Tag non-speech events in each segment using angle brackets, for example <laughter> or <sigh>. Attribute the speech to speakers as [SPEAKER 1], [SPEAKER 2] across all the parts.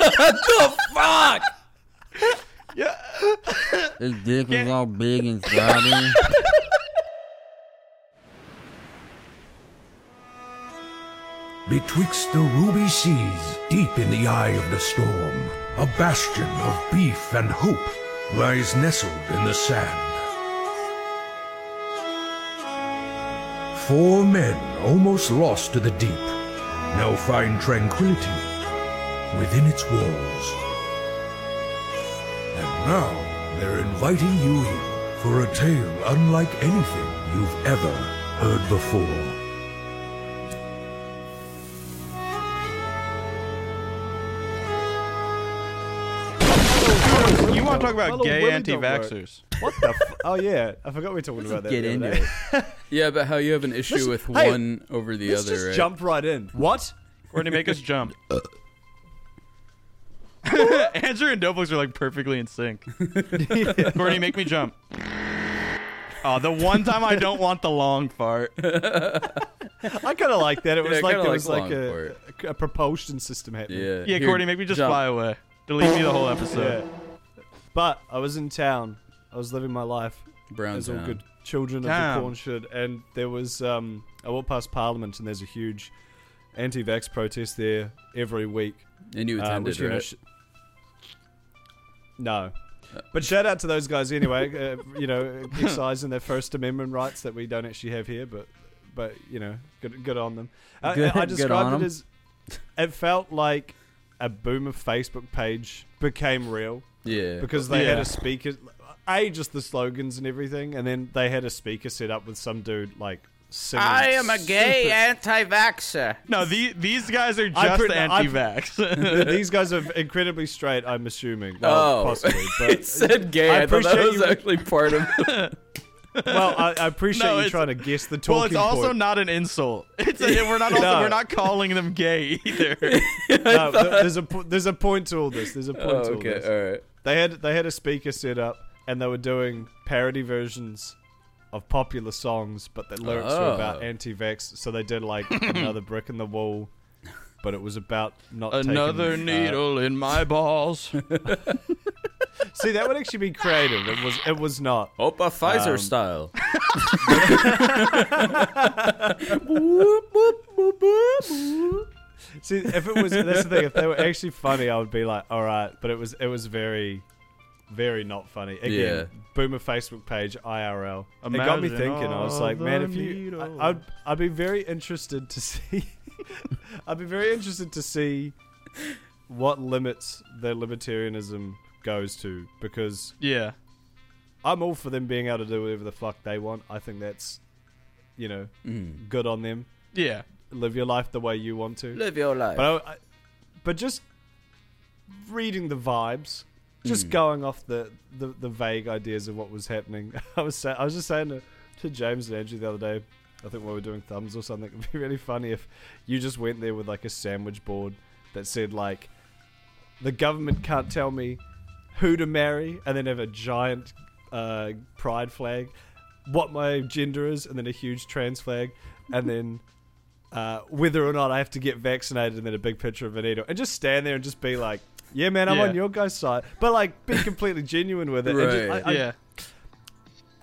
[SPEAKER 1] the fuck?
[SPEAKER 2] Yeah.
[SPEAKER 1] His dick was all big and
[SPEAKER 3] <laughs>
[SPEAKER 1] flabby.
[SPEAKER 4] Betwixt the ruby seas, deep in the eye of the storm, a bastion of beef and hope lies nestled in the sand. Four men almost lost to the deep now find tranquility within its walls. And now they're inviting you in for a tale unlike anything you've ever heard before.
[SPEAKER 2] You want to talk about
[SPEAKER 3] Fellow
[SPEAKER 2] gay
[SPEAKER 3] women don't
[SPEAKER 2] anti-vaxxers?
[SPEAKER 3] What the? F- oh yeah, I forgot we were talking about that.
[SPEAKER 1] Get
[SPEAKER 3] the other
[SPEAKER 1] into
[SPEAKER 3] day.
[SPEAKER 1] it.
[SPEAKER 5] <laughs> Yeah, but how you have an issue
[SPEAKER 3] Let's-
[SPEAKER 5] with
[SPEAKER 3] hey,
[SPEAKER 5] one over the
[SPEAKER 3] Let's
[SPEAKER 5] other,
[SPEAKER 3] just
[SPEAKER 5] right?
[SPEAKER 3] jump right in. What?
[SPEAKER 2] We're gonna make us jump. <laughs> Andrew and Doblix are like perfectly in sync. Courtney, make me jump. Oh, the one time I don't want the long fart.
[SPEAKER 3] I kind of like
[SPEAKER 5] <laughs>
[SPEAKER 3] that. It was
[SPEAKER 5] I
[SPEAKER 3] like
[SPEAKER 5] kinda
[SPEAKER 3] there was
[SPEAKER 5] like
[SPEAKER 3] like
[SPEAKER 5] long
[SPEAKER 3] a, a propulsion system happening.
[SPEAKER 5] Yeah,
[SPEAKER 2] Yeah,
[SPEAKER 5] here,
[SPEAKER 2] Courtney, make me just
[SPEAKER 5] jump.
[SPEAKER 2] fly away. Delete me the whole episode.
[SPEAKER 3] Yeah. But I was in town. I was living my life as all
[SPEAKER 5] Browntown.
[SPEAKER 3] good children of
[SPEAKER 2] Town.
[SPEAKER 3] the corn shit. And there was, um, I walked past Parliament, and there's a huge anti-vax protest there every week.
[SPEAKER 5] And you
[SPEAKER 3] Uh,
[SPEAKER 5] attended,
[SPEAKER 3] which, you know,
[SPEAKER 5] right?
[SPEAKER 3] sh- no. But shout out to those guys anyway. uh, you know, exercising their First Amendment rights that we don't actually have here, but but you know, good good on them. Uh,
[SPEAKER 1] Good-
[SPEAKER 3] I
[SPEAKER 1] good on
[SPEAKER 3] described it
[SPEAKER 1] 'em.
[SPEAKER 3] as it felt like a boomer Facebook page became real <laughs>
[SPEAKER 5] yeah.
[SPEAKER 3] because they had
[SPEAKER 2] Yeah.
[SPEAKER 3] a speaker. A just the slogans and everything, and then they had a speaker set up with some dude like singing. super-
[SPEAKER 5] anti-vaxxer.
[SPEAKER 2] No, the, these guys are
[SPEAKER 3] I
[SPEAKER 2] just
[SPEAKER 3] pre- I pre- <laughs>
[SPEAKER 2] anti-vax.
[SPEAKER 3] These guys are incredibly straight, I'm assuming.
[SPEAKER 5] Oh,
[SPEAKER 3] Well, possibly. But
[SPEAKER 5] it <laughs> said gay.
[SPEAKER 3] I
[SPEAKER 5] I, thought that
[SPEAKER 3] appreciate
[SPEAKER 5] was
[SPEAKER 3] you-
[SPEAKER 5] actually
[SPEAKER 3] <laughs>
[SPEAKER 5] part of.
[SPEAKER 3] Well, I,
[SPEAKER 2] <laughs>
[SPEAKER 3] I appreciate
[SPEAKER 2] No,
[SPEAKER 3] you
[SPEAKER 2] it's-
[SPEAKER 3] trying to guess the talking
[SPEAKER 2] well, it's also
[SPEAKER 3] point.
[SPEAKER 2] not an insult. It's a, we're not also,
[SPEAKER 3] No.
[SPEAKER 2] we're not calling them gay either.
[SPEAKER 3] No, th- there's a po- there's a point to all this. There's a point
[SPEAKER 5] oh,
[SPEAKER 3] to all
[SPEAKER 5] okay,
[SPEAKER 3] this.
[SPEAKER 5] all right.
[SPEAKER 3] They had they had a speaker set up, and they were doing parody versions of popular songs, but the lyrics were
[SPEAKER 5] Oh.
[SPEAKER 3] about anti-vax. So they did
[SPEAKER 2] <laughs>
[SPEAKER 3] like another brick in the wall, but it was about not taking,
[SPEAKER 2] Another
[SPEAKER 3] uh,
[SPEAKER 2] needle in my balls.
[SPEAKER 3] see, that would actually be creative. It was it was not.
[SPEAKER 5] Opa Pfizer
[SPEAKER 3] Um,
[SPEAKER 5] style.
[SPEAKER 3] See, if it was that's the thing. If they were actually funny, I would be like, all right. But it was it was very, very not funny. Again,
[SPEAKER 5] Yeah.
[SPEAKER 3] boomer Facebook page IRL. it got me
[SPEAKER 2] Imagine
[SPEAKER 3] thinking. I was
[SPEAKER 2] all
[SPEAKER 3] like, man,
[SPEAKER 2] the
[SPEAKER 3] if you,
[SPEAKER 2] needles.
[SPEAKER 3] I, I'd I'd be very interested to see. <laughs> I'd be very interested to see what limits their libertarianism goes to because
[SPEAKER 2] Yeah.
[SPEAKER 3] I'm all for them being able to do whatever the fuck they want. I think that's, you know, good on them.
[SPEAKER 2] Yeah.
[SPEAKER 3] Live your life the way you want to.
[SPEAKER 5] Live your life.
[SPEAKER 3] But I, I, but just reading the vibes, just going off the, the, the vague ideas of what was happening. <laughs> I was sa- I was just saying to, to James and Andrew the other day. I think while we were doing thumbs or something, <laughs> it'd be really funny if you just went there with like a sandwich board that said like, the government can't tell me who to marry, and then have a giant uh, pride flag, what my gender is, and then a huge trans flag, and then <laughs> uh, whether or not I have to get vaccinated, and then a big picture of a needle, and just stand there and just be like, "Yeah, man, I'm
[SPEAKER 2] Yeah.
[SPEAKER 3] on your guys' side," but like
[SPEAKER 2] <laughs>
[SPEAKER 3] be completely genuine with it. And
[SPEAKER 5] Right.
[SPEAKER 3] just, I, I,
[SPEAKER 2] yeah.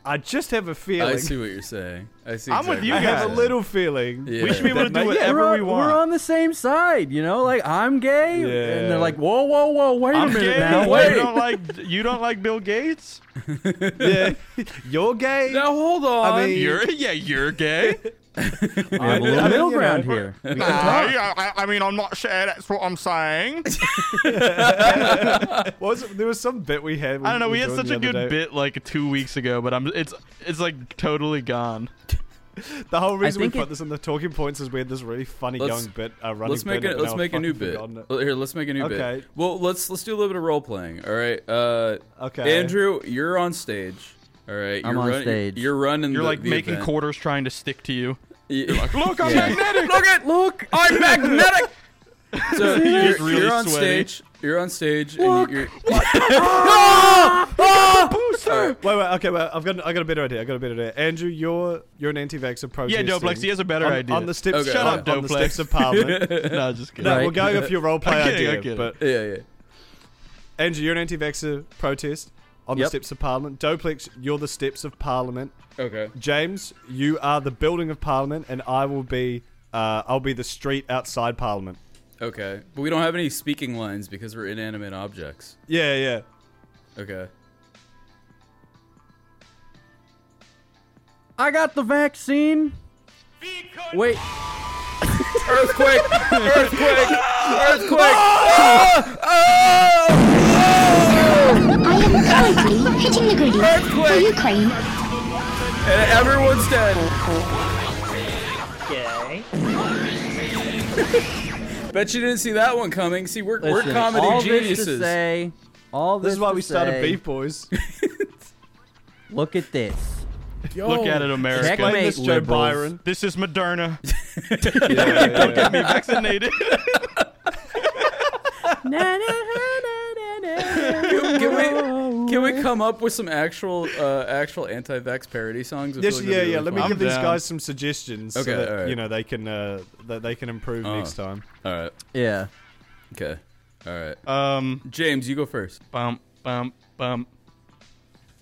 [SPEAKER 3] I just have a feeling.
[SPEAKER 5] I see what you're saying. I see.
[SPEAKER 2] I'm with
[SPEAKER 5] exactly
[SPEAKER 3] <laughs>
[SPEAKER 2] you
[SPEAKER 3] I
[SPEAKER 5] what you're
[SPEAKER 3] have a
[SPEAKER 5] saying.
[SPEAKER 3] little feeling.
[SPEAKER 5] Yeah.
[SPEAKER 2] We should be able to
[SPEAKER 3] That
[SPEAKER 2] do
[SPEAKER 3] may-
[SPEAKER 2] whatever
[SPEAKER 1] we're,
[SPEAKER 2] we
[SPEAKER 1] on-
[SPEAKER 2] want.
[SPEAKER 1] We're on the same side, you know. Like I'm gay, and
[SPEAKER 3] Yeah.
[SPEAKER 1] they're like, "Whoa, whoa, whoa! Wait
[SPEAKER 2] I'm
[SPEAKER 1] a minute
[SPEAKER 3] <laughs>
[SPEAKER 2] gay.
[SPEAKER 1] now,
[SPEAKER 2] You
[SPEAKER 1] wait."
[SPEAKER 2] don't like you don't like Bill Gates? <laughs>
[SPEAKER 3] Yeah. <laughs> You're gay.
[SPEAKER 5] Now hold on.
[SPEAKER 3] I mean- <laughs>
[SPEAKER 2] You're yeah, you're <laughs> gay.
[SPEAKER 1] We have a little
[SPEAKER 3] I mean,
[SPEAKER 1] middle
[SPEAKER 3] you know,
[SPEAKER 1] ground here. We can talk.
[SPEAKER 2] I, I mean, I'm not sure that's what I'm saying.
[SPEAKER 3] <laughs> What was it? There was some bit we had.
[SPEAKER 2] I don't know.
[SPEAKER 3] were
[SPEAKER 2] We had
[SPEAKER 3] doing
[SPEAKER 2] such
[SPEAKER 3] the
[SPEAKER 2] a
[SPEAKER 3] other
[SPEAKER 2] good
[SPEAKER 3] day.
[SPEAKER 2] bit like two weeks ago, but I'm it's it's like totally gone.
[SPEAKER 3] The whole reason we
[SPEAKER 1] think
[SPEAKER 3] put
[SPEAKER 1] it-
[SPEAKER 3] this in the talking points is we had this really funny
[SPEAKER 5] Let's-
[SPEAKER 3] young bit. Uh, running
[SPEAKER 5] Let's make
[SPEAKER 3] bit
[SPEAKER 5] it.
[SPEAKER 3] and
[SPEAKER 5] Let's
[SPEAKER 3] now
[SPEAKER 5] make a
[SPEAKER 3] I've
[SPEAKER 5] new
[SPEAKER 3] fucking
[SPEAKER 5] bit.
[SPEAKER 3] forgotten it.
[SPEAKER 5] Well, Here, let's make a new
[SPEAKER 3] Okay.
[SPEAKER 5] bit. Well, let's let's do a little bit of role playing. All right. Uh,
[SPEAKER 3] Okay.
[SPEAKER 5] Andrew, you're on stage. All right.
[SPEAKER 1] I'm
[SPEAKER 5] you're
[SPEAKER 1] on
[SPEAKER 5] run-
[SPEAKER 1] stage.
[SPEAKER 5] You're running.
[SPEAKER 2] You're
[SPEAKER 5] the-
[SPEAKER 2] like
[SPEAKER 5] the
[SPEAKER 2] making
[SPEAKER 5] event.
[SPEAKER 2] quarters trying to stick
[SPEAKER 3] <laughs>
[SPEAKER 2] to you.
[SPEAKER 5] You're like,
[SPEAKER 2] Look, I'm magnetic.
[SPEAKER 5] Look at
[SPEAKER 1] Look,
[SPEAKER 5] I'm magnetic. so you're,
[SPEAKER 2] He's really
[SPEAKER 5] you're on
[SPEAKER 2] sweaty.
[SPEAKER 5] stage. You're on stage.
[SPEAKER 1] Look.
[SPEAKER 5] And you're,
[SPEAKER 3] Wait, wait, okay, wait. I've got, I got a better idea. I got a better idea. Andrew, you're you're an anti-vaxxer protesting.
[SPEAKER 2] Doblex, he has a better
[SPEAKER 3] on,
[SPEAKER 2] idea.
[SPEAKER 3] On the steps,
[SPEAKER 5] Okay,
[SPEAKER 3] shut
[SPEAKER 5] okay.
[SPEAKER 3] up, on the <laughs>
[SPEAKER 2] Doblex. <laughs>
[SPEAKER 3] steps of Parliament.
[SPEAKER 2] no, just kidding.
[SPEAKER 3] no,
[SPEAKER 1] Right.
[SPEAKER 5] <laughs>
[SPEAKER 3] we're going off your role play
[SPEAKER 2] I'm kidding,
[SPEAKER 3] idea,
[SPEAKER 2] I'm kidding.
[SPEAKER 3] but
[SPEAKER 5] yeah, yeah.
[SPEAKER 3] Andrew, you're an anti-vaxxer protest on the
[SPEAKER 5] Yep.
[SPEAKER 3] steps of Parliament. Doplex, you're the steps of Parliament.
[SPEAKER 5] Okay.
[SPEAKER 3] James, you are the building of Parliament, and I will be, uh, I'll be the street outside Parliament.
[SPEAKER 5] Okay. But we don't have any speaking lines because we're inanimate objects.
[SPEAKER 3] Yeah, yeah.
[SPEAKER 5] Okay.
[SPEAKER 6] I got the vaccine.
[SPEAKER 5] Wait. earthquake! Earthquake! Earthquake!
[SPEAKER 7] I am currently hitting the gritty for
[SPEAKER 5] Earthquake!
[SPEAKER 7] Ukraine.
[SPEAKER 5] And everyone's dead.
[SPEAKER 8] Okay.
[SPEAKER 5] Bet you didn't see that one coming. See, we're, we're
[SPEAKER 6] Listen,
[SPEAKER 5] comedy
[SPEAKER 6] all This to
[SPEAKER 5] geniuses.
[SPEAKER 6] say, all
[SPEAKER 3] This is why
[SPEAKER 6] to
[SPEAKER 3] we started
[SPEAKER 6] say,
[SPEAKER 3] Beef Boys.
[SPEAKER 5] <laughs>
[SPEAKER 6] Look at this.
[SPEAKER 2] Look at it, America.
[SPEAKER 6] Checkmate,
[SPEAKER 3] Blame this Joe
[SPEAKER 6] liberals.
[SPEAKER 3] Byron.
[SPEAKER 2] This is Moderna.
[SPEAKER 3] <laughs>
[SPEAKER 2] <laughs>
[SPEAKER 3] Yeah, yeah, yeah.
[SPEAKER 2] Be vaccinated. <laughs>
[SPEAKER 6] Na, na, na, na, na, na.
[SPEAKER 5] Can, can we can we come up with some actual uh, actual anti-vax parody songs? I feel
[SPEAKER 3] Yes,
[SPEAKER 5] like
[SPEAKER 3] yeah,
[SPEAKER 5] that'd be
[SPEAKER 3] yeah.
[SPEAKER 5] really
[SPEAKER 3] Let me
[SPEAKER 5] fun.
[SPEAKER 2] I'm
[SPEAKER 3] give these
[SPEAKER 2] down.
[SPEAKER 3] guys some suggestions
[SPEAKER 5] Okay,
[SPEAKER 3] so that
[SPEAKER 5] alright.
[SPEAKER 3] you know they can uh, that they can improve
[SPEAKER 5] Oh.
[SPEAKER 3] next time.
[SPEAKER 5] All right.
[SPEAKER 6] Yeah.
[SPEAKER 5] Okay. All right.
[SPEAKER 2] um,
[SPEAKER 5] James, you go first.
[SPEAKER 2] bump, bump, bump.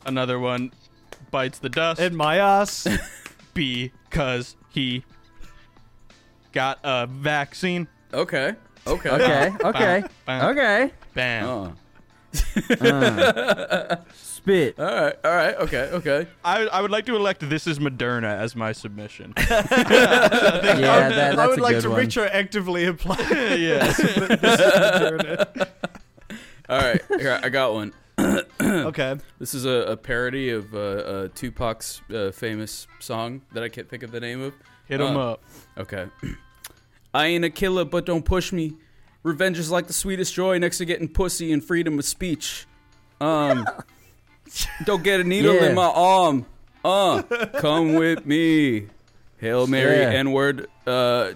[SPEAKER 2] Another one bites the dust
[SPEAKER 3] In my
[SPEAKER 2] <laughs>
[SPEAKER 3] ass.
[SPEAKER 2] because he got a vaccine.
[SPEAKER 5] Okay. Okay.
[SPEAKER 6] Okay. Okay.
[SPEAKER 2] Bam, bam.
[SPEAKER 6] Okay.
[SPEAKER 2] Bam.
[SPEAKER 5] Oh.
[SPEAKER 6] Spit.
[SPEAKER 5] All right. All right. Okay. Okay.
[SPEAKER 2] I, I would like to elect "This is Moderna" as my
[SPEAKER 3] <laughs>
[SPEAKER 2] submission.
[SPEAKER 6] Yeah, that, that's
[SPEAKER 3] I would
[SPEAKER 6] a
[SPEAKER 3] like
[SPEAKER 6] good
[SPEAKER 3] to
[SPEAKER 6] one.
[SPEAKER 3] retroactively
[SPEAKER 2] <laughs>
[SPEAKER 3] apply. <laughs>
[SPEAKER 2] yes. <laughs>
[SPEAKER 5] All right. Here, I got one.
[SPEAKER 3] okay.
[SPEAKER 5] This is a, a parody of uh, uh, Tupac's uh, famous song that I can't think of the name of.
[SPEAKER 2] Hit him
[SPEAKER 5] Uh,
[SPEAKER 2] up.
[SPEAKER 5] Okay. <clears throat> I ain't a killer, but don't push me. Revenge is like the sweetest joy next to getting pussy and freedom of speech. Um,
[SPEAKER 6] <laughs>
[SPEAKER 5] don't get a needle
[SPEAKER 6] Yeah.
[SPEAKER 5] in my arm. Uh, come with me. Hail Mary,
[SPEAKER 6] Yeah.
[SPEAKER 5] N word, uh,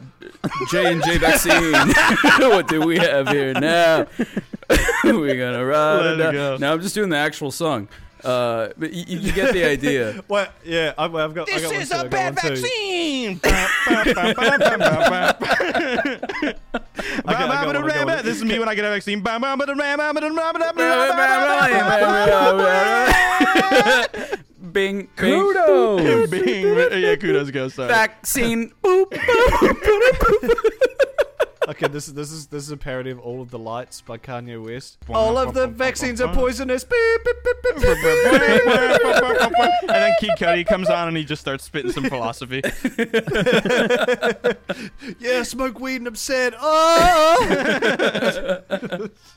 [SPEAKER 5] J and J vaccine. <laughs> what do we have here now? <laughs> We're gonna ride.
[SPEAKER 2] Let
[SPEAKER 5] it
[SPEAKER 2] it
[SPEAKER 5] down.
[SPEAKER 2] go.
[SPEAKER 5] Now I'm just doing the actual song, uh, but you, you get the idea.
[SPEAKER 3] Wait, yeah, I've, I've got. I got one too, I got one too.
[SPEAKER 2] vaccine.
[SPEAKER 3] <laughs> I got one, I got one.
[SPEAKER 2] This is me when I get a vaccine.
[SPEAKER 5] Bing, bing.
[SPEAKER 6] Kudos.
[SPEAKER 2] Bing. Yeah, kudos go. Sorry.
[SPEAKER 5] Vaccine. Boop, boop.
[SPEAKER 3] <laughs> Okay, this is this is this is a parody of All of the Lights by Kanye West.
[SPEAKER 2] Bum,
[SPEAKER 3] All
[SPEAKER 2] bum,
[SPEAKER 3] of
[SPEAKER 2] bum,
[SPEAKER 3] the
[SPEAKER 2] bum,
[SPEAKER 3] vaccines
[SPEAKER 2] bum,
[SPEAKER 3] are
[SPEAKER 2] bum.
[SPEAKER 3] poisonous. Beep, beep, beep, beep, beep, beep.
[SPEAKER 2] <laughs> and then Kid Cudi comes on and he just starts spitting some philosophy.
[SPEAKER 3] Yeah, smoke weed and I'm sad.
[SPEAKER 2] <laughs>
[SPEAKER 3] Oh,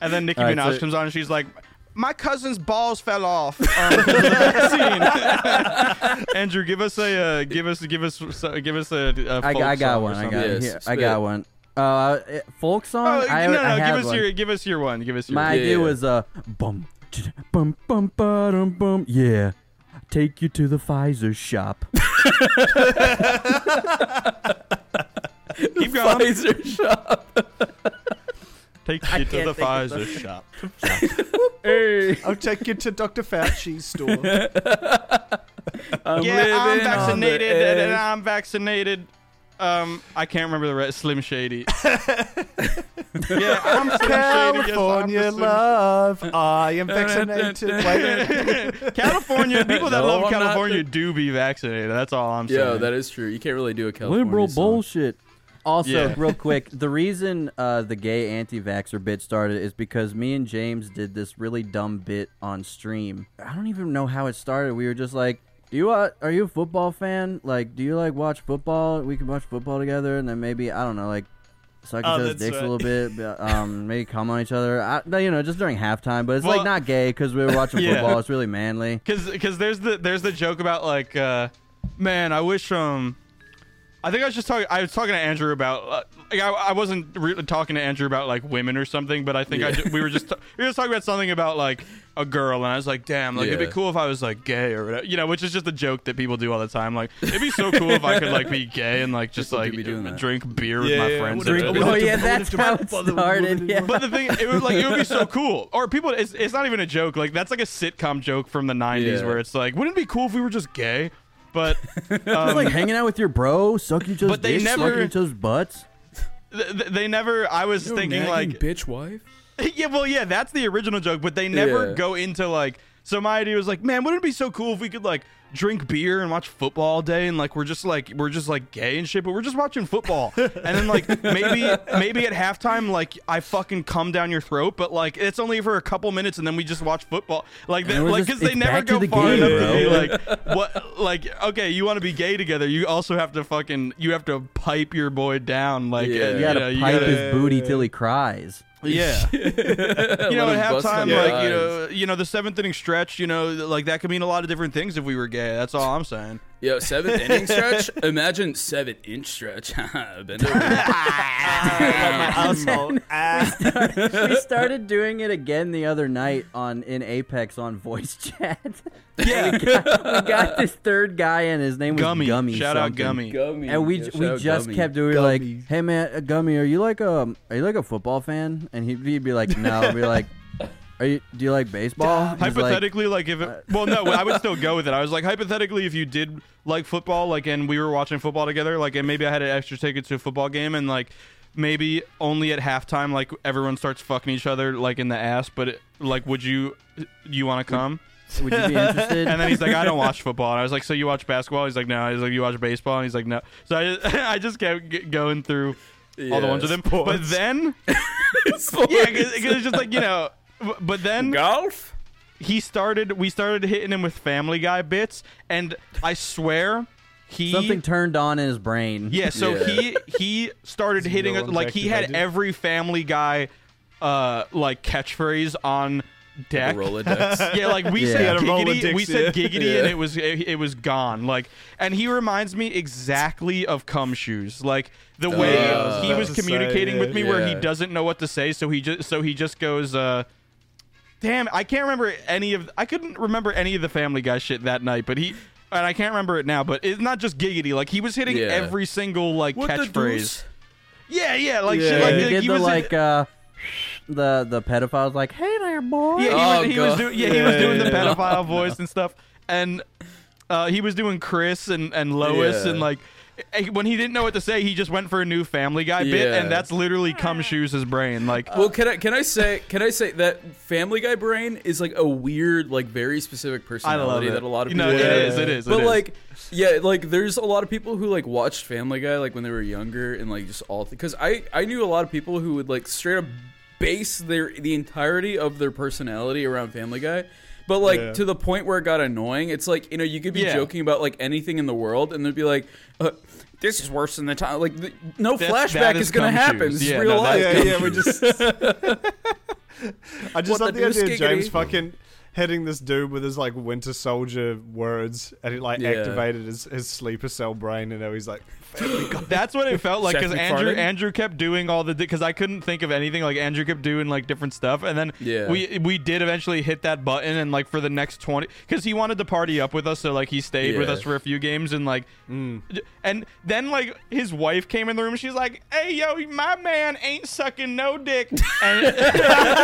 [SPEAKER 2] And then Nicki
[SPEAKER 6] Alright,
[SPEAKER 2] Minaj
[SPEAKER 6] so-
[SPEAKER 2] comes on and she's like, "My cousin's balls fell off." Um, vaccine." <laughs> Andrew, give us a uh, give us give us give us a. a
[SPEAKER 6] I,
[SPEAKER 2] folk
[SPEAKER 6] I got
[SPEAKER 2] song or
[SPEAKER 6] one. I
[SPEAKER 2] something.
[SPEAKER 6] got
[SPEAKER 5] Yes,
[SPEAKER 6] here. I
[SPEAKER 5] spit.
[SPEAKER 6] got one. Uh, eh, folk song.
[SPEAKER 2] Oh,
[SPEAKER 6] I,
[SPEAKER 2] no, no,
[SPEAKER 6] I have
[SPEAKER 2] give us
[SPEAKER 6] one.
[SPEAKER 2] your give us your one. Give us your.
[SPEAKER 6] My
[SPEAKER 2] one.
[SPEAKER 5] Yeah,
[SPEAKER 6] idea
[SPEAKER 5] yeah.
[SPEAKER 6] was uh, bum, ch- bum, bum, bum, bum. Yeah, take you to the Pfizer shop.
[SPEAKER 2] Keep going.
[SPEAKER 5] Pfizer shot.
[SPEAKER 2] Take you to
[SPEAKER 8] can't
[SPEAKER 2] the
[SPEAKER 8] think of
[SPEAKER 2] Pfizer shop.
[SPEAKER 5] Hey,
[SPEAKER 3] I'll take you to Dr. Fauci's store.
[SPEAKER 5] I'm
[SPEAKER 2] Yeah, I'm
[SPEAKER 5] living on
[SPEAKER 2] vaccinated,
[SPEAKER 5] the
[SPEAKER 2] and, and
[SPEAKER 5] edge.
[SPEAKER 2] I'm vaccinated. Um, I can't remember the rest. Slim Shady. yeah, I'm Slim Shady. Yes, I'm the
[SPEAKER 3] California
[SPEAKER 2] Slim-
[SPEAKER 3] love. <laughs> I am vaccinated. Wait. <laughs>
[SPEAKER 2] California people that
[SPEAKER 5] No,
[SPEAKER 2] love
[SPEAKER 5] I'm not
[SPEAKER 2] California
[SPEAKER 5] the-
[SPEAKER 2] do be vaccinated. That's all I'm saying.
[SPEAKER 5] Yo, that is true. You can't really do a California
[SPEAKER 6] Liberal
[SPEAKER 5] song.
[SPEAKER 6] bullshit. Also,
[SPEAKER 2] Yeah.
[SPEAKER 6] real quick, the reason uh, the gay anti-vaxxer bit started is because me and James did this really dumb bit on stream. I don't even know how it started. We were just like, "Do you uh, are you a football fan? Like, do you like watch football? We can watch football together, and then maybe I don't know, like." Suck each
[SPEAKER 3] Oh,
[SPEAKER 6] other's
[SPEAKER 3] that's
[SPEAKER 6] dicks
[SPEAKER 3] right.
[SPEAKER 6] a little bit, but, um, maybe come on each other. I, no, you know, just during halftime. But it's
[SPEAKER 2] Well-
[SPEAKER 6] like not gay because we were watching
[SPEAKER 2] Yeah.
[SPEAKER 6] football. It's really manly.
[SPEAKER 2] Cause, cause there's the there's the joke about like, uh, man, I wish um, I think I was just talking. I was talking to Andrew about uh, like I, I wasn't really talking to Andrew about like women or something, but I think I
[SPEAKER 5] Yeah.
[SPEAKER 2] ju- we
[SPEAKER 5] <laughs>
[SPEAKER 2] were just ta- we were just talking about something about like a girl, and I was like, damn, like it'd
[SPEAKER 5] Yeah.
[SPEAKER 2] be cool if I was like gay or whatever, you know, which is just a joke that people do all the time. Like it'd be so cool if I could like be gay and like just
[SPEAKER 5] People do
[SPEAKER 2] like
[SPEAKER 5] be doing that.
[SPEAKER 2] drink beer with
[SPEAKER 3] Yeah,
[SPEAKER 2] my
[SPEAKER 3] yeah, I
[SPEAKER 2] friends.
[SPEAKER 3] would've-
[SPEAKER 2] and
[SPEAKER 3] I
[SPEAKER 6] <laughs>
[SPEAKER 2] everything.
[SPEAKER 3] would've
[SPEAKER 6] Oh yeah,
[SPEAKER 3] to-
[SPEAKER 6] that's
[SPEAKER 3] I
[SPEAKER 6] how
[SPEAKER 3] would've
[SPEAKER 6] it
[SPEAKER 3] to bother with
[SPEAKER 6] started.
[SPEAKER 3] women
[SPEAKER 6] Yeah.
[SPEAKER 2] But the thing, it would like it would be so cool. Or people, it's, it's not even a joke. Like that's like a sitcom joke from the '90s
[SPEAKER 5] Yeah.
[SPEAKER 2] where it's like, wouldn't it be cool if we were just gay?
[SPEAKER 5] <laughs>
[SPEAKER 2] But
[SPEAKER 6] It's like hanging out with your bro, suck each other's
[SPEAKER 2] Um, But they
[SPEAKER 6] dicks,
[SPEAKER 2] never-
[SPEAKER 6] suck each other's butts.
[SPEAKER 2] th- th- they never. I was
[SPEAKER 5] Yo,
[SPEAKER 2] thinking
[SPEAKER 5] nagging
[SPEAKER 2] like,
[SPEAKER 5] bitch wife.
[SPEAKER 2] <laughs> yeah, well, yeah, that's the original joke, but they never
[SPEAKER 5] Yeah.
[SPEAKER 2] go into like. So my idea was like, man, wouldn't it be so cool if we could like drink beer and watch football all day and like we're just like we're just like gay and shit, but we're just watching
[SPEAKER 6] <laughs>
[SPEAKER 2] football. and then like maybe maybe at halftime like I fucking come down your throat, but like it's only for a couple minutes and then we just watch football. Like they,
[SPEAKER 6] we're
[SPEAKER 2] like
[SPEAKER 6] just-
[SPEAKER 2] because they
[SPEAKER 6] it's
[SPEAKER 2] never
[SPEAKER 6] back to
[SPEAKER 2] go
[SPEAKER 6] the
[SPEAKER 2] far
[SPEAKER 6] game,
[SPEAKER 2] enough
[SPEAKER 6] bro.
[SPEAKER 2] to be
[SPEAKER 6] <laughs>
[SPEAKER 2] like what like okay, you want to be gay together, you also have to fucking you have to pipe your boy down like
[SPEAKER 5] Yeah.
[SPEAKER 2] and,
[SPEAKER 6] You gotta
[SPEAKER 2] know,
[SPEAKER 6] pipe
[SPEAKER 2] gotta-
[SPEAKER 6] his booty till he cries. <laughs>
[SPEAKER 2] yeah. you know,
[SPEAKER 5] Let
[SPEAKER 2] at
[SPEAKER 5] him bust
[SPEAKER 2] halftime,
[SPEAKER 5] their
[SPEAKER 2] like you
[SPEAKER 5] eyes.
[SPEAKER 2] know, you know, the seventh inning stretch, you know, like that could mean a lot of different things if we were gay. That's all I'm saying.
[SPEAKER 5] Yo, seventh inning stretch? Imagine seven inch stretch. <laughs> Bend over.
[SPEAKER 6] <laughs>
[SPEAKER 3] Ah, asshole. Ah.
[SPEAKER 6] we started doing it again the other night on in Apex on voice <laughs> chat. Yeah, we, got, we got this third guy in. His name was
[SPEAKER 2] Gummy,
[SPEAKER 6] Gummy.
[SPEAKER 2] shout out
[SPEAKER 6] something.
[SPEAKER 2] Gummy.
[SPEAKER 5] Gummy.
[SPEAKER 6] And we
[SPEAKER 5] Yeah, shout
[SPEAKER 6] we
[SPEAKER 5] out
[SPEAKER 6] just
[SPEAKER 5] Gummy.
[SPEAKER 6] kept doing we were
[SPEAKER 3] Gummy.
[SPEAKER 6] like, hey man, uh, Gummy, are you like um are you like a football fan? And he'd, he'd be like, no. I'd be like, are you do you like
[SPEAKER 5] Oh,
[SPEAKER 6] baseball?
[SPEAKER 2] <laughs>
[SPEAKER 6] He's like,
[SPEAKER 2] Hypothetically, like, if
[SPEAKER 6] uh,
[SPEAKER 2] it, well, no, I would still go with it. I was
[SPEAKER 6] <laughs>
[SPEAKER 2] like, hypothetically, if you did like football, like, and we were watching football together, like, and maybe I had an extra ticket to a football game, and like, maybe only at halftime, like, everyone starts fucking each other like in the ass, but it, like, would you, you want to come?
[SPEAKER 6] would you be
[SPEAKER 2] <laughs>
[SPEAKER 6] interested?
[SPEAKER 2] And then he's like, I don't watch football. And I was like, so you watch basketball? He's like, no. He's like, you watch baseball? And he's like, no. So I just, I <laughs> just kept g- going through all the ones with him. But
[SPEAKER 3] sports.
[SPEAKER 2] then, <laughs> yeah, because it's just like, you know, b- but then
[SPEAKER 5] Golf?
[SPEAKER 2] he started, we started hitting him with Family Guy bits. And I swear he...
[SPEAKER 6] Something turned on in his brain.
[SPEAKER 2] E? Yeah, so
[SPEAKER 5] Yeah.
[SPEAKER 2] he he started hitting
[SPEAKER 3] no
[SPEAKER 2] us like he had
[SPEAKER 3] activated?
[SPEAKER 2] every Family Guy uh like catchphraise on deck. <laughs>
[SPEAKER 5] Rolodex.
[SPEAKER 2] Yeah, like we
[SPEAKER 6] Yeah.
[SPEAKER 2] said
[SPEAKER 3] Yeah, the
[SPEAKER 2] giggity,
[SPEAKER 3] Rolodex,
[SPEAKER 2] we said
[SPEAKER 3] yeah.
[SPEAKER 2] giggity, and it was it, it was gone. Like, and he reminds me exactly of cum shoes. Like the way
[SPEAKER 5] Yeah,
[SPEAKER 2] he
[SPEAKER 5] I
[SPEAKER 3] was
[SPEAKER 2] was
[SPEAKER 3] about to say,
[SPEAKER 2] communicating
[SPEAKER 3] yeah.
[SPEAKER 2] with me, where he
[SPEAKER 5] Yeah.
[SPEAKER 2] doesn't know what to say, so he just so he just goes. uh Damn, I can't remember any of. I couldn't remember any of the Family Guy shit that night, but he. And I can't remember it now, but it's not just giggity. Like he was hitting
[SPEAKER 5] Yeah.
[SPEAKER 2] every single like catchphrase.
[SPEAKER 5] deuce?
[SPEAKER 2] Yeah, yeah, like
[SPEAKER 3] Yeah.
[SPEAKER 2] shit.
[SPEAKER 6] Yeah,
[SPEAKER 2] Like,
[SPEAKER 6] he
[SPEAKER 2] that.
[SPEAKER 6] did the
[SPEAKER 2] was in-
[SPEAKER 6] like uh, the the pedophile's like, hey there, boy.
[SPEAKER 2] Yeah, he,
[SPEAKER 5] Oh,
[SPEAKER 2] was, he was
[SPEAKER 5] God.
[SPEAKER 2] doing. Yeah, he was doing the
[SPEAKER 5] Yeah.
[SPEAKER 2] pedophile voice and stuff, and uh, he was doing Chris and and Lois
[SPEAKER 5] Yeah.
[SPEAKER 2] and like eh, when he didn't know what to say, he just went for a new Family Guy bit,
[SPEAKER 5] Yeah.
[SPEAKER 2] and that's literally cum shoes his brain. Like,
[SPEAKER 5] Well, can I can I say can I say that Family Guy brain is like a weird, like very specific personality
[SPEAKER 2] it.
[SPEAKER 5] that a lot of
[SPEAKER 2] You know,
[SPEAKER 5] people.
[SPEAKER 2] it
[SPEAKER 5] have.
[SPEAKER 2] is, it is, it
[SPEAKER 5] But
[SPEAKER 2] is.
[SPEAKER 5] like, yeah, like there's a lot of people who like watched Family Guy like when they were younger and like just all because I I knew a lot of people who would like straight up base their the entirety of their personality around Family Guy. But like
[SPEAKER 3] Yeah.
[SPEAKER 5] to the point where it got annoying, it's like you know you could be
[SPEAKER 2] Yeah.
[SPEAKER 5] joking about like anything in the world, and they'd be like, uh, "This is worse than the time." Like th- no
[SPEAKER 2] That's-
[SPEAKER 5] flashback
[SPEAKER 2] that
[SPEAKER 5] is,
[SPEAKER 2] is
[SPEAKER 5] gonna
[SPEAKER 2] cum
[SPEAKER 5] happen.
[SPEAKER 2] shoes.
[SPEAKER 5] This is
[SPEAKER 2] Yeah,
[SPEAKER 5] real
[SPEAKER 2] no, that
[SPEAKER 5] life.
[SPEAKER 2] is
[SPEAKER 3] yeah,
[SPEAKER 2] cum
[SPEAKER 3] yeah, we just. I
[SPEAKER 5] What
[SPEAKER 3] just
[SPEAKER 5] the
[SPEAKER 3] love the,
[SPEAKER 5] deuce,
[SPEAKER 3] idea of James
[SPEAKER 5] giggity?
[SPEAKER 3] fucking hitting this dude with his like Winter Soldier words, and it like
[SPEAKER 5] Yeah.
[SPEAKER 3] activated his, his sleeper cell brain, and now he's like,
[SPEAKER 2] That's what it felt like
[SPEAKER 5] Seth
[SPEAKER 2] because Andrew
[SPEAKER 5] MacFarlane?
[SPEAKER 2] Andrew kept doing all the because I couldn't think of anything like Andrew kept doing like different stuff and then
[SPEAKER 5] Yeah.
[SPEAKER 2] we we did eventually hit that button and like for the next twenty because he wanted to party up with us so like he stayed with
[SPEAKER 5] Yeah. Mm.
[SPEAKER 2] us for a few games and like and then like his wife came in the room she's like hey yo my man ain't sucking no dick and,
[SPEAKER 5] <laughs>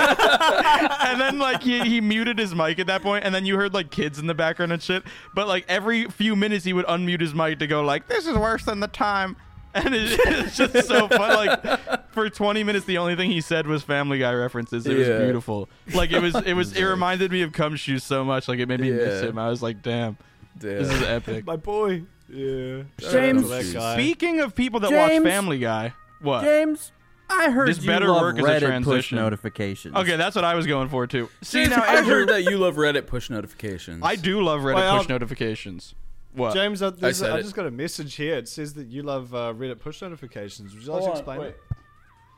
[SPEAKER 2] and then like he, he muted his mic at that point and then you heard like kids in the background and shit but like every few minutes he would unmute his mic to go like this is worse than the time <laughs> and it, it's just so fun like for 20 minutes the only thing he said was family guy references it was
[SPEAKER 5] Yeah.
[SPEAKER 2] beautiful like it was it
[SPEAKER 3] <laughs>
[SPEAKER 2] was it reminded me of cum shoes so much like it made me miss
[SPEAKER 5] Yeah.
[SPEAKER 2] him i was like damn this
[SPEAKER 5] Damn.
[SPEAKER 2] is epic
[SPEAKER 3] "My boy." Yeah,
[SPEAKER 6] James,
[SPEAKER 3] that
[SPEAKER 5] Jeez.
[SPEAKER 3] guy.
[SPEAKER 2] speaking of people that
[SPEAKER 6] James.
[SPEAKER 2] watch family guy what
[SPEAKER 6] James, I heard
[SPEAKER 2] This
[SPEAKER 6] you
[SPEAKER 2] better
[SPEAKER 6] love
[SPEAKER 2] work as a
[SPEAKER 6] Reddit push
[SPEAKER 2] transition.
[SPEAKER 6] notifications.
[SPEAKER 2] okay that's what i was going for too <laughs> see
[SPEAKER 5] Dude,
[SPEAKER 2] now
[SPEAKER 5] I
[SPEAKER 2] Andrew-
[SPEAKER 5] heard that you love Reddit push notifications.
[SPEAKER 2] i do love reddit
[SPEAKER 3] Well,
[SPEAKER 2] push notifications what
[SPEAKER 3] James, I, there's-
[SPEAKER 5] said
[SPEAKER 3] I
[SPEAKER 5] it.
[SPEAKER 3] just got a message here. It says that you love uh, Reddit push notifications. Would you like to explain it?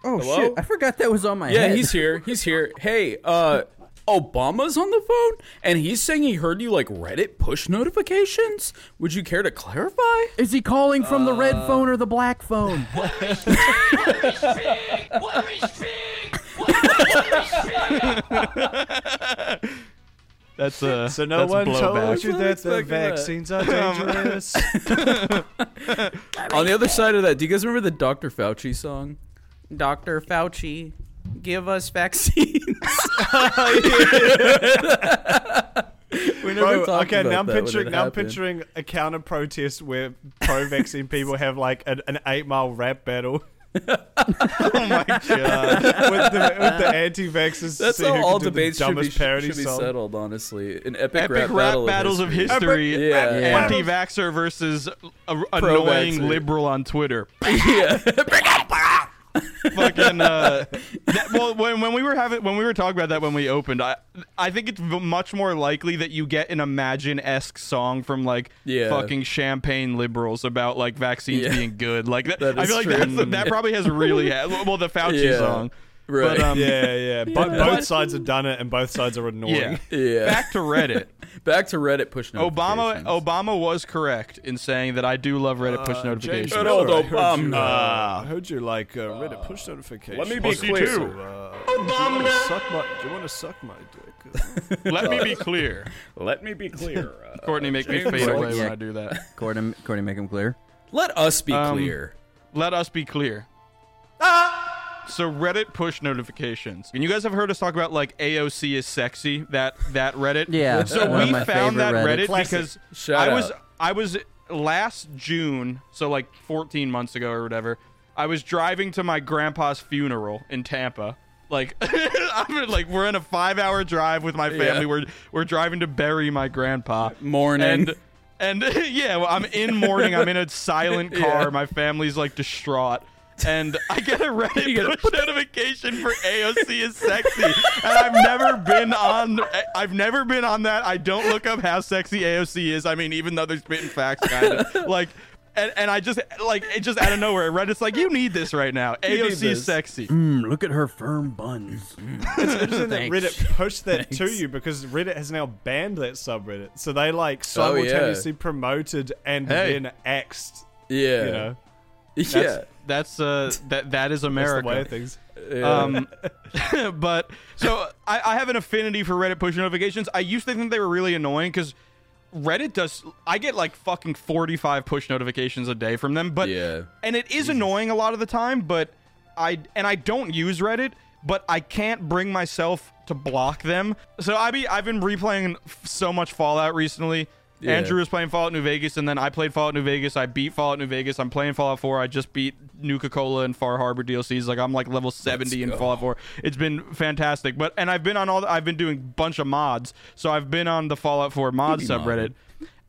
[SPEAKER 6] Oh
[SPEAKER 5] Hello?
[SPEAKER 6] shit, I forgot that was on my
[SPEAKER 5] Yeah,
[SPEAKER 6] head.
[SPEAKER 5] he's here. He's here. Hey, uh, Obama's on the phone, and he's saying he heard you like Reddit push notifications. Would you care to clarify?
[SPEAKER 6] Is he calling from the red phone or the black phone?
[SPEAKER 2] that's uh
[SPEAKER 3] So no
[SPEAKER 2] that's
[SPEAKER 3] one
[SPEAKER 2] blowback.
[SPEAKER 3] told you that
[SPEAKER 5] That's
[SPEAKER 3] the
[SPEAKER 5] fucking that.
[SPEAKER 3] vaccines are dangerous.
[SPEAKER 5] On the other side of that, do you guys remember the Dr. Fauci song? Dr. Fauci, give us
[SPEAKER 9] <laughs>
[SPEAKER 5] vaccines.
[SPEAKER 3] <laughs>
[SPEAKER 5] we never
[SPEAKER 3] Bro,
[SPEAKER 5] talked
[SPEAKER 3] okay,
[SPEAKER 5] about
[SPEAKER 3] now I'm
[SPEAKER 5] that when
[SPEAKER 3] picturing
[SPEAKER 5] it
[SPEAKER 3] now I'm
[SPEAKER 5] happened.
[SPEAKER 3] picturing a counter protest where pro vaccine people have like an, an eight mile rap battle. <laughs>
[SPEAKER 2] Oh
[SPEAKER 5] Uh,
[SPEAKER 2] my god.
[SPEAKER 3] with the, with the anti-vaxxers. to
[SPEAKER 5] That's
[SPEAKER 3] see who
[SPEAKER 5] how
[SPEAKER 3] can
[SPEAKER 5] all
[SPEAKER 3] do the
[SPEAKER 5] debates should be,
[SPEAKER 3] dumbest parody
[SPEAKER 5] should be
[SPEAKER 3] song.
[SPEAKER 5] settled, honestly. An epic,
[SPEAKER 2] Epic rap, battles of history.
[SPEAKER 5] Epic- Yeah.
[SPEAKER 2] a-
[SPEAKER 5] Yeah.
[SPEAKER 2] Anti-vaxxer versus a, annoying liberal
[SPEAKER 5] <laughs>
[SPEAKER 2] on Twitter. Fucking. Uh, that, well, when, when we were having when we were talking about that when we opened, I I think it's v- much more likely that you get an Imagine-esque song from like
[SPEAKER 5] Yeah.
[SPEAKER 2] fucking champagne liberals about like vaccines
[SPEAKER 5] Yeah.
[SPEAKER 2] being good. Like that,
[SPEAKER 5] That
[SPEAKER 2] I
[SPEAKER 5] is
[SPEAKER 2] feel like
[SPEAKER 5] true.
[SPEAKER 2] that's, that probably has really had, well the Fauci
[SPEAKER 5] Yeah.
[SPEAKER 2] song.
[SPEAKER 5] Right.
[SPEAKER 2] But, um,
[SPEAKER 3] Yeah,
[SPEAKER 5] <laughs>
[SPEAKER 3] yeah. Bo- Both sides have done it, and both sides are annoying.
[SPEAKER 2] Yeah.
[SPEAKER 5] Yeah.
[SPEAKER 2] Back to Reddit.
[SPEAKER 5] Back to Reddit push
[SPEAKER 2] Obama oh,
[SPEAKER 5] notifications.
[SPEAKER 2] Obama was correct in saying that I do love Reddit push
[SPEAKER 3] James
[SPEAKER 2] notifications.
[SPEAKER 5] Donald
[SPEAKER 3] Miller, I <laughs> heard
[SPEAKER 5] Obama.
[SPEAKER 3] you, uh, I heard you like uh, Reddit push notification.
[SPEAKER 5] let me be Pussy clear. too.
[SPEAKER 3] Uh, Obama. Do you suck my- do you want to suck my dick?
[SPEAKER 2] Let me be clear.
[SPEAKER 5] Let me be <laughs> clear.
[SPEAKER 2] Courtney, make me
[SPEAKER 5] James
[SPEAKER 2] fade
[SPEAKER 5] Miller.
[SPEAKER 2] away
[SPEAKER 6] Yeah.
[SPEAKER 2] when I do that.
[SPEAKER 6] Courtney, Courtney, make him clear.
[SPEAKER 5] Let us be
[SPEAKER 2] Um,
[SPEAKER 5] clear.
[SPEAKER 2] Let us be clear. So Reddit push notifications. And you guys have heard us talk about like AOC is sexy, that that Reddit.
[SPEAKER 6] Yeah,
[SPEAKER 2] So
[SPEAKER 6] one of
[SPEAKER 2] we
[SPEAKER 6] my
[SPEAKER 2] found
[SPEAKER 6] favorite
[SPEAKER 2] that Reddit,
[SPEAKER 6] Reddits.
[SPEAKER 2] because
[SPEAKER 5] Shout
[SPEAKER 2] I was
[SPEAKER 5] out.
[SPEAKER 2] I was last June, so like 14 months ago or whatever. I was driving to my grandpa's funeral in Tampa. Like <laughs> I'm in- like we're in a 5-hour drive with my family.
[SPEAKER 5] Yeah.
[SPEAKER 2] We're we're driving to bury my grandpa.
[SPEAKER 5] Mourning.
[SPEAKER 2] And and <laughs> yeah, well, I'm in mourning. I'm in a silent car.
[SPEAKER 5] Yeah.
[SPEAKER 2] My family's like distraught. And I get a Reddit push notification for AOC is sexy, and I've never been on. I've never been on that. I don't look up how sexy AOC is. I mean, even though they're spitting facts, kind of like, and, and I just like it just out of nowhere. Reddit's like, you need this right now. AOC is
[SPEAKER 5] this.
[SPEAKER 2] sexy.
[SPEAKER 6] Mm, look at her firm buns.
[SPEAKER 3] interesting that <laughs> Reddit pushed that to you because Reddit has now banned that subreddit. So they like
[SPEAKER 5] Oh, yeah.
[SPEAKER 3] simultaneously promoted and
[SPEAKER 2] Hey.
[SPEAKER 3] then axed.
[SPEAKER 5] yeah.
[SPEAKER 3] You know,
[SPEAKER 5] <laughs> yeah.
[SPEAKER 2] That's uh, that that is
[SPEAKER 3] that's
[SPEAKER 2] America.
[SPEAKER 3] the way of
[SPEAKER 5] <laughs>
[SPEAKER 3] things.
[SPEAKER 2] Um, <laughs> but so I, I have an affinity for Reddit push notifications. I used to think they were really annoying because Reddit does. I get like fucking forty-five push notifications a day from them, but
[SPEAKER 5] Yeah.
[SPEAKER 2] and it is annoying a lot of the time. But I and I don't use Reddit, but I can't bring myself to block them. So I be I've been replaying f- so much Fallout recently.
[SPEAKER 5] Yeah.
[SPEAKER 2] Andrew was playing Fallout New Vegas, and then I played Fallout New Vegas. I beat Fallout New Vegas. I'm playing Fallout 4. I just beat Nuka Cola and Far Harbor DLCs. Like I'm like level 70 in
[SPEAKER 5] go.
[SPEAKER 2] Fallout 4. It's been fantastic. But and I've been on all. The, I've been doing a bunch of mods. So I've been on the Fallout 4 mod
[SPEAKER 5] be
[SPEAKER 2] subreddit,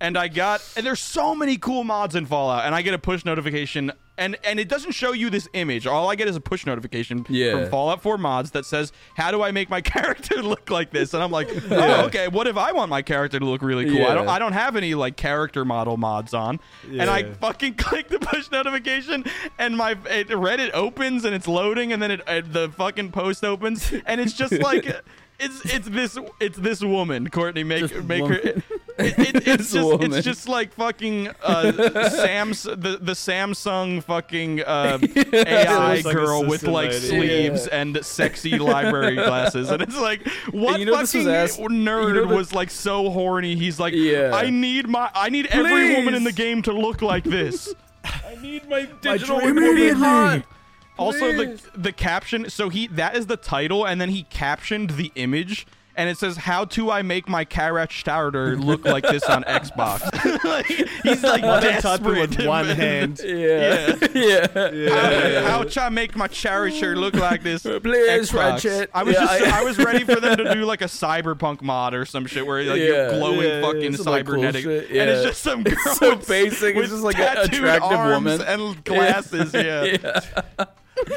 [SPEAKER 2] and I got and there's so many cool mods in Fallout, and I get a push notification. And, and it doesn't show you this image. All I get is a push notification
[SPEAKER 5] Yeah.
[SPEAKER 2] from Fallout 4 mods that says, "How do I make my <laughs> character look like this?" And I'm like, "Oh, okay. What if I want my character to look really cool? I don't
[SPEAKER 5] Yeah.
[SPEAKER 2] I don't have any like character model mods on." And I
[SPEAKER 3] Yeah.
[SPEAKER 2] fucking <laughs> click the push notification, and my it, Reddit opens and it's loading, and then it, uh the fucking post opens, and
[SPEAKER 5] <laughs>
[SPEAKER 2] it's just like. It's it's this it's this woman Courtney make
[SPEAKER 6] Just
[SPEAKER 2] make her
[SPEAKER 6] woman.
[SPEAKER 2] it, it,
[SPEAKER 5] <laughs>
[SPEAKER 2] it's
[SPEAKER 5] This
[SPEAKER 2] just
[SPEAKER 5] woman.
[SPEAKER 2] it's just like fucking uh, Sam's the the Samsung fucking
[SPEAKER 5] <laughs>
[SPEAKER 2] uh, AI
[SPEAKER 3] Samsung
[SPEAKER 2] girl with
[SPEAKER 3] assistant
[SPEAKER 2] like
[SPEAKER 3] lady.
[SPEAKER 2] sleeves and sexy library glasses, and it's like what
[SPEAKER 5] And you know this
[SPEAKER 2] fucking
[SPEAKER 5] was asked-
[SPEAKER 2] nerd
[SPEAKER 5] you know that-
[SPEAKER 2] was like so horny? He's like,
[SPEAKER 5] Yeah.
[SPEAKER 2] I need my I need every woman in the
[SPEAKER 5] Please.
[SPEAKER 2] game to look
[SPEAKER 3] <laughs>
[SPEAKER 2] like this.
[SPEAKER 5] I need my digital
[SPEAKER 2] Also, the the caption. So he that is the title, and then he captioned the image, and it says, "How do I make my carrot starter look like this
[SPEAKER 3] <laughs>
[SPEAKER 2] on Xbox?" <laughs> Like, he's like
[SPEAKER 3] They type it
[SPEAKER 2] desperate.
[SPEAKER 3] with one hand.
[SPEAKER 5] <laughs> Yeah. Yeah.
[SPEAKER 2] How how I make my character look like this?
[SPEAKER 5] <laughs> Please,
[SPEAKER 2] Xbox.
[SPEAKER 5] Ratchet.
[SPEAKER 2] I was
[SPEAKER 5] Yeah,
[SPEAKER 2] just
[SPEAKER 5] I-
[SPEAKER 2] I, was ready for them to do
[SPEAKER 5] <laughs>
[SPEAKER 2] like a cyberpunk mod or some shit where like you're
[SPEAKER 5] Yeah.
[SPEAKER 2] glowing
[SPEAKER 5] Yeah, yeah,
[SPEAKER 2] fucking
[SPEAKER 5] some, like, cool
[SPEAKER 2] cybernetic,
[SPEAKER 5] shit.
[SPEAKER 2] and it's
[SPEAKER 5] Yeah.
[SPEAKER 2] just some girl
[SPEAKER 5] so
[SPEAKER 2] with-
[SPEAKER 5] basic. <laughs> It's
[SPEAKER 2] with
[SPEAKER 5] just, like, a
[SPEAKER 2] tattooed
[SPEAKER 5] attractive
[SPEAKER 2] arms
[SPEAKER 5] woman.
[SPEAKER 2] and glasses.
[SPEAKER 5] <laughs>
[SPEAKER 2] Yeah.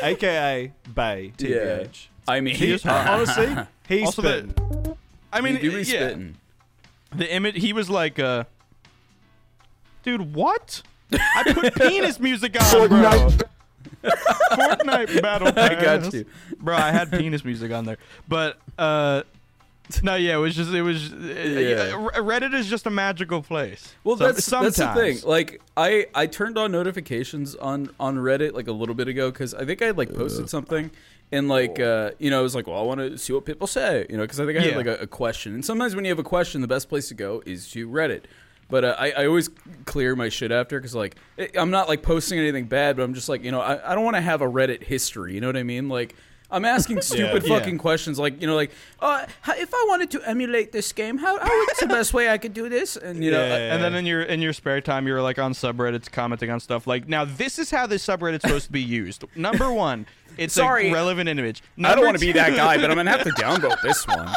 [SPEAKER 3] AKA Bay. TBH.
[SPEAKER 5] I mean, uh,
[SPEAKER 3] He, uh, honestly,
[SPEAKER 2] <laughs>
[SPEAKER 3] he's
[SPEAKER 2] Also the-
[SPEAKER 3] been.
[SPEAKER 2] I mean,
[SPEAKER 5] do be
[SPEAKER 2] yeah.
[SPEAKER 5] spitting.
[SPEAKER 2] The image, he was like, uh, dude, what? I
[SPEAKER 5] <laughs>
[SPEAKER 2] put penis music on, bro. Fortnite
[SPEAKER 5] <laughs>
[SPEAKER 2] battle
[SPEAKER 5] I
[SPEAKER 2] pass.
[SPEAKER 5] got you.
[SPEAKER 2] bro. I had penis music on there, but uh, no, yeah, it was just, it was.
[SPEAKER 5] Yeah.
[SPEAKER 2] Uh, Reddit is just a magical place.
[SPEAKER 5] Well,
[SPEAKER 2] Some-
[SPEAKER 5] that's
[SPEAKER 2] sometimes.
[SPEAKER 5] that's the thing. Like, I I turned on notifications on on Reddit like a little bit ago because I think I had like posted something and like uh, you know I was like, well, I want to see what people say, you know, because I think I had
[SPEAKER 2] Yeah.
[SPEAKER 5] like a, a question. And sometimes when you have a question, the best place to go is to Reddit. But uh, I, I always clear my shit after because like I- I'm not like posting anything bad, but I'm just like you know I, I don't want to have a Reddit history. You know what I mean? Like I'm asking stupid
[SPEAKER 2] <laughs> Yeah.
[SPEAKER 5] fucking questions, like you know, like uh, how- if I wanted to emulate this game, how how is the best way I could do this? And
[SPEAKER 2] <laughs>
[SPEAKER 5] you know,
[SPEAKER 3] Yeah.
[SPEAKER 5] uh,
[SPEAKER 2] and then in your in your spare time you're like on subreddits commenting on stuff like now this is how this subreddit's supposed to be used number one it's
[SPEAKER 5] Sorry.
[SPEAKER 2] a relevant image
[SPEAKER 5] I don't
[SPEAKER 2] Number
[SPEAKER 5] want to be
[SPEAKER 2] two-
[SPEAKER 5] that guy, but I'm gonna have to downvote this one.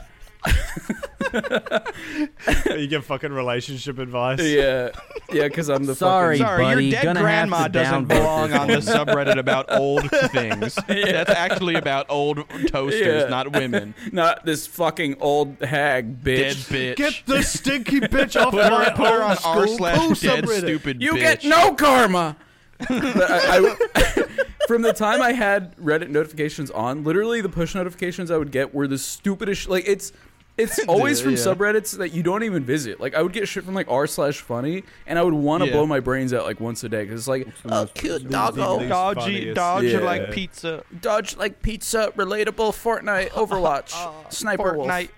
[SPEAKER 3] <laughs> you give fucking relationship advice.
[SPEAKER 5] <laughs> Yeah, yeah, because I'm the
[SPEAKER 6] Sorry,
[SPEAKER 2] sorry
[SPEAKER 6] buddy.
[SPEAKER 2] your dead
[SPEAKER 6] Gonna
[SPEAKER 2] grandma
[SPEAKER 6] have to
[SPEAKER 2] doesn't
[SPEAKER 6] downvote
[SPEAKER 2] belong
[SPEAKER 6] this
[SPEAKER 2] on
[SPEAKER 5] <laughs>
[SPEAKER 2] the subreddit about old things that's actually about old toasters
[SPEAKER 5] Yeah. <laughs>
[SPEAKER 2] not women
[SPEAKER 5] fucking, not this fucking old hag
[SPEAKER 2] dead
[SPEAKER 5] bitch.
[SPEAKER 2] bitch
[SPEAKER 3] Get
[SPEAKER 2] <laughs>
[SPEAKER 3] the stinky bitch off
[SPEAKER 2] put her,
[SPEAKER 3] my
[SPEAKER 2] put her on
[SPEAKER 3] old
[SPEAKER 2] r
[SPEAKER 3] school
[SPEAKER 2] slash
[SPEAKER 3] poo
[SPEAKER 2] dead
[SPEAKER 3] subreddit.
[SPEAKER 2] stupid
[SPEAKER 5] You
[SPEAKER 2] bitch.
[SPEAKER 5] get no karma. But I- I- <laughs> from the time I had Reddit notifications on, literally the push notifications I would get were the stupidest. sh- Like it's. It's <laughs> always from
[SPEAKER 2] Yeah.
[SPEAKER 5] subreddits that you don't even visit. Like I would get shit from like r slash funny, and I would want to
[SPEAKER 2] Yeah.
[SPEAKER 5] blow my brains out like once a day because it's like oh cute doggo,
[SPEAKER 3] least
[SPEAKER 2] dodgy
[SPEAKER 3] funniest.
[SPEAKER 2] dodgy
[SPEAKER 5] Yeah.
[SPEAKER 2] like pizza
[SPEAKER 5] dodge like pizza, relatable, Fortnite,
[SPEAKER 2] <laughs>
[SPEAKER 5] Overwatch, Sniper
[SPEAKER 2] Oh, Fortnite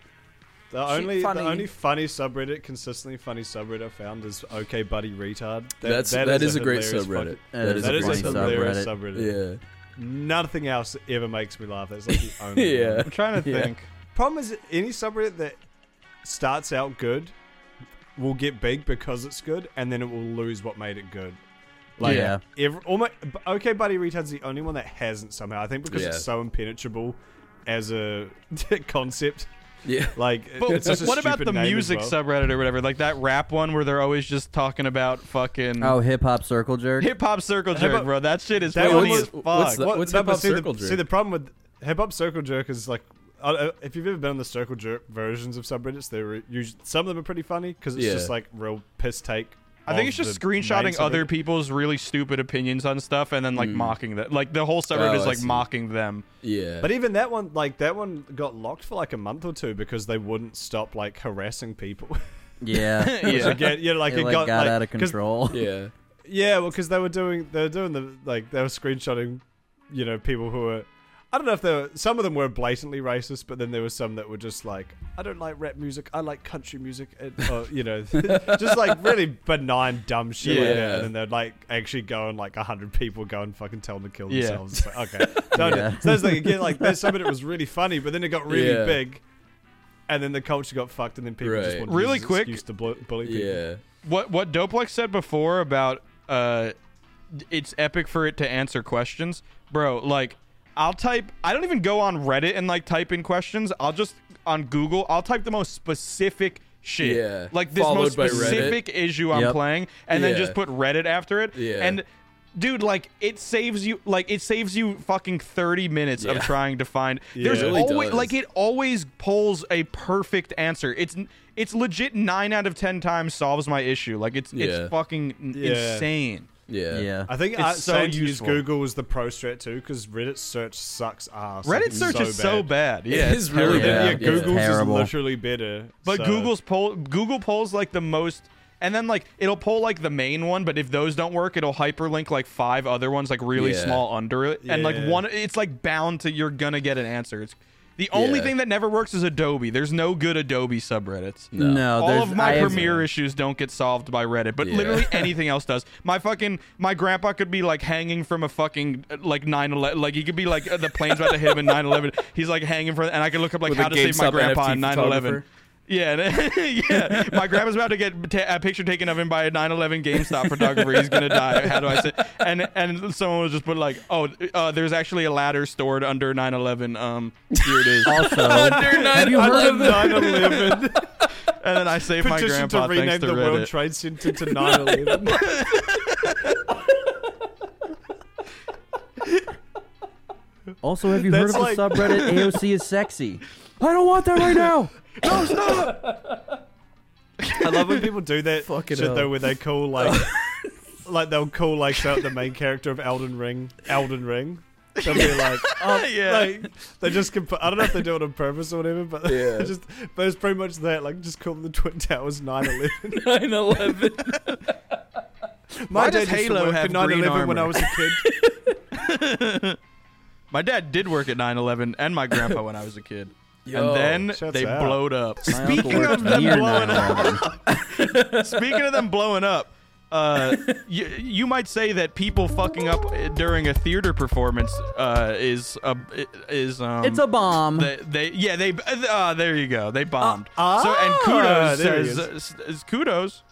[SPEAKER 3] The only
[SPEAKER 5] funny.
[SPEAKER 3] the only funny subreddit, consistently funny subreddit I found is OK Buddy Retard. That,
[SPEAKER 5] That's that is, a great
[SPEAKER 3] hilarious
[SPEAKER 5] subreddit.
[SPEAKER 3] fucking-
[SPEAKER 6] That is
[SPEAKER 3] that
[SPEAKER 6] a
[SPEAKER 3] is
[SPEAKER 6] funny
[SPEAKER 3] a hilarious
[SPEAKER 6] subreddit.
[SPEAKER 3] subreddit.
[SPEAKER 5] subreddit.
[SPEAKER 3] Nothing else ever makes me laugh. That's like the
[SPEAKER 5] <laughs> Yeah,
[SPEAKER 3] only.
[SPEAKER 5] yeah.
[SPEAKER 3] one.
[SPEAKER 2] i'm trying to
[SPEAKER 5] Yeah.
[SPEAKER 2] think
[SPEAKER 3] Problem is, any subreddit that starts out good will get big because it's good, and then it will lose what made it good. Like,
[SPEAKER 6] Yeah.
[SPEAKER 3] Every, almost, OK Buddy Retard's the only one that hasn't somehow. I think because
[SPEAKER 5] Yeah.
[SPEAKER 3] it's so impenetrable as a <laughs> concept.
[SPEAKER 5] Yeah.
[SPEAKER 3] Like,
[SPEAKER 2] But
[SPEAKER 3] it's such a
[SPEAKER 2] what about
[SPEAKER 3] stupid
[SPEAKER 2] the
[SPEAKER 3] name as
[SPEAKER 2] music
[SPEAKER 3] well.
[SPEAKER 2] subreddit or whatever? Like that rap one where they're always just talking about fucking
[SPEAKER 6] Oh, hip hop circle jerk.
[SPEAKER 2] hip hop circle jerk,
[SPEAKER 3] about-
[SPEAKER 2] bro. That shit is
[SPEAKER 3] That
[SPEAKER 2] funny
[SPEAKER 3] was-
[SPEAKER 2] as fuck.
[SPEAKER 5] what's that?
[SPEAKER 3] What-
[SPEAKER 5] What's
[SPEAKER 3] no,
[SPEAKER 5] hip
[SPEAKER 3] but
[SPEAKER 5] hop
[SPEAKER 3] see the-
[SPEAKER 5] circle jerk?
[SPEAKER 3] See, the problem with hip hop circle jerk is like, I don't- if you've ever been on the circle jerk versions of subreddits, they're usually some of them are pretty funny because it's
[SPEAKER 5] Yeah.
[SPEAKER 3] just like real piss take.
[SPEAKER 2] I think it's
[SPEAKER 3] of
[SPEAKER 2] just
[SPEAKER 3] the main
[SPEAKER 2] screenshotting other
[SPEAKER 3] subreddit.
[SPEAKER 2] people's really stupid opinions on stuff and then like mocking that. Like the whole subreddit
[SPEAKER 5] Oh,
[SPEAKER 2] is
[SPEAKER 5] I
[SPEAKER 2] like
[SPEAKER 5] see.
[SPEAKER 2] mocking them.
[SPEAKER 5] yeah. <laughs>
[SPEAKER 3] But even that one, like that one, got locked for like a month or two because they wouldn't stop like harassing people. <laughs>
[SPEAKER 2] <laughs>
[SPEAKER 6] Yeah.
[SPEAKER 3] Which again, you know, like
[SPEAKER 6] It
[SPEAKER 3] it,
[SPEAKER 6] like,
[SPEAKER 3] got,
[SPEAKER 6] got,
[SPEAKER 3] like,
[SPEAKER 6] out of
[SPEAKER 3] 'cause-
[SPEAKER 5] <laughs>
[SPEAKER 6] control.
[SPEAKER 5] yeah.
[SPEAKER 3] Yeah, well, because they were doing they were doing the like they were screenshotting, you know, people who were. I don't know if they were, some of them were blatantly racist, but then there were some that were just like, I don't like rap music, I like country music, and, or, <laughs> you know, just like really benign dumb shit like
[SPEAKER 5] Yeah.
[SPEAKER 3] that. And then they'd like actually go and like hundred people go and fucking tell them to kill
[SPEAKER 2] Yeah.
[SPEAKER 3] themselves. It's like,
[SPEAKER 5] <laughs>
[SPEAKER 3] okay, don't.
[SPEAKER 6] Yeah.
[SPEAKER 3] So it's like again, like there's some of it was really funny, but then it got really
[SPEAKER 5] Yeah.
[SPEAKER 3] big, and then the culture got fucked, and then people just
[SPEAKER 5] Right.
[SPEAKER 3] wanted to
[SPEAKER 2] Really
[SPEAKER 3] use this
[SPEAKER 2] quick-
[SPEAKER 3] excuse to blo- bully people.
[SPEAKER 5] Yeah.
[SPEAKER 2] What what Doplex said before about uh it's epic for it to answer questions. Bro, like I'll type I don't even go on Reddit and like type in questions. I'll just on Google, I'll type the most specific shit.
[SPEAKER 5] Yeah.
[SPEAKER 2] Like this
[SPEAKER 5] Followed
[SPEAKER 2] most
[SPEAKER 5] by Reddit.
[SPEAKER 2] specific issue I'm
[SPEAKER 6] Yep.
[SPEAKER 2] playing and then
[SPEAKER 5] Yeah.
[SPEAKER 2] just put Reddit after it.
[SPEAKER 5] Yeah.
[SPEAKER 2] And dude, like it saves you like it saves you fucking 30 minutes
[SPEAKER 5] Yeah.
[SPEAKER 2] of trying to find There's
[SPEAKER 3] It
[SPEAKER 5] really
[SPEAKER 2] always
[SPEAKER 5] does.
[SPEAKER 2] like it always pulls a perfect answer. It's it's legit 9 out of 10 times solves my issue. Like it's
[SPEAKER 5] Yeah.
[SPEAKER 2] it's fucking n-
[SPEAKER 3] Yeah.
[SPEAKER 2] insane.
[SPEAKER 5] Yeah.
[SPEAKER 6] Yeah.
[SPEAKER 3] I think
[SPEAKER 2] It's
[SPEAKER 3] I,
[SPEAKER 2] so
[SPEAKER 3] so to use
[SPEAKER 2] useful.
[SPEAKER 3] Google was the pro strat too, because Reddit search sucks ass. Like,
[SPEAKER 2] Reddit
[SPEAKER 3] it's
[SPEAKER 2] search is so bad. Yeah,
[SPEAKER 5] It
[SPEAKER 2] it's
[SPEAKER 5] is really
[SPEAKER 2] terrible.
[SPEAKER 3] Yeah,
[SPEAKER 5] bad.
[SPEAKER 6] Yeah.
[SPEAKER 3] Google's
[SPEAKER 6] Terrible.
[SPEAKER 3] is literally better.
[SPEAKER 2] But
[SPEAKER 3] so-
[SPEAKER 2] Google's poll Google polls like the most and then like it'll pull like the main one, but if those don't work, it'll hyperlink like five other ones like really
[SPEAKER 5] Yeah.
[SPEAKER 2] small under it. And like
[SPEAKER 3] Yeah.
[SPEAKER 2] one it's like bound to you're gonna get an answer. It's the only
[SPEAKER 5] Yeah.
[SPEAKER 2] thing that never works is Adobe. There's no good Adobe subreddits.
[SPEAKER 6] No,
[SPEAKER 2] All
[SPEAKER 6] there's,
[SPEAKER 2] of my
[SPEAKER 6] I have-
[SPEAKER 2] Premiere issues don't get solved by Reddit, but
[SPEAKER 5] Yeah.
[SPEAKER 2] literally anything else does. My fucking my grandpa could be like hanging from a fucking uh, like 9/11, like he could be like uh, the plane's about to hit him in 9/11. He's like hanging from, and I could look up like
[SPEAKER 5] With
[SPEAKER 2] how
[SPEAKER 5] a
[SPEAKER 2] to save my
[SPEAKER 5] GameStop
[SPEAKER 2] grandpa
[SPEAKER 5] NFT
[SPEAKER 2] in 9/11.
[SPEAKER 5] photographer.
[SPEAKER 2] Yeah, and- <laughs> yeah. My grandpa's about to get ta- a picture taken of him by a 9/11 GameStop photographer. He's gonna die. How do I say? <laughs> And and someone was just put like, oh, uh, there's actually a ladder stored under 9/11. Um, here it is.
[SPEAKER 6] also,
[SPEAKER 5] Have
[SPEAKER 3] Under
[SPEAKER 5] you
[SPEAKER 2] <laughs>
[SPEAKER 3] 9/11
[SPEAKER 2] And then I saved my
[SPEAKER 3] petition
[SPEAKER 2] grandpa
[SPEAKER 3] to rename
[SPEAKER 2] thanks to
[SPEAKER 3] the World
[SPEAKER 2] Reddit. <laughs>
[SPEAKER 3] Trade Center to 9/11.
[SPEAKER 6] also, have you heard
[SPEAKER 3] That's
[SPEAKER 6] of
[SPEAKER 3] like-
[SPEAKER 6] the subreddit AOC is sexy? I don't want that right now.
[SPEAKER 3] I love when people do that
[SPEAKER 5] Fucking
[SPEAKER 3] shit
[SPEAKER 5] hell.
[SPEAKER 3] though, where they call
[SPEAKER 2] <laughs>
[SPEAKER 3] like, like they'll call like so the main character of Elden Ring, Elden Ring. They'll be like, oh,
[SPEAKER 2] Yeah.
[SPEAKER 3] like they just comp- I don't know if they do it on purpose or whatever, but <laughs>
[SPEAKER 5] Yeah.
[SPEAKER 3] just but it's pretty much that. Like, just call them the Twin Towers 9/11. <laughs>
[SPEAKER 5] 9/11.
[SPEAKER 3] My
[SPEAKER 2] Why
[SPEAKER 3] dad used
[SPEAKER 2] does
[SPEAKER 3] to
[SPEAKER 2] Halo
[SPEAKER 3] work
[SPEAKER 2] have
[SPEAKER 3] for 9/11
[SPEAKER 2] green
[SPEAKER 3] when I
[SPEAKER 2] armor?
[SPEAKER 3] was
[SPEAKER 5] <laughs>
[SPEAKER 3] a kid.
[SPEAKER 2] <laughs> My dad did work at 9/11 and my grandpa when I was a kid.
[SPEAKER 5] Yo,
[SPEAKER 2] and then
[SPEAKER 3] shuts
[SPEAKER 2] they
[SPEAKER 3] out.
[SPEAKER 2] blowed up.
[SPEAKER 6] My uncle
[SPEAKER 2] Speaking of
[SPEAKER 6] worked
[SPEAKER 2] them
[SPEAKER 6] near
[SPEAKER 2] blowing up,
[SPEAKER 6] 9/11.
[SPEAKER 2] speaking of them blowing up, uh, you, you might say that people fucking up during a theater performance uh, is a is um
[SPEAKER 6] It's a bomb.
[SPEAKER 2] they, they yeah they uh, there you go they bombed
[SPEAKER 3] Uh,
[SPEAKER 2] so and
[SPEAKER 3] ah,
[SPEAKER 2] kudos
[SPEAKER 3] there he
[SPEAKER 2] says
[SPEAKER 3] is.
[SPEAKER 2] s- s- kudos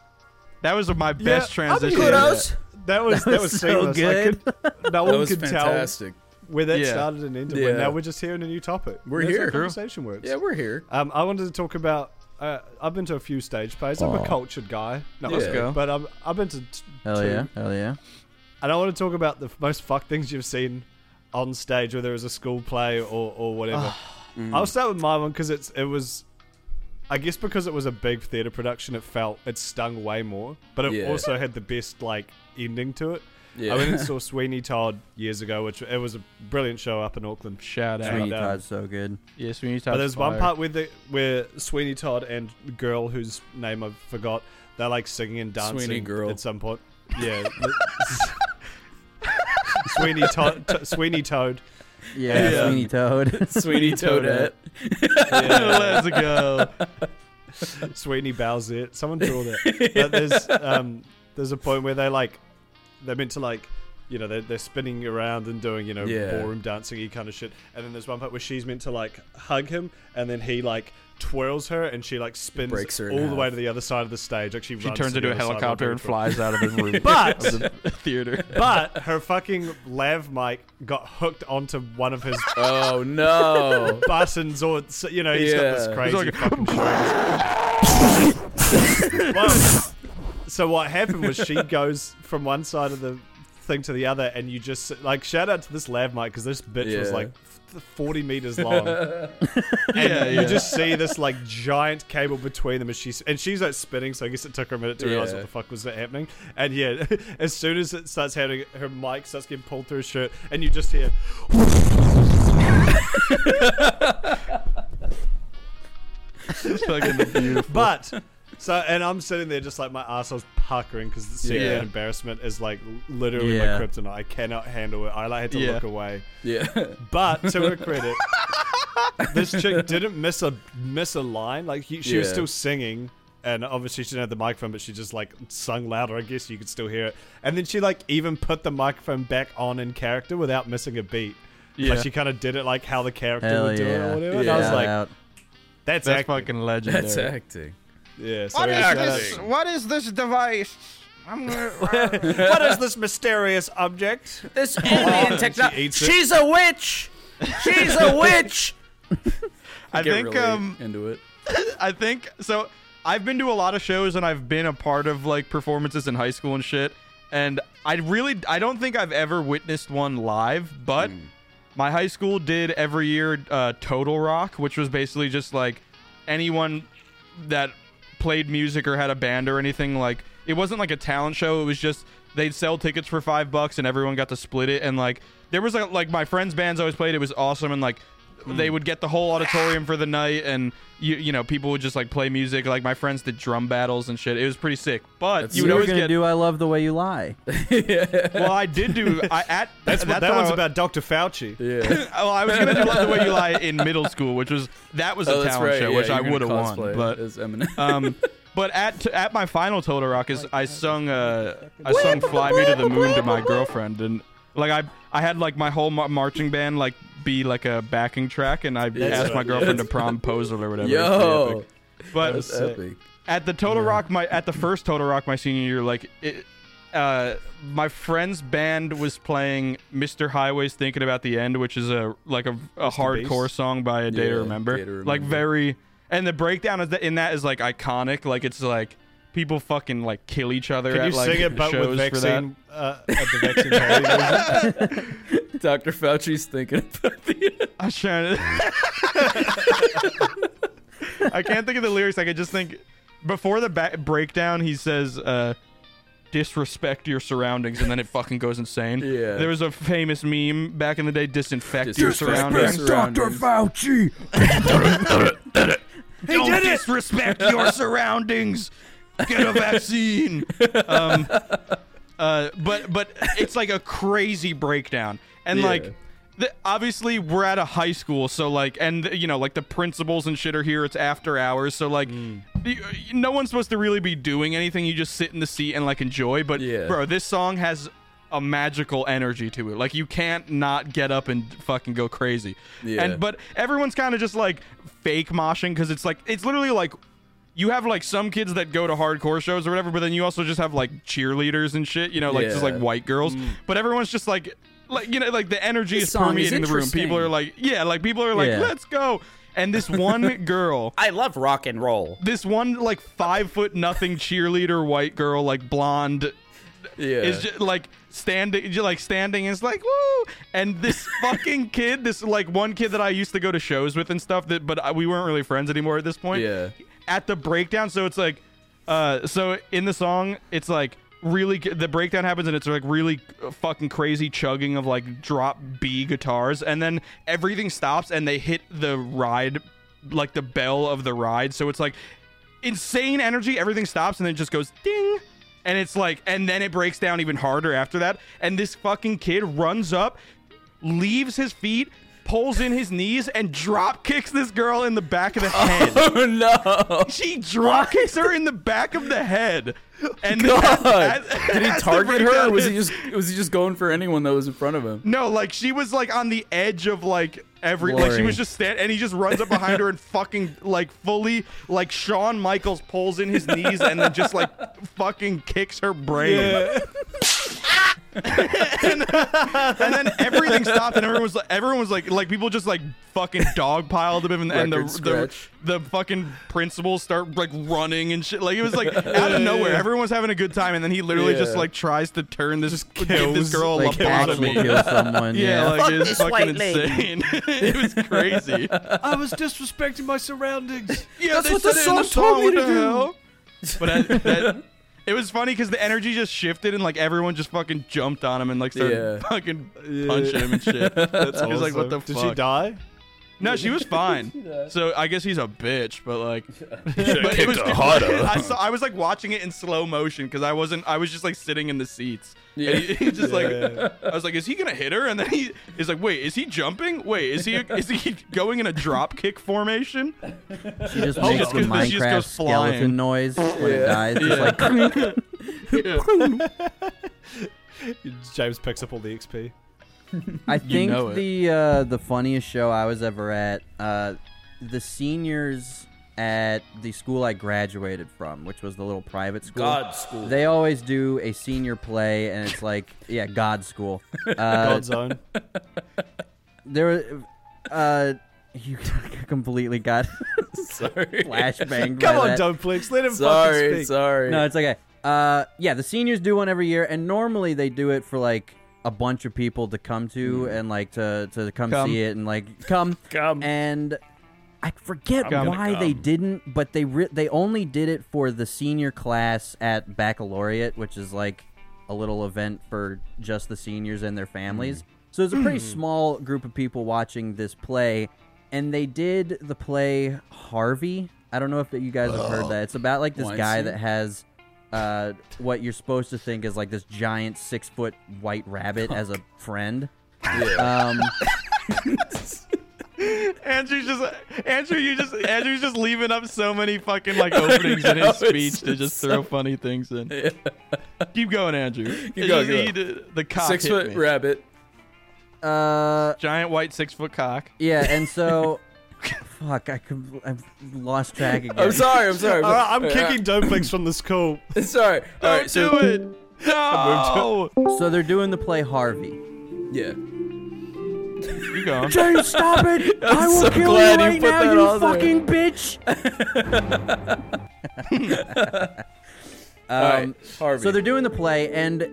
[SPEAKER 2] that was my best
[SPEAKER 3] I mean,
[SPEAKER 2] transition
[SPEAKER 5] Kudos.
[SPEAKER 3] That was that was,
[SPEAKER 6] was so
[SPEAKER 3] seamless. I <laughs>
[SPEAKER 6] good.
[SPEAKER 3] could- no
[SPEAKER 5] That
[SPEAKER 3] one
[SPEAKER 5] was
[SPEAKER 3] could
[SPEAKER 5] fantastic.
[SPEAKER 3] tell where that
[SPEAKER 2] Yeah.
[SPEAKER 3] started and ended.
[SPEAKER 5] Yeah.
[SPEAKER 3] But now we're just hearing a new topic.
[SPEAKER 5] We're
[SPEAKER 3] That's how
[SPEAKER 5] here. True.
[SPEAKER 3] Conversation works.
[SPEAKER 5] Yeah, we're here.
[SPEAKER 3] Um, I wanted to talk about. Uh, I've been to a few stage plays. I'm a cultured guy. No,
[SPEAKER 5] Let's
[SPEAKER 3] I'm-
[SPEAKER 5] go.
[SPEAKER 3] But I'm, I've been to t-
[SPEAKER 6] Hell
[SPEAKER 3] two,
[SPEAKER 6] yeah. Hell yeah.
[SPEAKER 3] and I want to talk about the f- most fucked things you've seen on stage, whether it was a school play or or whatever. I'll start with my one because it's it was. I guess because it was a big theater production, it felt it stung way more, but it
[SPEAKER 5] Yeah.
[SPEAKER 3] also had the best like ending to it.
[SPEAKER 5] Yeah.
[SPEAKER 3] I went
[SPEAKER 5] <laughs>
[SPEAKER 3] and saw Sweeney Todd years ago, which it was a brilliant show up in Auckland.
[SPEAKER 2] shout out
[SPEAKER 3] Sweet.
[SPEAKER 6] Sweeney
[SPEAKER 3] um,
[SPEAKER 6] Todd's so good.
[SPEAKER 2] yes we need to
[SPEAKER 3] But there's one part where the where Sweeney Todd and the girl whose name I forgot, they're like singing and dancing
[SPEAKER 5] Sweeney girl.
[SPEAKER 3] at some point. Yeah. <laughs> Sweeney Todd T- Sweeney Toad.
[SPEAKER 6] Yeah,
[SPEAKER 5] Yeah.
[SPEAKER 6] Sweeney Toad.
[SPEAKER 5] Sweetie Toadette.
[SPEAKER 2] let's go
[SPEAKER 3] <laughs> Sweeney Bowsett. Someone do all that. But there's um there's a point where they like they're meant to like you know, they're, they're spinning around and doing, you know,
[SPEAKER 5] Yeah.
[SPEAKER 3] ballroom dancing y kind of shit. And then there's one part where she's meant to like hug him and then he like twirls her and she like spins
[SPEAKER 5] Breaks her in
[SPEAKER 3] all the
[SPEAKER 5] half.
[SPEAKER 3] way to the other side of the stage. Like she,
[SPEAKER 2] she
[SPEAKER 3] runs
[SPEAKER 2] turns
[SPEAKER 3] to the
[SPEAKER 2] into a
[SPEAKER 3] other side of the
[SPEAKER 2] helicopter and
[SPEAKER 3] platform.
[SPEAKER 2] flies out of the room
[SPEAKER 3] But-
[SPEAKER 2] of the <laughs> theater
[SPEAKER 3] But her fucking lav mic got hooked onto one of his
[SPEAKER 5] <laughs>
[SPEAKER 3] <laughs>
[SPEAKER 5] Oh no.
[SPEAKER 3] buttons, or so- you know, he's got
[SPEAKER 5] Yeah.
[SPEAKER 3] this crazy
[SPEAKER 2] like- <laughs>
[SPEAKER 3] fucking strings. Well, so what happened was she goes from one side of the thing to the other, and you just like shout out to this lav mic because this bitch was
[SPEAKER 5] Yeah.
[SPEAKER 3] like f- forty meters long.
[SPEAKER 2] yeah,
[SPEAKER 3] you just see this like giant cable between them, and she's and she's like spinning. So I guess it took her a minute to realize what
[SPEAKER 5] Yeah.
[SPEAKER 3] the fuck was happening. And yeah, <laughs> as soon as it starts happening, her mic starts getting pulled through her shirt, and you just hear.
[SPEAKER 2] It's
[SPEAKER 3] <laughs>
[SPEAKER 2] fucking beautiful.
[SPEAKER 3] But so, and I'm sitting there just like my arsehole's puckering because the secret
[SPEAKER 5] Yeah.
[SPEAKER 3] embarrassment is like literally
[SPEAKER 6] Yeah.
[SPEAKER 3] my kryptonite. I cannot handle it. I like had to
[SPEAKER 2] Yeah.
[SPEAKER 3] look away.
[SPEAKER 5] yeah.
[SPEAKER 3] But to her credit, this chick didn't miss a miss a line. Like he, she was
[SPEAKER 5] Yeah.
[SPEAKER 3] still singing, and obviously she didn't have the microphone, but she just like sung louder. I guess you could still hear it. And then she like even put the microphone back on in character without missing a beat.
[SPEAKER 2] Yeah.
[SPEAKER 3] Like she kind of did it like how the character
[SPEAKER 6] Hell
[SPEAKER 3] would do it
[SPEAKER 6] yeah.
[SPEAKER 3] or whatever. And I was
[SPEAKER 5] Yeah.
[SPEAKER 3] like,
[SPEAKER 6] Out.
[SPEAKER 3] that's,
[SPEAKER 2] that's
[SPEAKER 3] acting.
[SPEAKER 2] fucking legendary
[SPEAKER 5] That's acting.
[SPEAKER 3] yeah. So
[SPEAKER 2] What
[SPEAKER 3] yeah,
[SPEAKER 2] is
[SPEAKER 3] shout out-
[SPEAKER 2] this? What is this device? I'm gonna.
[SPEAKER 3] what is this mysterious object?
[SPEAKER 5] <laughs> This alien
[SPEAKER 3] techno- she eats it.
[SPEAKER 5] a witch. She's
[SPEAKER 10] <laughs>
[SPEAKER 5] a witch.
[SPEAKER 2] I think um
[SPEAKER 5] into it. <laughs>
[SPEAKER 2] I think so. I've been to a lot of shows and I've been a part of like performances in high school and shit. And I really I don't think I've ever witnessed one live, but my high school did every year uh, Total Rock, which was basically just like anyone that played music or had a band or anything. Like it wasn't like a talent show. It was just they'd sell tickets for five bucks and everyone got to split it. And like there was like, like my friends' bands always played. It was awesome and like.
[SPEAKER 3] Mm.
[SPEAKER 2] They would get the whole auditorium for the night, and you you know people would just like play music. Like my friends did drum battles and shit. It was pretty sick. But
[SPEAKER 5] That's
[SPEAKER 2] you
[SPEAKER 6] You
[SPEAKER 2] would
[SPEAKER 6] were
[SPEAKER 2] always
[SPEAKER 6] gonna
[SPEAKER 2] get
[SPEAKER 6] do "I Love the Way You Lie."
[SPEAKER 2] well. I did do. I at
[SPEAKER 3] <laughs> That's, what that
[SPEAKER 2] how
[SPEAKER 3] one's
[SPEAKER 2] I-
[SPEAKER 3] about Dr. Fauci.
[SPEAKER 5] Yeah.
[SPEAKER 2] Oh, I was gonna do Love the Way You Lie in middle school, which was that was a
[SPEAKER 5] oh, that's
[SPEAKER 2] talent
[SPEAKER 5] right.
[SPEAKER 2] show,
[SPEAKER 5] yeah,
[SPEAKER 2] which
[SPEAKER 5] you're
[SPEAKER 2] I
[SPEAKER 5] gonna
[SPEAKER 2] would have won.
[SPEAKER 5] cosplay
[SPEAKER 2] But
[SPEAKER 5] as Eminem. <laughs>
[SPEAKER 2] um, but at at my final Total Rock is I sung uh, I sung Fly Me to the Moon to my girlfriend, and like I I had like my whole mar- marching band like be like a backing track, and I asked my
[SPEAKER 3] right, yeah.
[SPEAKER 2] girlfriend to promposal or whatever. It was pretty
[SPEAKER 5] Yo,
[SPEAKER 2] epic. but
[SPEAKER 5] that's
[SPEAKER 3] sick.
[SPEAKER 5] epic.
[SPEAKER 2] at the Total Rock, my at the first Total Rock, my senior year, like it, uh, my friend's band was playing "Mr. Highways Thinking About the End," which is a like a, a hardcore
[SPEAKER 3] Beast?
[SPEAKER 2] song by A Day, to
[SPEAKER 5] Yeah,
[SPEAKER 2] Remember.
[SPEAKER 5] Day to
[SPEAKER 2] Like
[SPEAKER 5] Remember.
[SPEAKER 2] very, and the breakdown is that in that is like iconic. Like it's like people fucking like kill each other.
[SPEAKER 3] Can
[SPEAKER 2] at,
[SPEAKER 3] you
[SPEAKER 2] like,
[SPEAKER 3] sing it but
[SPEAKER 2] shows
[SPEAKER 3] with
[SPEAKER 2] for that.
[SPEAKER 3] vaccine uh, at the vaccine party version?
[SPEAKER 5] Dr. Fauci's thinking about the.
[SPEAKER 2] I was trying to. <laughs> I can't think of the lyrics. I could just think before the ba- breakdown, he says, uh, "Disrespect your surroundings," and then it fucking goes insane.
[SPEAKER 5] Yeah.
[SPEAKER 2] There was a famous meme back in the day: "Disinfect, your
[SPEAKER 5] Disrespect
[SPEAKER 2] surroundings."
[SPEAKER 5] your surroundings.
[SPEAKER 1] Fauci.
[SPEAKER 2] Don't
[SPEAKER 5] <laughs>
[SPEAKER 2] disrespect your surroundings. Get a vaccine. Um, uh, but but it's like a crazy breakdown, and
[SPEAKER 5] Yeah.
[SPEAKER 2] like the, obviously we're
[SPEAKER 5] Mm.
[SPEAKER 2] at a high school, so like and you know like the principals and shit are here. It's after hours, so like you- no one's supposed to really be doing anything. You just sit in the seat and like enjoy. But
[SPEAKER 5] Yeah.
[SPEAKER 2] bro, this song has a magical energy to it. Like you can't not get up and fucking go crazy.
[SPEAKER 5] Yeah.
[SPEAKER 2] And but everyone's kind of just like fake moshing because it's like it's literally like you have like some kids that go to hardcore shows or whatever, but then you also just have like cheerleaders and shit. You know, like just
[SPEAKER 5] Yeah. Mm.
[SPEAKER 2] like white girls. But everyone's just like. Like you know, like the energy
[SPEAKER 5] This
[SPEAKER 2] is
[SPEAKER 5] song is
[SPEAKER 2] permeating the room. People
[SPEAKER 5] interesting.
[SPEAKER 2] are like, yeah, like people are like,
[SPEAKER 6] Yeah.
[SPEAKER 2] let's go. And
[SPEAKER 5] <laughs>
[SPEAKER 2] this one girl,
[SPEAKER 8] I love rock and roll.
[SPEAKER 2] this one like five foot nothing cheerleader white girl like blonde
[SPEAKER 5] Yeah.
[SPEAKER 2] is just like standing like standing is like woo
[SPEAKER 5] <laughs>
[SPEAKER 2] and this fucking kid this like one kid that i used to go to shows with and stuff that but I, we weren't really friends anymore at this point
[SPEAKER 5] Yeah.
[SPEAKER 2] at the breakdown so it's like uh so in the song it's like really the breakdown happens and it's like really fucking crazy chugging of like drop b guitars and then everything stops and they hit the ride like the bell of the ride so it's like insane energy. Everything stops and then it just goes ding. And it's like, and then it breaks down even harder after that. And this fucking kid runs up, leaves his feet, pulls in his knees, and drop kicks this girl in the back of the head.
[SPEAKER 5] oh no!
[SPEAKER 2] <laughs> she drop kicks her in the back of the head.
[SPEAKER 3] <laughs>
[SPEAKER 2] And
[SPEAKER 5] God.
[SPEAKER 2] as-
[SPEAKER 5] Did he
[SPEAKER 2] as the
[SPEAKER 5] target her? Or
[SPEAKER 2] breakdown
[SPEAKER 5] was he
[SPEAKER 2] hits-
[SPEAKER 5] just was he just going for anyone that was in front of him?
[SPEAKER 2] no, like she was like on the edge of like every like she
[SPEAKER 6] Glory.
[SPEAKER 2] was just stand and he just runs up behind her and fucking like fully like Shawn Michaels pulls in his knees and then just like fucking kicks her brain. <laughs> and, and then everything stopped and everyone was like everyone was like like people just like fucking dog piled him and, and the,
[SPEAKER 5] Record
[SPEAKER 2] the
[SPEAKER 5] scratch.
[SPEAKER 2] the fucking principals start like running and shit like it was like out of nowhere everyone's having a good time and then he literally just
[SPEAKER 5] Yeah.
[SPEAKER 2] like tries to turn this give this
[SPEAKER 3] kills,
[SPEAKER 2] girl a
[SPEAKER 6] Like actually
[SPEAKER 2] lobotomy
[SPEAKER 6] kill
[SPEAKER 2] <laughs>
[SPEAKER 6] someone.
[SPEAKER 2] yeah,
[SPEAKER 6] yeah.
[SPEAKER 2] like
[SPEAKER 8] Fuck
[SPEAKER 2] it's
[SPEAKER 8] this
[SPEAKER 2] fucking
[SPEAKER 8] white lady.
[SPEAKER 2] insane. <laughs> it was
[SPEAKER 3] <laughs>
[SPEAKER 2] crazy. Yeah,
[SPEAKER 3] I was disrespecting my surroundings.
[SPEAKER 2] they
[SPEAKER 5] what
[SPEAKER 2] said
[SPEAKER 5] the
[SPEAKER 2] it in
[SPEAKER 5] song told me
[SPEAKER 2] what
[SPEAKER 5] to
[SPEAKER 2] the
[SPEAKER 5] do.
[SPEAKER 2] hell?
[SPEAKER 5] <laughs>
[SPEAKER 2] But I, that, it was funny because the energy just shifted and like everyone just fucking jumped on him and like started
[SPEAKER 5] Yeah.
[SPEAKER 2] fucking punching him
[SPEAKER 3] <laughs>
[SPEAKER 2] and shit. That's was like, what the
[SPEAKER 3] Did
[SPEAKER 2] fuck?
[SPEAKER 3] she die?
[SPEAKER 2] No,
[SPEAKER 5] <laughs>
[SPEAKER 2] she was fine. so I guess he's a bitch, but like, but it was.
[SPEAKER 8] her
[SPEAKER 2] <laughs>
[SPEAKER 8] harder.
[SPEAKER 2] I saw. I was like watching it in slow motion because I wasn't. I was just like sitting in the seats. Yeah. He, he just
[SPEAKER 8] <laughs>
[SPEAKER 2] like. I was like, is he gonna hit her? And then he is like, wait, is he jumping? Wait, is he is he going in a drop kick
[SPEAKER 5] <laughs>
[SPEAKER 2] formation?
[SPEAKER 6] She just
[SPEAKER 2] Oh,
[SPEAKER 6] makes the
[SPEAKER 2] excuse me, she just
[SPEAKER 6] Minecraft
[SPEAKER 2] goes flying.
[SPEAKER 6] skeleton noise when it dies. Just like
[SPEAKER 3] James picks up all the XP.
[SPEAKER 6] <laughs> I think
[SPEAKER 2] know it.
[SPEAKER 6] the uh, the funniest show I was ever at, uh, the seniors at the school I graduated from, which was the little private school.
[SPEAKER 8] God school.
[SPEAKER 6] <laughs> They always do a senior play, and it's like, yeah, God school. Uh,
[SPEAKER 3] God's own.
[SPEAKER 6] there, uh, you <laughs> completely got <laughs>
[SPEAKER 5] Sorry.
[SPEAKER 6] flashbang.
[SPEAKER 3] Come
[SPEAKER 6] by
[SPEAKER 3] on,
[SPEAKER 6] that.
[SPEAKER 3] Dumplex. Let him fucking
[SPEAKER 5] Sorry,
[SPEAKER 3] speak.
[SPEAKER 5] sorry.
[SPEAKER 6] No, it's okay. Uh, yeah, the seniors do one every year, and normally they do it for like a bunch of people to come to and like to to come,
[SPEAKER 2] Come.
[SPEAKER 6] see it and like come
[SPEAKER 8] Come.
[SPEAKER 6] and. I forget
[SPEAKER 8] I'm gonna
[SPEAKER 6] why they
[SPEAKER 8] come.
[SPEAKER 6] didn't, but they re- they only did it for the senior class at baccalaureate, which is like a little event for just the seniors and their
[SPEAKER 8] Mm.
[SPEAKER 6] families. So it's a
[SPEAKER 8] <clears throat>
[SPEAKER 6] pretty small group of people watching this play, and they did the play Harvey. I don't know if that you guys have heard that. It's about like this guy
[SPEAKER 5] Weinstein?
[SPEAKER 6] that has uh, what you're supposed to think is like this giant six foot white rabbit as a friend. Um,
[SPEAKER 2] Andrew's just Andrew. You just Andrew's just leaving up so many
[SPEAKER 5] <laughs>
[SPEAKER 2] fucking like openings in
[SPEAKER 5] know,
[SPEAKER 2] his
[SPEAKER 5] it's
[SPEAKER 2] speech to
[SPEAKER 5] just
[SPEAKER 2] just
[SPEAKER 5] so-
[SPEAKER 2] throw funny
[SPEAKER 5] <laughs>
[SPEAKER 2] things in. Keep going, Andrew. Keep
[SPEAKER 5] going, keep
[SPEAKER 2] the cock
[SPEAKER 5] Six
[SPEAKER 2] hit
[SPEAKER 5] foot
[SPEAKER 2] me.
[SPEAKER 5] rabbit.
[SPEAKER 6] uh,
[SPEAKER 2] Giant white six foot cock.
[SPEAKER 6] yeah, and <laughs> so. Fuck, I com- I've lost track again.
[SPEAKER 5] I'm sorry. I'm sorry.
[SPEAKER 3] All right, I'm
[SPEAKER 5] <laughs> Uh,
[SPEAKER 3] kicking Oh, Dumplex from the school.
[SPEAKER 5] uh, Sorry. All right. So
[SPEAKER 2] do it. No.
[SPEAKER 6] So they're doing the play Harvey.
[SPEAKER 5] yeah.
[SPEAKER 2] Keep going.
[SPEAKER 6] James, stop <laughs> it! i will
[SPEAKER 5] so
[SPEAKER 6] kill you
[SPEAKER 5] glad you
[SPEAKER 6] right
[SPEAKER 5] put
[SPEAKER 6] now,
[SPEAKER 5] that
[SPEAKER 6] you
[SPEAKER 5] on there.
[SPEAKER 6] fucking bitch!
[SPEAKER 5] All right.
[SPEAKER 6] <laughs> Um,
[SPEAKER 5] Harvey.
[SPEAKER 6] So they're doing the play, and
[SPEAKER 2] <laughs>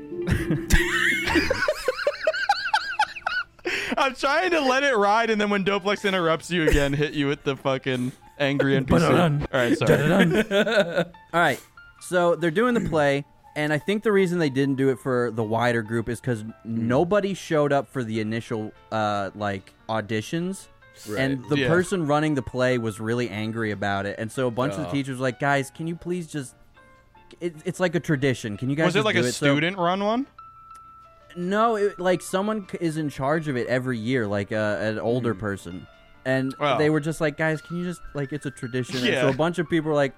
[SPEAKER 2] I'm trying to let it ride, and then when Doplex interrupts you again, hit you with the fucking angry NPC. All right, sorry.
[SPEAKER 6] all right, so they're doing the play, and I think the reason they didn't do it for the wider group is because nobody showed up for the initial uh, like auditions. And the
[SPEAKER 2] Yeah.
[SPEAKER 6] person running the play was really angry about it, and so a bunch of the
[SPEAKER 5] Oh.
[SPEAKER 6] teachers were like, "Guys, can you please just? It, it's like a tradition. Can you guys
[SPEAKER 2] Was it
[SPEAKER 6] just
[SPEAKER 2] like
[SPEAKER 6] do
[SPEAKER 2] a
[SPEAKER 6] it?" So-
[SPEAKER 2] student run one?
[SPEAKER 6] No, it, like someone c- is in charge of it every year, like uh, an older
[SPEAKER 2] Hmm.
[SPEAKER 6] person, and
[SPEAKER 2] Wow.
[SPEAKER 6] they were just like, "Guys, can you just like it's a tradition?" And
[SPEAKER 2] Yeah.
[SPEAKER 6] so a bunch of people were like,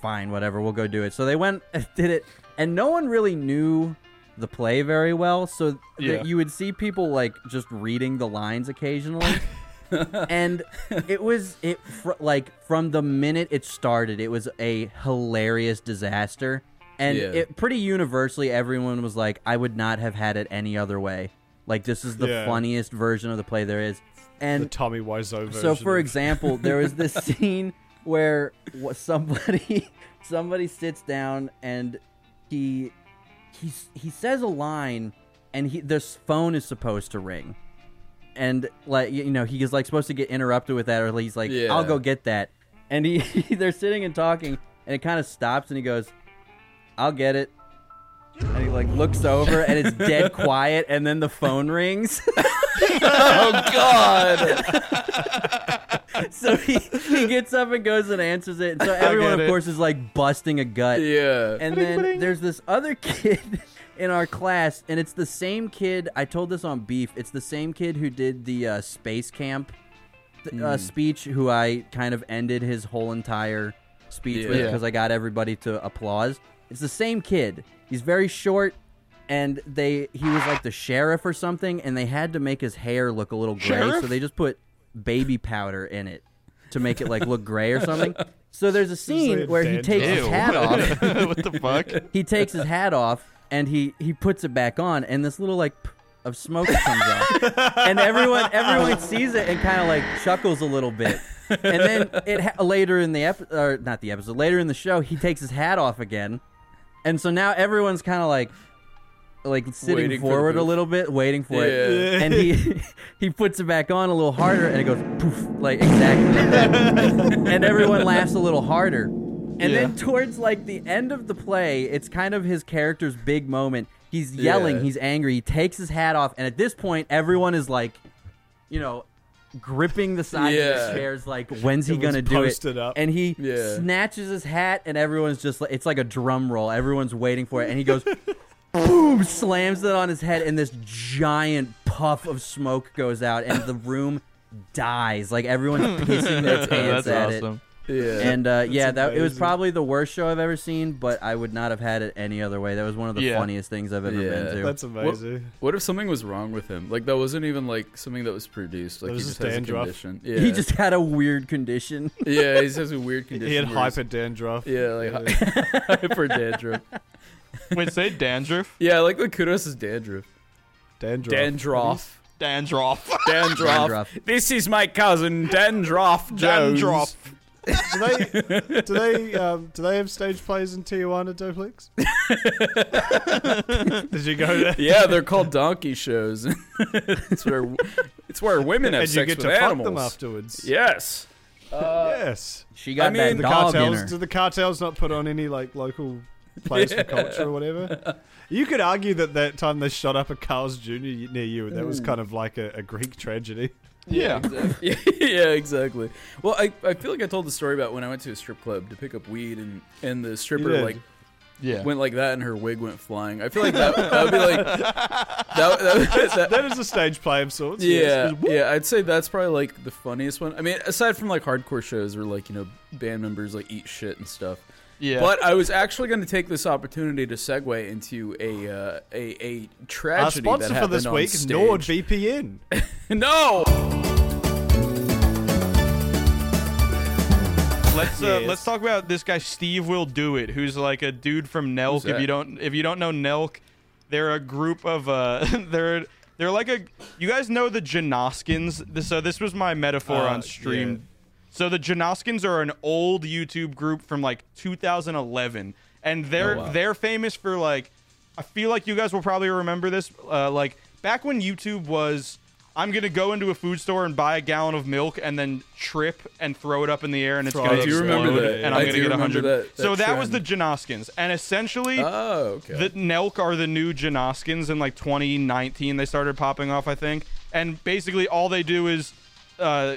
[SPEAKER 6] fine, whatever, we'll go do it. So they went <laughs> and did it, and no one really knew the play very well. So th-
[SPEAKER 2] Yeah.
[SPEAKER 6] you would see people like just reading the lines occasionally. and it was it fr- like from the minute it started it was a hilarious disaster and
[SPEAKER 5] Yeah.
[SPEAKER 6] it pretty universally everyone was like i would not have had it any other way like this is the
[SPEAKER 3] Yeah.
[SPEAKER 6] funniest version of the play there is
[SPEAKER 3] the
[SPEAKER 6] and
[SPEAKER 3] Tommy Wiseau version.
[SPEAKER 6] so for
[SPEAKER 3] of-
[SPEAKER 6] example there
[SPEAKER 3] <laughs>
[SPEAKER 6] was this scene where wh- somebody <laughs> somebody sits down and he he s- he says a line and he this phone is supposed to ring and like y- you know he is like supposed to get interrupted with that or he's like
[SPEAKER 5] Yeah.
[SPEAKER 6] i'll go get that and he <laughs> they're sitting and talking and it kind of stops and he goes i'll get it and he like looks over and it's
[SPEAKER 3] <laughs>
[SPEAKER 6] dead quiet and then the phone rings <laughs>
[SPEAKER 5] Oh God!
[SPEAKER 6] <laughs> So he, he gets up and goes and answers
[SPEAKER 2] <laughs>
[SPEAKER 6] it. And so everyone,
[SPEAKER 2] get
[SPEAKER 6] of
[SPEAKER 2] it.
[SPEAKER 6] course, is like busting a gut.
[SPEAKER 5] yeah.
[SPEAKER 6] And then there's this other <laughs> kid in our class, and it's the same kid. I told this on Beef. It's the same kid who did the uh, space camp th-
[SPEAKER 5] Hmm.
[SPEAKER 6] uh, speech, who I kind of ended his whole entire speech with
[SPEAKER 5] Yeah.
[SPEAKER 6] because I got everybody to applause. It's the same kid. He's very short. And they, he was like the sheriff or something, and they had to make his hair look a little gray, so
[SPEAKER 2] Sheriff?
[SPEAKER 6] they just put baby powder in it to make it like look gray or something. So there's a scene
[SPEAKER 3] like a
[SPEAKER 6] where he
[SPEAKER 3] dandruff.
[SPEAKER 6] takes his
[SPEAKER 2] Ew. <laughs>
[SPEAKER 6] hat
[SPEAKER 5] <laughs>
[SPEAKER 6] off,
[SPEAKER 2] what the fuck?
[SPEAKER 6] he takes his hat off and he he puts it back on and this little like p- of smoke comes
[SPEAKER 5] <laughs>
[SPEAKER 6] off and everyone everyone sees it and kind of like chuckles a little bit and then it ha- later in the episode or not the episode later in the show he takes his hat off again and so now everyone's kind of like like sitting
[SPEAKER 5] Waiting for the
[SPEAKER 6] forward a
[SPEAKER 5] poof.
[SPEAKER 6] little bit waiting for it
[SPEAKER 5] Yeah.
[SPEAKER 6] and he <laughs> he puts it back on a little harder and it goes poof like exactly like that. and everyone laughs a little harder and then towards like the end of the play, it's kind of his character's big moment. He's yelling,
[SPEAKER 5] Yeah.
[SPEAKER 6] he's angry, he takes his hat off, and at this point everyone is like, you know, gripping the sides of
[SPEAKER 5] Yeah.
[SPEAKER 6] the chairs like when's he
[SPEAKER 3] Everyone's
[SPEAKER 6] gonna do
[SPEAKER 3] posted
[SPEAKER 6] it?
[SPEAKER 3] up.
[SPEAKER 6] And he
[SPEAKER 5] Yeah.
[SPEAKER 6] snatches his hat and everyone's just like it's like a drum roll. Everyone's waiting for it and he goes boom slams it on his head and this giant puff of smoke goes out and the room dies. Like everyone's pissing their pants
[SPEAKER 2] Oh, That's
[SPEAKER 6] at it.
[SPEAKER 2] awesome.
[SPEAKER 5] yeah.
[SPEAKER 6] And uh, yeah, that it was
[SPEAKER 3] amazing.
[SPEAKER 6] probably the worst show I've ever seen, but I would not have had it any other way. That was one of the
[SPEAKER 2] Yeah.
[SPEAKER 6] funniest things I've ever
[SPEAKER 5] Yeah.
[SPEAKER 6] been to.
[SPEAKER 3] That's amazing.
[SPEAKER 5] What if something was wrong with him? Like that wasn't even like something that was produced. Like
[SPEAKER 3] That was
[SPEAKER 5] he
[SPEAKER 3] just
[SPEAKER 5] just has
[SPEAKER 3] dandruff.
[SPEAKER 5] a condition. Yeah.
[SPEAKER 6] He just had a weird condition.
[SPEAKER 5] <laughs> yeah. He just has a weird
[SPEAKER 3] <laughs>
[SPEAKER 5] condition.
[SPEAKER 3] He had
[SPEAKER 5] where he's-
[SPEAKER 3] hyper dandruff.
[SPEAKER 5] Yeah, like hy- <laughs> hyper dandruff.
[SPEAKER 2] Wait,
[SPEAKER 5] <laughs>
[SPEAKER 2] say dandruff.
[SPEAKER 5] Yeah, I like the kudos is dandruff.
[SPEAKER 3] Dandruff.
[SPEAKER 5] Dandruff.
[SPEAKER 2] Dandruff.
[SPEAKER 5] Dandruff.
[SPEAKER 6] Dandruff.
[SPEAKER 5] This is my cousin Dandruff Jones.
[SPEAKER 2] Dandruff.
[SPEAKER 3] do they do they um, do they have stage plays in Tijuana Doplex? Did you go there?
[SPEAKER 5] Yeah, they're called donkey shows. <laughs> it's where it's where women have
[SPEAKER 3] and you
[SPEAKER 5] sex
[SPEAKER 3] get
[SPEAKER 5] with
[SPEAKER 3] to
[SPEAKER 5] animals.
[SPEAKER 3] fuck them afterwards.
[SPEAKER 5] Yes.
[SPEAKER 3] Yes.
[SPEAKER 6] She got
[SPEAKER 5] mean,
[SPEAKER 6] that
[SPEAKER 5] the
[SPEAKER 6] dog in
[SPEAKER 3] cartels
[SPEAKER 6] her.
[SPEAKER 3] do the cartels not put on any like local plays
[SPEAKER 5] <laughs>
[SPEAKER 3] for culture or whatever? You could argue that that time they shot up a Carl's Jr. near you, that was kind of like a, a Greek tragedy. <laughs>
[SPEAKER 2] Yeah.
[SPEAKER 5] <laughs> yeah, exactly. Well, I, I feel like I told the story about when I went to a strip club to pick up weed and and the
[SPEAKER 3] You
[SPEAKER 5] stripper
[SPEAKER 3] did.
[SPEAKER 5] like
[SPEAKER 2] Yeah.
[SPEAKER 5] went like that and her wig went flying. I feel like that that would
[SPEAKER 3] <laughs>
[SPEAKER 5] be like that, that, that,
[SPEAKER 3] That is a stage play of sorts. yes.
[SPEAKER 5] <laughs> yeah, yeah, I'd say that's probably like the funniest one. I mean, aside from like hardcore shows where like, you know, band members like eat shit and stuff.
[SPEAKER 2] Yeah.
[SPEAKER 5] But I was actually going to take this opportunity to segue into a uh, a, a
[SPEAKER 3] Our
[SPEAKER 5] tragedy that
[SPEAKER 3] Uh, sponsor for
[SPEAKER 5] happened
[SPEAKER 3] this
[SPEAKER 5] on
[SPEAKER 3] week,
[SPEAKER 5] stage.
[SPEAKER 3] NordVPN.
[SPEAKER 5] no.
[SPEAKER 2] Let's uh,
[SPEAKER 3] Yes.
[SPEAKER 2] let's talk about this guy Steve Will Do It, who's like a dude from Nelk. If
[SPEAKER 5] that?
[SPEAKER 2] you don't if you don't know Nelk, they're a group of uh <laughs> they're they're like a you guys know the Janoskins. Th- So this was my metaphor
[SPEAKER 3] Uh,
[SPEAKER 2] on stream. So the Janoskins are an old YouTube group from like 2011, and they're
[SPEAKER 5] Oh, wow.
[SPEAKER 2] they're famous for like I feel like you guys will probably remember this uh, like back when YouTube was. I'm gonna go into a food store and buy a gallon of milk and then trip and throw it up in the air and it's
[SPEAKER 3] Throw
[SPEAKER 2] gonna
[SPEAKER 3] it up. I do remember
[SPEAKER 2] explode
[SPEAKER 3] that.
[SPEAKER 2] and
[SPEAKER 5] I
[SPEAKER 2] I'm
[SPEAKER 5] do
[SPEAKER 2] gonna get a
[SPEAKER 5] remember
[SPEAKER 2] hundred.
[SPEAKER 5] that- that
[SPEAKER 2] so that was the
[SPEAKER 5] trend.
[SPEAKER 2] Janoskins, and essentially
[SPEAKER 5] Oh, okay.
[SPEAKER 2] the Nelk are the new Janoskins in like 2019. They started popping off, I think. And basically, all they do is uh,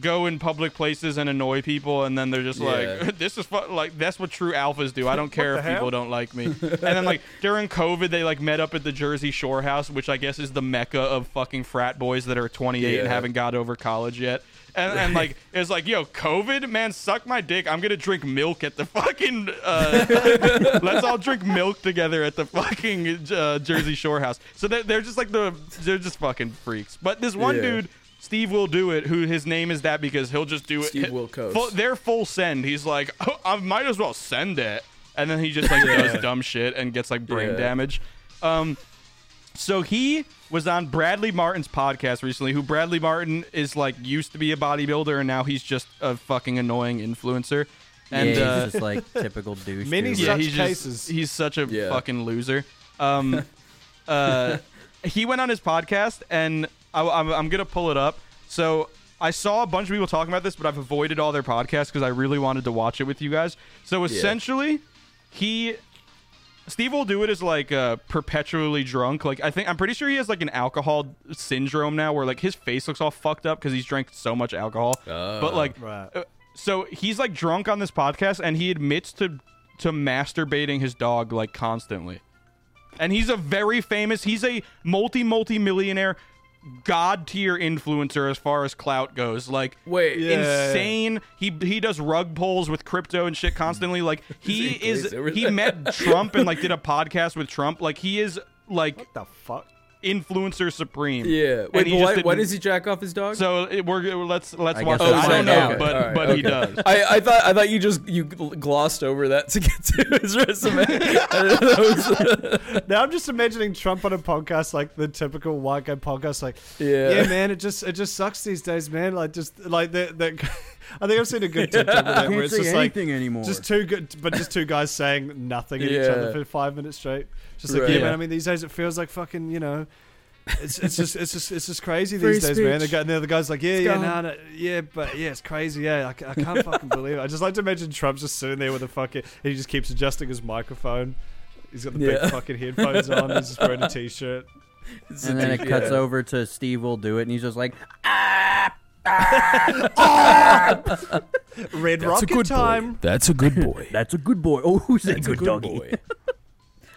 [SPEAKER 2] go in public places and annoy people, and then they're just
[SPEAKER 5] Yeah.
[SPEAKER 2] like, <laughs> "This is fun. like that's what true alphas do.
[SPEAKER 5] <laughs>
[SPEAKER 2] I don't care
[SPEAKER 3] the
[SPEAKER 2] if
[SPEAKER 3] hell?
[SPEAKER 2] people don't like me." and then like during COVID, they like met up at the Jersey Shore house, which I guess is the mecca of fucking frat boys that are 28 and
[SPEAKER 5] Yeah.
[SPEAKER 2] haven't got over college yet. and,
[SPEAKER 5] <laughs>
[SPEAKER 2] and like it's like, yo, COVID, man, suck my dick. I'm gonna drink milk at the fucking.
[SPEAKER 5] <laughs>
[SPEAKER 2] Uh, let's all drink milk together at the fucking uh, Jersey Shore house. So they're, they're just like the they're just fucking freaks. But this one
[SPEAKER 5] Yeah.
[SPEAKER 2] dude. Steve will do it. Who his name is that because he'll just do it.
[SPEAKER 5] Steve Wilkos.
[SPEAKER 2] Full, they're full send. He's like, <laughs> oh, I might as well send it, and then he just like does dumb shit and gets like brain
[SPEAKER 5] Yeah.
[SPEAKER 2] damage. Um, so he was on Bradley Martin's podcast recently, who Bradley Martin is like used to be a bodybuilder and now he's just a fucking annoying influencer. And
[SPEAKER 6] yeah,
[SPEAKER 2] uh,
[SPEAKER 6] he's just like typical douche.
[SPEAKER 3] Many
[SPEAKER 6] dude.
[SPEAKER 2] yeah,
[SPEAKER 3] Such
[SPEAKER 2] he's
[SPEAKER 3] cases.
[SPEAKER 2] just he's such a
[SPEAKER 5] Yeah.
[SPEAKER 2] fucking loser. Um, uh, he went on his podcast, and I, I'm, I'm gonna pull it up. So I saw a bunch of people talking about this, but I've avoided all their podcasts because I really wanted to watch it with you guys. So essentially, he. Steve will do it is like uh, perpetually drunk. Like I think I'm pretty sure he has like an alcohol syndrome now, where like his face looks all fucked up because he's drank so much alcohol.
[SPEAKER 5] Oh.
[SPEAKER 2] but like
[SPEAKER 3] Right.
[SPEAKER 2] uh, so he's like drunk on this podcast and he admits to to masturbating his dog like constantly and he's a very famous he's a multi multi millionaire god tier influencer as far as clout goes like
[SPEAKER 5] Wait. Yeah.
[SPEAKER 2] insane he he does rug pulls with crypto and shit
[SPEAKER 5] <laughs>
[SPEAKER 2] constantly like he
[SPEAKER 5] He glazed
[SPEAKER 2] is
[SPEAKER 5] over
[SPEAKER 2] he
[SPEAKER 5] there. <laughs>
[SPEAKER 2] met trump and like did a podcast with trump like he is like
[SPEAKER 3] What the fuck?
[SPEAKER 2] influencer supreme
[SPEAKER 5] Yeah.
[SPEAKER 2] And
[SPEAKER 5] Wait,
[SPEAKER 2] he
[SPEAKER 5] but
[SPEAKER 2] just
[SPEAKER 5] why, why
[SPEAKER 2] didn't-
[SPEAKER 5] does he jack off his dog?
[SPEAKER 2] so it, we're let's let's
[SPEAKER 6] I
[SPEAKER 2] watch
[SPEAKER 6] guess
[SPEAKER 2] this.
[SPEAKER 6] that's
[SPEAKER 2] i don't
[SPEAKER 6] okay.
[SPEAKER 2] know
[SPEAKER 6] Okay.
[SPEAKER 2] but
[SPEAKER 5] All right,
[SPEAKER 2] but he
[SPEAKER 5] okay. <laughs>
[SPEAKER 2] does
[SPEAKER 5] I, I thought I thought you just you gl- glossed over that to get to his
[SPEAKER 2] <laughs>
[SPEAKER 5] resume. That was-
[SPEAKER 3] Now I'm just imagining Trump on a podcast like the typical white guy podcast, like
[SPEAKER 5] Yeah.
[SPEAKER 3] man, it just it just sucks these days, man. Like just like the the <laughs> I think I've seen a good TikTok of that
[SPEAKER 6] Can't
[SPEAKER 3] where it's
[SPEAKER 6] say
[SPEAKER 3] just like
[SPEAKER 6] anything anymore.
[SPEAKER 3] just two good, but just two guys saying nothing at each other
[SPEAKER 5] Yeah.
[SPEAKER 3] for five minutes straight. Just like
[SPEAKER 5] Right.
[SPEAKER 3] yeah,
[SPEAKER 5] Yeah.
[SPEAKER 3] man. I mean, these days it feels like fucking you know. It's, it's just it's just it's just crazy
[SPEAKER 5] Free
[SPEAKER 3] these days, man. The
[SPEAKER 5] speech.
[SPEAKER 3] guy, and the other guy's like, yeah, yeah,
[SPEAKER 5] gone.
[SPEAKER 3] no, no, yeah, but yeah, it's crazy, yeah. I, c- I can't fucking believe it. I just like to imagine Trump's just sitting there with a fucking, and he just keeps adjusting his microphone. He's got the
[SPEAKER 5] Yeah.
[SPEAKER 3] big fucking headphones on. He's just
[SPEAKER 5] <laughs>
[SPEAKER 3] wearing a t-shirt.
[SPEAKER 6] And then it
[SPEAKER 5] Yeah.
[SPEAKER 6] cuts over to Steve will do it, and he's just like,
[SPEAKER 3] Red Rocket time.
[SPEAKER 5] That's a good boy.
[SPEAKER 6] <laughs> "That's a good boy. Oh, who's a
[SPEAKER 5] That's
[SPEAKER 6] good, doggy?"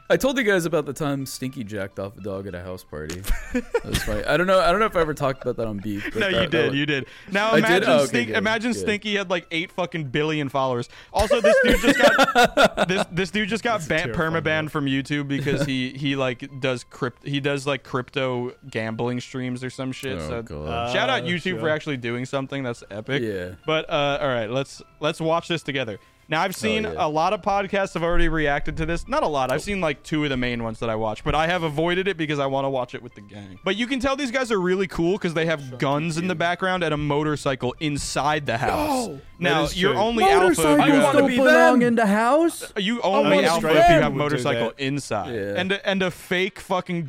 [SPEAKER 5] I told you guys about the time Stinky jacked off a dog at a house party. That was funny. I don't know. I don't know if I ever talked about that on Beef. but
[SPEAKER 2] No,
[SPEAKER 5] that-
[SPEAKER 2] you
[SPEAKER 5] that
[SPEAKER 2] did.
[SPEAKER 5] was- <laughs>
[SPEAKER 2] You did. Now
[SPEAKER 5] I did?
[SPEAKER 2] imagine,
[SPEAKER 5] Oh, okay,
[SPEAKER 2] Stink,
[SPEAKER 5] good,
[SPEAKER 2] imagine
[SPEAKER 5] good.
[SPEAKER 2] Stinky had like eight fucking billion followers. Also, this dude just
[SPEAKER 5] <laughs>
[SPEAKER 2] got this this dude just got ban-
[SPEAKER 3] terrifying
[SPEAKER 2] permabanned from YouTube
[SPEAKER 5] <laughs>
[SPEAKER 2] because he he like does crypt he does like crypto gambling streams or some shit.
[SPEAKER 5] Oh,
[SPEAKER 2] so uh,
[SPEAKER 5] God.
[SPEAKER 2] shout out
[SPEAKER 3] Oh,
[SPEAKER 2] YouTube
[SPEAKER 3] sure.
[SPEAKER 2] for actually doing something. That's epic.
[SPEAKER 5] Yeah.
[SPEAKER 2] But uh, all right, let's let's watch this together. Now I've seen
[SPEAKER 5] yeah. Oh.
[SPEAKER 2] a lot of podcasts have already reacted to this. Not a lot. I've seen like two of the main ones that I watch, but I have avoided it because I want to watch it with the gang. But you can tell these guys are really cool because they have guns in the background and a motorcycle inside the house. Now
[SPEAKER 3] Oh, That is
[SPEAKER 2] you're
[SPEAKER 3] true.
[SPEAKER 2] only alpha.
[SPEAKER 6] Motorcycles
[SPEAKER 2] If you,
[SPEAKER 5] wanna
[SPEAKER 2] have,
[SPEAKER 6] don't
[SPEAKER 5] be
[SPEAKER 6] belong
[SPEAKER 5] them.
[SPEAKER 6] in the house.
[SPEAKER 2] you
[SPEAKER 3] I
[SPEAKER 2] only
[SPEAKER 3] wanna
[SPEAKER 2] alpha
[SPEAKER 3] straight
[SPEAKER 2] if you
[SPEAKER 3] up
[SPEAKER 2] have
[SPEAKER 3] would do
[SPEAKER 2] motorcycle
[SPEAKER 3] that.
[SPEAKER 2] inside
[SPEAKER 5] Yeah.
[SPEAKER 2] and a, and a fake fucking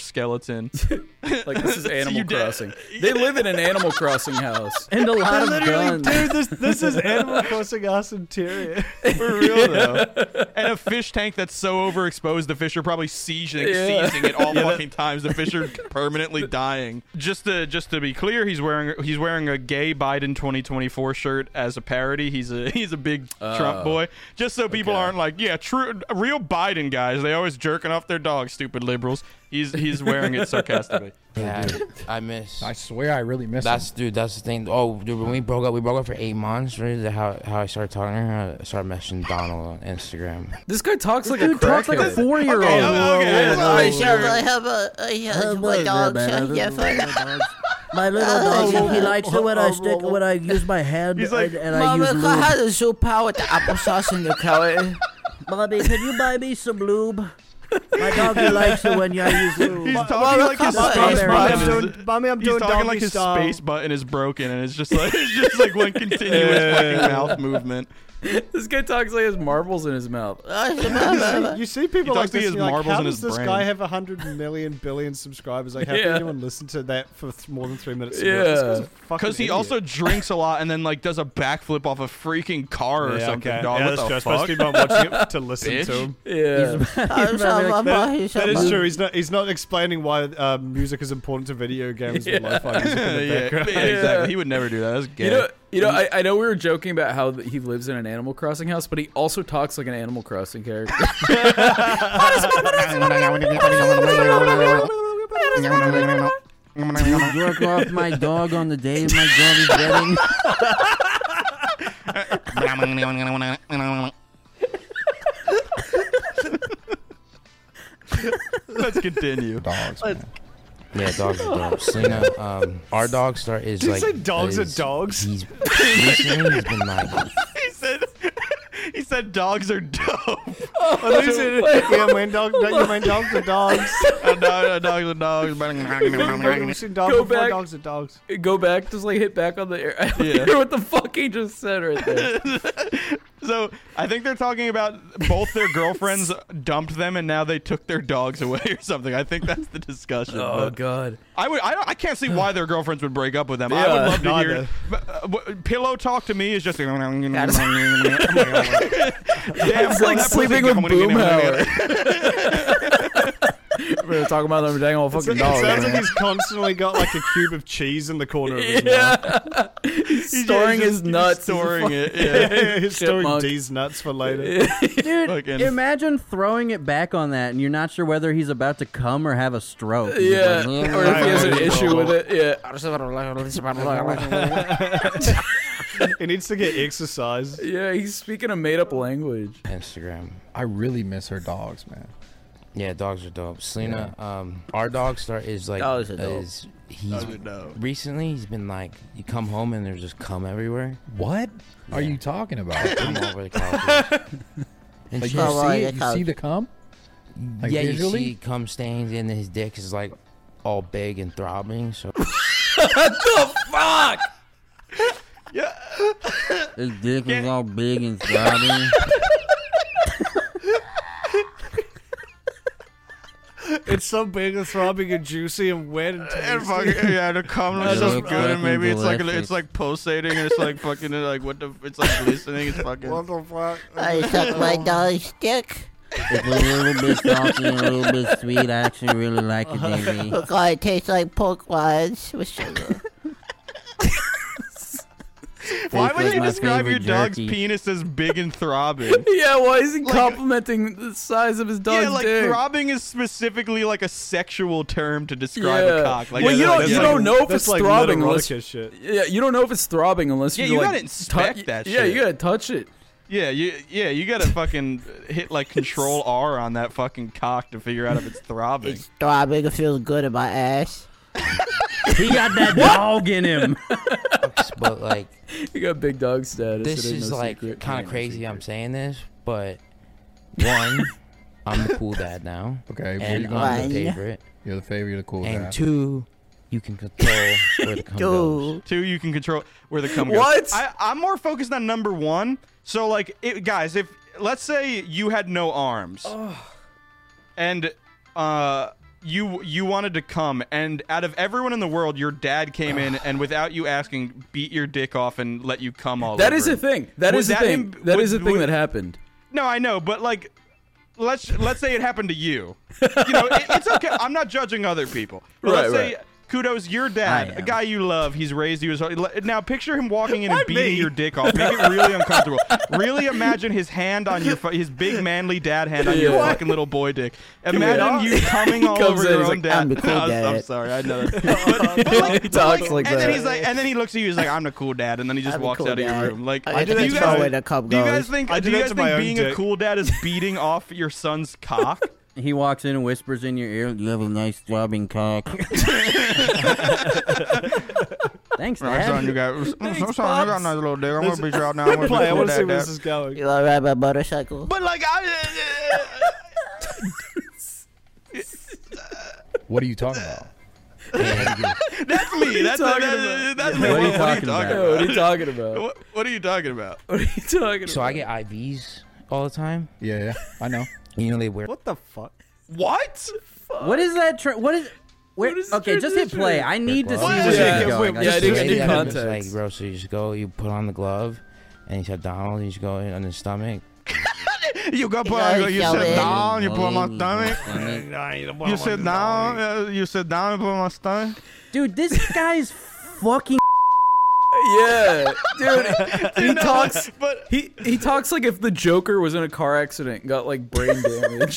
[SPEAKER 3] <laughs>
[SPEAKER 2] skeleton.
[SPEAKER 5] Like
[SPEAKER 2] <laughs>
[SPEAKER 5] this is Animal
[SPEAKER 2] did.
[SPEAKER 5] Crossing. They live in an Animal Crossing
[SPEAKER 2] <laughs>
[SPEAKER 5] house.
[SPEAKER 6] And a lot of
[SPEAKER 3] Literally,
[SPEAKER 6] guns.
[SPEAKER 3] dude, this this is Animal Crossing us interior.
[SPEAKER 2] For real though. And a fish tank that's so overexposed the fish are probably seizing
[SPEAKER 5] Yeah.
[SPEAKER 2] seizing it
[SPEAKER 3] <laughs>
[SPEAKER 2] all fucking times. The fish are permanently dying. Just to just to be clear, he's wearing he's wearing a gay Biden 2024 shirt as a parody. He's a <laughs> he's a big
[SPEAKER 3] Oh.
[SPEAKER 2] Trump boy. Just so people
[SPEAKER 5] okay.
[SPEAKER 2] aren't like, yeah, true real Biden guys, they always jerking off their dogs, stupid liberals. He's he's wearing it <laughs> sarcastically.
[SPEAKER 8] Yeah, I miss.
[SPEAKER 10] I swear I really miss
[SPEAKER 8] That's dude. That's the thing. Oh, dude, when we broke up, we broke up for eight months. Right? Is that How how I started talking to her, I started messaging Donald on Instagram.
[SPEAKER 5] This guy talks like a
[SPEAKER 6] Dude talks like a
[SPEAKER 5] crackhead.
[SPEAKER 6] four-year-old.
[SPEAKER 2] Oh,
[SPEAKER 3] Oh,
[SPEAKER 9] I have a, I have a, I have my dog.
[SPEAKER 10] <laughs>
[SPEAKER 9] Yeah, for-
[SPEAKER 6] My little dog, he likes it when I stick, when I use my hand
[SPEAKER 2] He's like,
[SPEAKER 6] and
[SPEAKER 9] Mama, I
[SPEAKER 6] lube.
[SPEAKER 9] had a soup power with the applesauce and the carrot.
[SPEAKER 6] <laughs> Mommy, can you buy me some lube? My dog, he likes it when I use lube.
[SPEAKER 2] He's talking like his
[SPEAKER 6] on,
[SPEAKER 2] space
[SPEAKER 6] Barry.
[SPEAKER 2] button
[SPEAKER 6] I'm
[SPEAKER 2] is-
[SPEAKER 3] doing- Bummy, I'm
[SPEAKER 2] he's
[SPEAKER 3] doing
[SPEAKER 2] talking like
[SPEAKER 3] doggy
[SPEAKER 2] his
[SPEAKER 3] style.
[SPEAKER 2] space button is broken, and it's just like <laughs> it's just like one continuous fucking mouth movement.
[SPEAKER 5] This guy talks like he has marbles in his mouth. Ah.
[SPEAKER 3] you see people
[SPEAKER 2] He
[SPEAKER 3] like
[SPEAKER 2] talks to
[SPEAKER 3] this.
[SPEAKER 2] his
[SPEAKER 3] and you're like,
[SPEAKER 2] marbles
[SPEAKER 3] how
[SPEAKER 2] and
[SPEAKER 3] does
[SPEAKER 2] his
[SPEAKER 3] this
[SPEAKER 2] brain.
[SPEAKER 3] guy have hundred million billion subscribers? Like, how
[SPEAKER 5] Yeah.
[SPEAKER 3] can anyone listen to that for th- more than three minutes? and be like, this
[SPEAKER 5] Yeah.
[SPEAKER 3] guy's a fucking
[SPEAKER 2] Because he
[SPEAKER 3] idiot.
[SPEAKER 2] also drinks a lot and then like does a backflip off a freaking car or
[SPEAKER 3] yeah,
[SPEAKER 2] something.
[SPEAKER 3] okay.
[SPEAKER 2] Dog,
[SPEAKER 3] yeah,
[SPEAKER 2] what
[SPEAKER 3] that's
[SPEAKER 2] the
[SPEAKER 3] true. I suppose
[SPEAKER 2] fuck?
[SPEAKER 3] people aren't watching it
[SPEAKER 2] <laughs>
[SPEAKER 3] to listen
[SPEAKER 2] Bitch.
[SPEAKER 3] to him.
[SPEAKER 5] Yeah.
[SPEAKER 9] I was on my body, so
[SPEAKER 3] That is
[SPEAKER 9] my-
[SPEAKER 3] true. He's not. He's not explaining why uh, music is important to video games. Yeah. Lo-fi music in
[SPEAKER 2] <laughs> yeah,
[SPEAKER 3] the
[SPEAKER 2] yeah,
[SPEAKER 3] background.
[SPEAKER 2] exactly. He would never do that. That's gay.
[SPEAKER 5] You <laughs> know, you know, I, I know we were joking about how th- he lives in an Animal Crossing house, but he also talks like an Animal Crossing character. <laughs>
[SPEAKER 1] You jerk off my dog on the day of my daughter's wedding.
[SPEAKER 2] Let's continue.
[SPEAKER 8] Dogs. man. Yeah, dogs are dogs. Selena, um, our dog star is
[SPEAKER 3] Did you
[SPEAKER 8] like.
[SPEAKER 3] say dogs are
[SPEAKER 8] is-
[SPEAKER 3] <laughs> dogs?
[SPEAKER 8] He's recently he's been like.
[SPEAKER 2] <laughs> he said. <laughs> He said dogs are dope. <laughs>
[SPEAKER 3] Well, you said, yeah, mein dog, don't you mein dogs are dogs.
[SPEAKER 2] A dog, a dog, a dog. <laughs>
[SPEAKER 3] We've seen dogs
[SPEAKER 5] Go
[SPEAKER 3] before
[SPEAKER 5] back.
[SPEAKER 3] dogs are dogs.
[SPEAKER 5] Go back, just like hit back on the air. I don't
[SPEAKER 2] Yeah.
[SPEAKER 5] hear what the fuck he just said right there.
[SPEAKER 2] So I think they're talking about both
[SPEAKER 5] <laughs>
[SPEAKER 2] their girlfriends dumped them and now they took their dogs away or something. I think that's the discussion.
[SPEAKER 5] oh
[SPEAKER 2] but-
[SPEAKER 5] god.
[SPEAKER 2] I would. I, don't- I can't see why their girlfriends would break up with them. I
[SPEAKER 5] Yeah,
[SPEAKER 2] would love to hear.
[SPEAKER 3] neither.
[SPEAKER 2] but, uh, w- pillow talk to me is <laughs> just. Damn,
[SPEAKER 5] It's like sleeping with Boomhauer. we <laughs> were talking about them dang old
[SPEAKER 3] It's like,
[SPEAKER 5] fucking
[SPEAKER 3] it
[SPEAKER 5] dog.
[SPEAKER 3] sounds like he's constantly got like a cube of cheese in the corner of
[SPEAKER 2] <laughs>
[SPEAKER 3] his mouth. <laughs>
[SPEAKER 5] yeah. He's storing
[SPEAKER 2] just-
[SPEAKER 5] his nuts. He's a
[SPEAKER 2] <laughs> Storing it.
[SPEAKER 3] Yeah,
[SPEAKER 2] Yeah.
[SPEAKER 3] yeah, he's storing
[SPEAKER 5] Chipmunk.
[SPEAKER 3] these nuts for
[SPEAKER 2] <laughs>
[SPEAKER 3] later.
[SPEAKER 6] Dude,
[SPEAKER 2] Fucking-
[SPEAKER 6] imagine throwing it back on that and you're not sure whether he's about to come or have a stroke. He's
[SPEAKER 5] Yeah,
[SPEAKER 6] like,
[SPEAKER 5] or if he has an issue with it, yeah,
[SPEAKER 3] he needs to get exercise.
[SPEAKER 5] yeah. He's speaking a made-up language. <laughs>
[SPEAKER 8] Instagram.
[SPEAKER 10] I really miss her dogs,
[SPEAKER 6] <laughs>
[SPEAKER 10] man.
[SPEAKER 8] Yeah, dogs are dope. Selena, um, our dog star is like.
[SPEAKER 9] Dogs are dope.
[SPEAKER 8] Is, he's recently he's been like you come home and there's just cum
[SPEAKER 10] <laughs>
[SPEAKER 8] everywhere.
[SPEAKER 10] What are you talking about?
[SPEAKER 8] Come over the couch. and
[SPEAKER 10] Like
[SPEAKER 8] she-
[SPEAKER 10] you
[SPEAKER 9] Oh,
[SPEAKER 10] see,
[SPEAKER 9] yeah,
[SPEAKER 10] it, you see the
[SPEAKER 6] <laughs>
[SPEAKER 10] cum? Like
[SPEAKER 8] yeah,
[SPEAKER 10] visually?
[SPEAKER 8] you see cum stains and his dick is like all big and throbbing. So <laughs>
[SPEAKER 5] Fuck.
[SPEAKER 1] His dick is all big and throbbing.
[SPEAKER 3] It's so big and throbbing and juicy and wet and
[SPEAKER 2] And
[SPEAKER 3] tasty.
[SPEAKER 2] fucking <laughs> yeah,
[SPEAKER 5] <laughs>
[SPEAKER 2] the cum is so
[SPEAKER 1] look
[SPEAKER 2] good, and
[SPEAKER 1] fucking
[SPEAKER 2] maybe it's like
[SPEAKER 1] delicious.
[SPEAKER 2] it's like pulsating, and it's like fucking like what the it's like
[SPEAKER 5] <laughs>
[SPEAKER 2] glistening, it's fucking.
[SPEAKER 9] I suck
[SPEAKER 10] <laughs>
[SPEAKER 9] my dog's dick.
[SPEAKER 1] It's a little bit salty and a little bit sweet. I actually really like it, baby.
[SPEAKER 9] Look, I taste like pork rinds with
[SPEAKER 10] <laughs>
[SPEAKER 9] sugar.
[SPEAKER 2] Why
[SPEAKER 1] Steak
[SPEAKER 2] would
[SPEAKER 1] was
[SPEAKER 2] you
[SPEAKER 1] my
[SPEAKER 2] describe your
[SPEAKER 1] favorite
[SPEAKER 2] dog's
[SPEAKER 1] jerky.
[SPEAKER 2] penis as big
[SPEAKER 5] <laughs>
[SPEAKER 2] and throbbing?
[SPEAKER 5] Yeah, why is he complimenting the size of his dog's
[SPEAKER 2] yeah, like
[SPEAKER 5] dick?
[SPEAKER 2] throbbing is specifically like a sexual term to describe a
[SPEAKER 5] Yeah.
[SPEAKER 2] cock. Like,
[SPEAKER 5] Well,
[SPEAKER 2] it's
[SPEAKER 5] you
[SPEAKER 2] like-
[SPEAKER 5] don't-
[SPEAKER 2] it's
[SPEAKER 5] you
[SPEAKER 2] like-
[SPEAKER 5] don't know if
[SPEAKER 3] That's
[SPEAKER 5] it's
[SPEAKER 3] like
[SPEAKER 5] throbbing unless-
[SPEAKER 3] erotica shit.
[SPEAKER 5] yeah, you don't know if it's throbbing unless
[SPEAKER 2] Yeah,
[SPEAKER 5] you
[SPEAKER 2] you
[SPEAKER 5] like
[SPEAKER 2] gotta inspect
[SPEAKER 5] tou-
[SPEAKER 2] that
[SPEAKER 5] Yeah,
[SPEAKER 2] shit.
[SPEAKER 5] you gotta touch it.
[SPEAKER 2] Yeah, you yeah you gotta fucking
[SPEAKER 5] <laughs>
[SPEAKER 2] hit like control R on that fucking cock to figure out if it's throbbing.
[SPEAKER 9] It's throbbing. It feels good in my ass.
[SPEAKER 6] He got that dog in him.
[SPEAKER 8] but like
[SPEAKER 5] You got big dog status.
[SPEAKER 8] this
[SPEAKER 5] it ain't
[SPEAKER 8] is
[SPEAKER 5] no
[SPEAKER 8] like
[SPEAKER 5] secret. It
[SPEAKER 8] kind of
[SPEAKER 5] ain't no
[SPEAKER 8] crazy. I'm
[SPEAKER 5] secret.
[SPEAKER 8] saying this, but
[SPEAKER 10] <laughs>
[SPEAKER 8] one, I'm the cool dad now,
[SPEAKER 10] Okay, well,
[SPEAKER 8] and
[SPEAKER 10] you're,
[SPEAKER 9] I-
[SPEAKER 10] going,
[SPEAKER 8] I'm the
[SPEAKER 9] One.
[SPEAKER 8] favorite.
[SPEAKER 10] you're the favorite, you're the cool
[SPEAKER 8] And
[SPEAKER 10] guy.
[SPEAKER 8] two, you can control where
[SPEAKER 9] <laughs>
[SPEAKER 8] the cum goes.
[SPEAKER 9] Dude.
[SPEAKER 2] Two, you can control where the cum goes.
[SPEAKER 5] What?
[SPEAKER 2] I, I'm more focused on number one. So like, it, guys, if let's say you had no arms, and uh, you you wanted to come, and out of everyone in the world, your dad came in and without you asking, beat your dick off and let you come all
[SPEAKER 5] That
[SPEAKER 2] over.
[SPEAKER 5] is a
[SPEAKER 2] him.
[SPEAKER 5] thing. That
[SPEAKER 2] Would
[SPEAKER 5] is a
[SPEAKER 2] that
[SPEAKER 5] thing.
[SPEAKER 2] im-
[SPEAKER 5] That
[SPEAKER 2] would-
[SPEAKER 5] is a thing
[SPEAKER 2] would-
[SPEAKER 5] that
[SPEAKER 2] <laughs>
[SPEAKER 5] happened.
[SPEAKER 2] No, I know, but like, let's let's say it happened to you. You know, it, it's okay. I'm not judging other people. But
[SPEAKER 5] Right,
[SPEAKER 2] let's say
[SPEAKER 5] right.
[SPEAKER 2] kudos, your dad, a guy you love. He's raised you. As, now picture him walking in and beating
[SPEAKER 3] me?
[SPEAKER 2] your dick off. Make it really uncomfortable. Really imagine his hand on your fu- his big manly dad hand on your
[SPEAKER 5] Yeah.
[SPEAKER 2] fucking little boy dick. Imagine
[SPEAKER 5] here.
[SPEAKER 2] you coming all
[SPEAKER 5] comes
[SPEAKER 2] over
[SPEAKER 5] in,
[SPEAKER 2] your
[SPEAKER 5] he's
[SPEAKER 2] own
[SPEAKER 5] like,
[SPEAKER 2] dad.
[SPEAKER 9] "I'm the cool
[SPEAKER 2] No, <laughs> I'm- I'm
[SPEAKER 9] dad."
[SPEAKER 2] sorry, I know. That. But- but like-
[SPEAKER 5] He talks
[SPEAKER 2] like-
[SPEAKER 5] like
[SPEAKER 2] and then
[SPEAKER 5] that.
[SPEAKER 2] he's like, and then he looks at you. He's like, "I'm the cool dad," and then he just
[SPEAKER 9] I'm the
[SPEAKER 2] walks
[SPEAKER 9] cool
[SPEAKER 2] out of
[SPEAKER 9] dad.
[SPEAKER 2] your room. Like,
[SPEAKER 9] I
[SPEAKER 2] do
[SPEAKER 9] get
[SPEAKER 2] you
[SPEAKER 9] to
[SPEAKER 2] guys-
[SPEAKER 9] control where the cum
[SPEAKER 2] do you guys
[SPEAKER 9] goes.
[SPEAKER 2] think?
[SPEAKER 3] I do
[SPEAKER 2] do you
[SPEAKER 3] that
[SPEAKER 2] guys
[SPEAKER 3] to my
[SPEAKER 2] think
[SPEAKER 3] own
[SPEAKER 2] being a
[SPEAKER 3] dick.
[SPEAKER 2] cool dad is beating off your son's <laughs> cock?
[SPEAKER 6] He walks in and whispers in your ear, "You have a nice throbbing cock." Thanks, Dad.
[SPEAKER 2] guys. <laughs>
[SPEAKER 5] Thanks, sorry, you got Pops. another
[SPEAKER 2] little dick. I'm gonna beat you out now. <laughs>
[SPEAKER 3] Play, I want to see where this is going.
[SPEAKER 9] You wanna ride my motorcycle?
[SPEAKER 2] But like, I. <laughs>
[SPEAKER 10] What are you talking about?
[SPEAKER 2] That's me.
[SPEAKER 5] talking
[SPEAKER 2] That's, that's,
[SPEAKER 5] about?
[SPEAKER 2] that's
[SPEAKER 5] Yeah,
[SPEAKER 2] me.
[SPEAKER 5] what are you
[SPEAKER 6] talking about?
[SPEAKER 5] Yeah, what are you talking about?
[SPEAKER 2] What, what are you talking about?
[SPEAKER 5] What are you talking about?
[SPEAKER 8] So I get IVs all the time.
[SPEAKER 10] Yeah, <laughs> yeah, I know.
[SPEAKER 8] You know they wear
[SPEAKER 3] What the fuck?
[SPEAKER 2] What?
[SPEAKER 6] What is that? Tra- what is? Where,
[SPEAKER 5] What is the
[SPEAKER 6] okay, just hit
[SPEAKER 5] transition?
[SPEAKER 6] play. I need to see
[SPEAKER 8] What?
[SPEAKER 6] where this
[SPEAKER 5] Yeah,
[SPEAKER 6] is
[SPEAKER 3] wait,
[SPEAKER 6] going.
[SPEAKER 3] yeah,
[SPEAKER 5] I did- I
[SPEAKER 8] Right,
[SPEAKER 5] did
[SPEAKER 8] yeah,
[SPEAKER 5] context.
[SPEAKER 8] it's Like, bro, so you just go, you put on the glove, and he's abdominal, you just go in on his stomach.
[SPEAKER 2] You go put
[SPEAKER 9] guys
[SPEAKER 2] you
[SPEAKER 9] shall
[SPEAKER 2] sit
[SPEAKER 9] be-
[SPEAKER 2] down, you put on my stomach. You
[SPEAKER 3] You
[SPEAKER 2] sit down, <laughs> uh, you sit down and put on my stomach.
[SPEAKER 6] <laughs> Dude, this guy's fucking.
[SPEAKER 5] <laughs> Yeah,
[SPEAKER 2] <laughs>
[SPEAKER 5] dude. he
[SPEAKER 2] no,
[SPEAKER 5] talks.
[SPEAKER 2] but-
[SPEAKER 5] he he talks like if the Joker was in a car accident and got like brain damage. <laughs>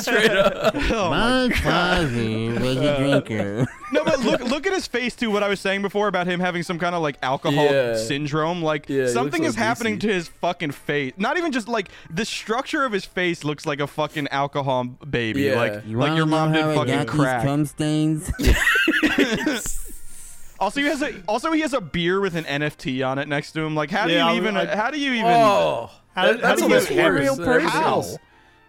[SPEAKER 5] Straight up.
[SPEAKER 2] oh,
[SPEAKER 1] My father was a drinker.
[SPEAKER 2] No, but look look at his face too. What I was saying before about him having some kind of like alcohol
[SPEAKER 5] Yeah.
[SPEAKER 2] syndrome, like
[SPEAKER 5] Yeah, he looks
[SPEAKER 2] something
[SPEAKER 5] so
[SPEAKER 2] is happening
[SPEAKER 5] greasy.
[SPEAKER 2] to his fucking face. Not even just like the structure of his face looks like a fucking alcohol baby.
[SPEAKER 5] Yeah.
[SPEAKER 2] Like
[SPEAKER 1] You
[SPEAKER 2] like
[SPEAKER 1] wanna
[SPEAKER 2] your mom
[SPEAKER 1] know
[SPEAKER 2] did
[SPEAKER 1] how I
[SPEAKER 2] fucking
[SPEAKER 1] got
[SPEAKER 2] crack.
[SPEAKER 1] these cum stains?
[SPEAKER 2] <laughs>
[SPEAKER 1] <laughs>
[SPEAKER 2] also, he has a also he has a beer with an NFT on it next to him. Like how do
[SPEAKER 3] Yeah, I
[SPEAKER 2] you
[SPEAKER 3] was
[SPEAKER 2] even
[SPEAKER 3] like-
[SPEAKER 2] how do you even
[SPEAKER 5] Oh,
[SPEAKER 3] How-
[SPEAKER 5] that-
[SPEAKER 3] how
[SPEAKER 5] that's
[SPEAKER 3] do
[SPEAKER 5] a
[SPEAKER 3] you
[SPEAKER 5] lot
[SPEAKER 3] get a
[SPEAKER 5] worse
[SPEAKER 3] real
[SPEAKER 5] than everything
[SPEAKER 3] person?
[SPEAKER 5] else.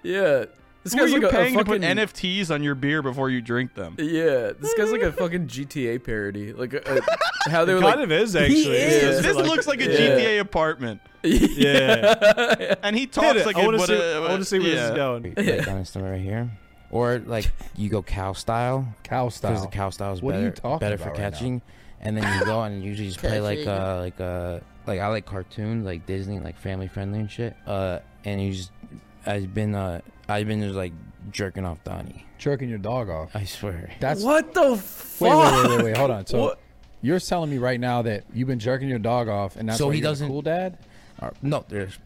[SPEAKER 5] Yeah, this
[SPEAKER 2] who are
[SPEAKER 5] guy's
[SPEAKER 2] you
[SPEAKER 5] like a- a
[SPEAKER 2] paying to put
[SPEAKER 5] fucking
[SPEAKER 2] NFTs on your beer before you drink them?
[SPEAKER 5] Yeah, this guy's like a fucking GTA parody. Like a, a, how they were
[SPEAKER 3] kind
[SPEAKER 5] like,
[SPEAKER 3] of is actually.
[SPEAKER 5] is.
[SPEAKER 3] It's just
[SPEAKER 2] This looks like a
[SPEAKER 5] Yeah.
[SPEAKER 2] GTA apartment,
[SPEAKER 5] <laughs>
[SPEAKER 3] yeah.
[SPEAKER 2] and he
[SPEAKER 3] Hit
[SPEAKER 2] talks
[SPEAKER 3] it.
[SPEAKER 2] like
[SPEAKER 3] I
[SPEAKER 2] it
[SPEAKER 3] want to
[SPEAKER 2] would,
[SPEAKER 3] see.
[SPEAKER 2] uh,
[SPEAKER 3] I want to see where this
[SPEAKER 2] yeah.
[SPEAKER 3] is going.
[SPEAKER 8] Like on this story right here. Or like you go cow style
[SPEAKER 10] Cow
[SPEAKER 8] because the
[SPEAKER 10] style.
[SPEAKER 8] cow style is
[SPEAKER 10] What are you
[SPEAKER 8] better,
[SPEAKER 10] talking
[SPEAKER 8] better for
[SPEAKER 10] about right now?
[SPEAKER 8] catching. And then you go on and usually just play like uh like uh like I like cartoons like Disney like family friendly and shit. Uh, and you just I've been uh I've been just like jerking off Donnie.
[SPEAKER 10] Jerking your dog off.
[SPEAKER 8] I swear.
[SPEAKER 10] That's
[SPEAKER 5] what the
[SPEAKER 10] Wait,
[SPEAKER 5] fuck?
[SPEAKER 10] wait, wait, wait, wait. Hold on. So
[SPEAKER 5] What?
[SPEAKER 10] you're telling me right now that you've been jerking your dog off, and that's
[SPEAKER 8] So
[SPEAKER 10] why
[SPEAKER 8] he
[SPEAKER 10] you're the
[SPEAKER 8] doesn't-
[SPEAKER 10] cool dad.
[SPEAKER 8] Uh, no, there's.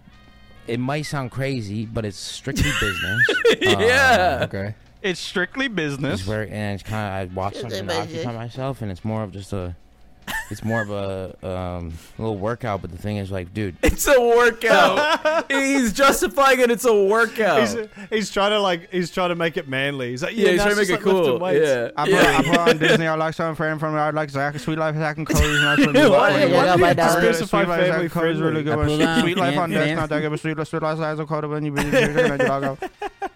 [SPEAKER 8] It might sound crazy, but it's strictly business.
[SPEAKER 10] <laughs>
[SPEAKER 5] yeah.
[SPEAKER 10] Okay.
[SPEAKER 2] It's strictly business.
[SPEAKER 8] It's where and it's kind of I watch something to occupy myself, and it's more of just a, it's more of a um little workout. But the thing is, like, dude,
[SPEAKER 5] It's a workout. He's justifying it. It's a workout.
[SPEAKER 3] He's, he's trying to like. He's trying to make it manly. He's like, yeah,
[SPEAKER 5] yeah, he's
[SPEAKER 3] now
[SPEAKER 5] trying to
[SPEAKER 3] it's
[SPEAKER 5] make it
[SPEAKER 3] just, like, lifting
[SPEAKER 5] cool.
[SPEAKER 3] weights.
[SPEAKER 5] Yeah.
[SPEAKER 1] I put,
[SPEAKER 5] yeah.
[SPEAKER 1] I put
[SPEAKER 3] <laughs>
[SPEAKER 1] on Disney. I like something friend from I like Zach. Sweet Life, Zach and Cody's not really good.
[SPEAKER 3] Why-
[SPEAKER 1] Sweet
[SPEAKER 3] why do you have to
[SPEAKER 1] Life,
[SPEAKER 3] specify
[SPEAKER 1] Zach and
[SPEAKER 3] family
[SPEAKER 1] Cody's really
[SPEAKER 3] friendly?
[SPEAKER 1] good.
[SPEAKER 6] I pull out
[SPEAKER 1] Sweet Life on
[SPEAKER 6] Ant-Man.
[SPEAKER 1] Death, not that good. But Sweet Life, Sweet Life, Zach and Cody when you really
[SPEAKER 3] <laughs>
[SPEAKER 1] good. You dog out.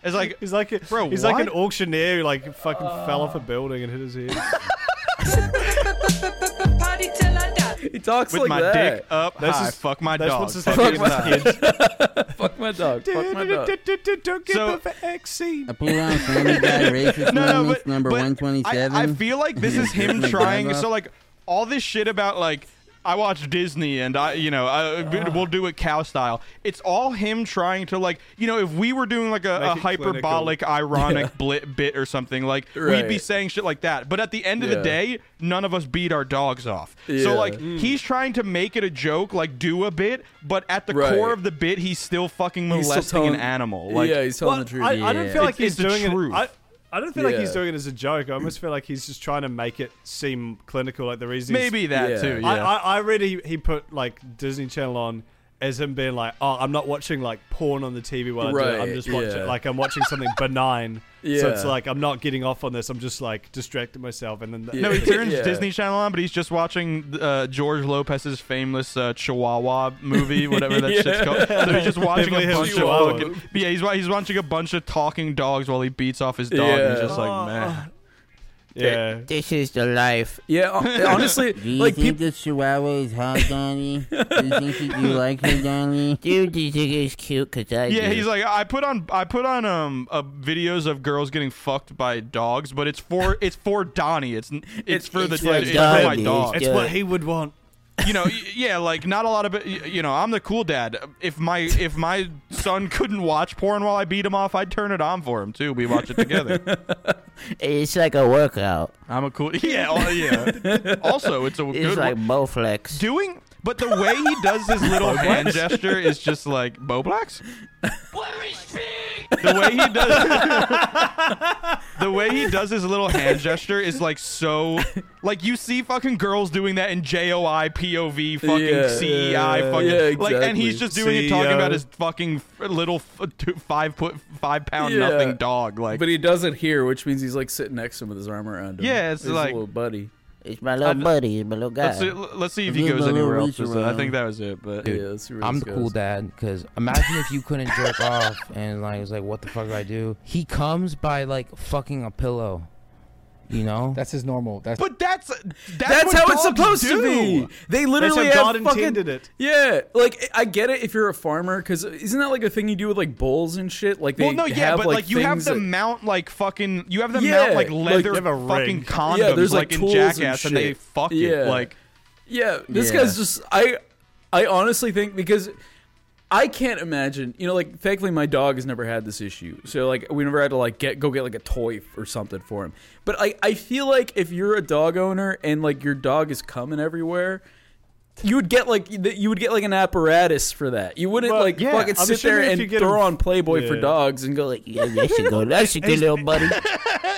[SPEAKER 2] It's like
[SPEAKER 3] He's like a,
[SPEAKER 2] Bro,
[SPEAKER 3] he's like an
[SPEAKER 2] what?
[SPEAKER 3] auctioneer who like fucking fell off a building and hit his head.
[SPEAKER 11] Party till I die.
[SPEAKER 5] He talks
[SPEAKER 2] with
[SPEAKER 5] like
[SPEAKER 2] my
[SPEAKER 5] that.
[SPEAKER 2] dick up
[SPEAKER 3] That's
[SPEAKER 2] high.
[SPEAKER 3] just-
[SPEAKER 2] fuck my
[SPEAKER 3] that's
[SPEAKER 2] dog.
[SPEAKER 3] what's just
[SPEAKER 2] Fuck
[SPEAKER 3] happening
[SPEAKER 2] his
[SPEAKER 3] in
[SPEAKER 2] <laughs> dog.
[SPEAKER 3] his head.
[SPEAKER 5] Fuck my dog. Fuck my dog.
[SPEAKER 3] Don't get
[SPEAKER 2] So-
[SPEAKER 3] the vaccine.
[SPEAKER 1] I pull out Family Guy
[SPEAKER 2] <laughs>
[SPEAKER 1] racist
[SPEAKER 2] No, no,
[SPEAKER 1] moments
[SPEAKER 2] but,
[SPEAKER 1] number
[SPEAKER 2] but
[SPEAKER 1] one twenty seven.
[SPEAKER 2] I, I feel like
[SPEAKER 5] <laughs>
[SPEAKER 2] this is him
[SPEAKER 1] Like,
[SPEAKER 2] trying.
[SPEAKER 1] grab up.
[SPEAKER 2] So like all this shit about like I watch Disney and I you know I, we'll do it cow style. It's all him trying to like you know if we were doing like a, a
[SPEAKER 3] Make it
[SPEAKER 2] hyperbolic
[SPEAKER 5] <laughs>
[SPEAKER 2] ironic bli- bit or something like we'd be
[SPEAKER 5] Right.
[SPEAKER 2] saying shit like that. But at the end of
[SPEAKER 5] Yeah.
[SPEAKER 2] the day, none of us beat our dogs off.
[SPEAKER 5] Yeah. Mm.
[SPEAKER 2] So like he's trying to make it a joke, like do a bit, but at the
[SPEAKER 5] Right.
[SPEAKER 2] core of the bit, he's still fucking
[SPEAKER 5] He's still
[SPEAKER 2] molesting
[SPEAKER 5] telling-
[SPEAKER 2] an animal. Like
[SPEAKER 5] yeah, he's telling
[SPEAKER 3] Well,
[SPEAKER 5] the truth.
[SPEAKER 3] I, I don't feel like
[SPEAKER 2] It's-
[SPEAKER 3] he's
[SPEAKER 2] it's the
[SPEAKER 3] doing
[SPEAKER 2] truth.
[SPEAKER 3] it. I, I don't feel like he's
[SPEAKER 5] Yeah.
[SPEAKER 3] doing it as a joke. I almost feel like he's just trying to make it seem clinical. Like the reason he's-
[SPEAKER 2] maybe that
[SPEAKER 5] Yeah.
[SPEAKER 2] too. Yeah.
[SPEAKER 3] I, I, I read he, he put like Disney Channel on as him being like, oh, I'm not watching like porn on the TV while I do it.
[SPEAKER 5] Right,
[SPEAKER 3] I'm just watching
[SPEAKER 5] yeah.
[SPEAKER 3] like I'm watching
[SPEAKER 5] <laughs>
[SPEAKER 3] something benign.
[SPEAKER 5] Yeah.
[SPEAKER 3] So it's like I'm not getting off on this. I'm just like distracting myself. And then the,
[SPEAKER 5] Yeah.
[SPEAKER 2] No, he turns
[SPEAKER 5] Yeah.
[SPEAKER 2] Disney Channel on, but he's just watching uh, George Lopez's famous uh, Chihuahua movie, whatever that
[SPEAKER 5] Yeah.
[SPEAKER 2] shit's called. So he's just watching
[SPEAKER 3] Beverly
[SPEAKER 2] a
[SPEAKER 3] Hills
[SPEAKER 2] bunch
[SPEAKER 3] Chihuahua.
[SPEAKER 2] of fucking, yeah, he's wa- he's watching a bunch of talking dogs while he beats off his dog. And he's
[SPEAKER 5] Yeah.
[SPEAKER 2] just like, man,
[SPEAKER 3] yeah.
[SPEAKER 9] <laughs> This is the life.
[SPEAKER 5] Yeah, hon- honestly,
[SPEAKER 1] Do you
[SPEAKER 5] like
[SPEAKER 1] think
[SPEAKER 5] people.
[SPEAKER 1] the Chihuahua is hot,
[SPEAKER 2] <laughs>
[SPEAKER 1] Donnie? Do you think you, you like her, Donnie?
[SPEAKER 9] <laughs> Dude, do you think it's cute? Cause I
[SPEAKER 2] yeah.
[SPEAKER 9] do.
[SPEAKER 2] He's like, I put on I put on um uh, videos of girls getting fucked by dogs, but it's for it's for Donnie. It's n- it's, for the
[SPEAKER 9] it's
[SPEAKER 2] it's for
[SPEAKER 9] Donnie.
[SPEAKER 2] my dog.
[SPEAKER 3] It's
[SPEAKER 9] Yeah.
[SPEAKER 3] what he would want.
[SPEAKER 2] you know, y- yeah, like not a lot of, it- y- you know, I'm the cool dad. If my if my son couldn't watch porn while I beat him off, I'd turn it on for him too. We watch it together.
[SPEAKER 9] It's like a workout.
[SPEAKER 2] I'm a cool, yeah, oh, yeah. Also, it's a
[SPEAKER 9] It's
[SPEAKER 2] good
[SPEAKER 9] like
[SPEAKER 2] one.
[SPEAKER 9] Bowflex.
[SPEAKER 2] doing, but the way he does
[SPEAKER 5] <laughs>
[SPEAKER 2] his little hand gesture is just like Boblax. The way he does, the way he does his little hand gesture is like so, like you see fucking girls doing that in JOI POV fucking
[SPEAKER 5] Yeah.
[SPEAKER 2] CEI fucking
[SPEAKER 5] Yeah,
[SPEAKER 2] like, and
[SPEAKER 5] exactly. E
[SPEAKER 2] he's just doing it talking
[SPEAKER 3] CEO.
[SPEAKER 2] about his fucking f- little f- two, five foot five pound
[SPEAKER 5] Yeah.
[SPEAKER 2] nothing dog. Like,
[SPEAKER 5] But he does it here, which means he's like sitting next to him with his arm around him.
[SPEAKER 2] Yeah, it's
[SPEAKER 5] His
[SPEAKER 2] like-
[SPEAKER 5] little buddy.
[SPEAKER 9] It's my little
[SPEAKER 2] I'd-
[SPEAKER 9] buddy. It's my little guy.
[SPEAKER 2] let's see, let's see if
[SPEAKER 1] Give
[SPEAKER 2] he
[SPEAKER 1] him
[SPEAKER 2] goes
[SPEAKER 1] a little
[SPEAKER 2] anywhere
[SPEAKER 1] reach
[SPEAKER 2] else. with it. I
[SPEAKER 1] around.
[SPEAKER 2] think that was it. But
[SPEAKER 5] yeah, let's see where
[SPEAKER 8] I'm
[SPEAKER 5] this
[SPEAKER 8] the cool
[SPEAKER 5] goes.
[SPEAKER 8] dad. Because imagine if you couldn't
[SPEAKER 2] <laughs>
[SPEAKER 8] jerk off and like it's like, what the fuck do I do? He comes by like fucking a pillow, you know.
[SPEAKER 10] That's his normal. That's
[SPEAKER 2] But that's that's,
[SPEAKER 5] That's
[SPEAKER 2] what
[SPEAKER 5] how it's
[SPEAKER 2] dogs
[SPEAKER 5] supposed to
[SPEAKER 2] do.
[SPEAKER 5] be. They literally
[SPEAKER 3] That's how
[SPEAKER 5] have
[SPEAKER 3] God
[SPEAKER 5] fucking,
[SPEAKER 3] intended it.
[SPEAKER 5] Yeah, like I get it if you're a farmer, because isn't that like a thing you do with like bulls and shit? Like they
[SPEAKER 2] well, no, yeah,
[SPEAKER 5] have,
[SPEAKER 2] but like you have
[SPEAKER 5] things
[SPEAKER 2] them
[SPEAKER 5] that-
[SPEAKER 2] mount like fucking, you have them
[SPEAKER 5] Yeah,
[SPEAKER 2] mount like
[SPEAKER 5] like-
[SPEAKER 2] leather
[SPEAKER 5] You have
[SPEAKER 3] a
[SPEAKER 2] fucking
[SPEAKER 3] ring.
[SPEAKER 2] condoms,
[SPEAKER 5] Yeah, there's, like,
[SPEAKER 2] in
[SPEAKER 5] tools and
[SPEAKER 2] Jackass, and, they
[SPEAKER 5] shit.
[SPEAKER 2] fuck
[SPEAKER 5] Yeah.
[SPEAKER 2] it. Like,
[SPEAKER 5] Yeah, this
[SPEAKER 1] Yeah.
[SPEAKER 5] guy's just I I honestly think because I can't imagine, you know, like thankfully my dog has never had this issue. So like we never had to like get go get like a toy f- or something for him. But I I feel like if you're a dog owner and like your dog is coming everywhere, you would get like you would get like an apparatus for that. You wouldn't
[SPEAKER 3] Well,
[SPEAKER 5] like
[SPEAKER 3] yeah,
[SPEAKER 5] fucking
[SPEAKER 3] I'm
[SPEAKER 5] sit there
[SPEAKER 3] assuming if
[SPEAKER 5] and
[SPEAKER 3] you get
[SPEAKER 5] throw
[SPEAKER 3] a-
[SPEAKER 5] on Playboy for
[SPEAKER 3] Yeah.
[SPEAKER 5] dogs and go like, yeah, that's a good, that's a good
[SPEAKER 3] He's-
[SPEAKER 5] little buddy.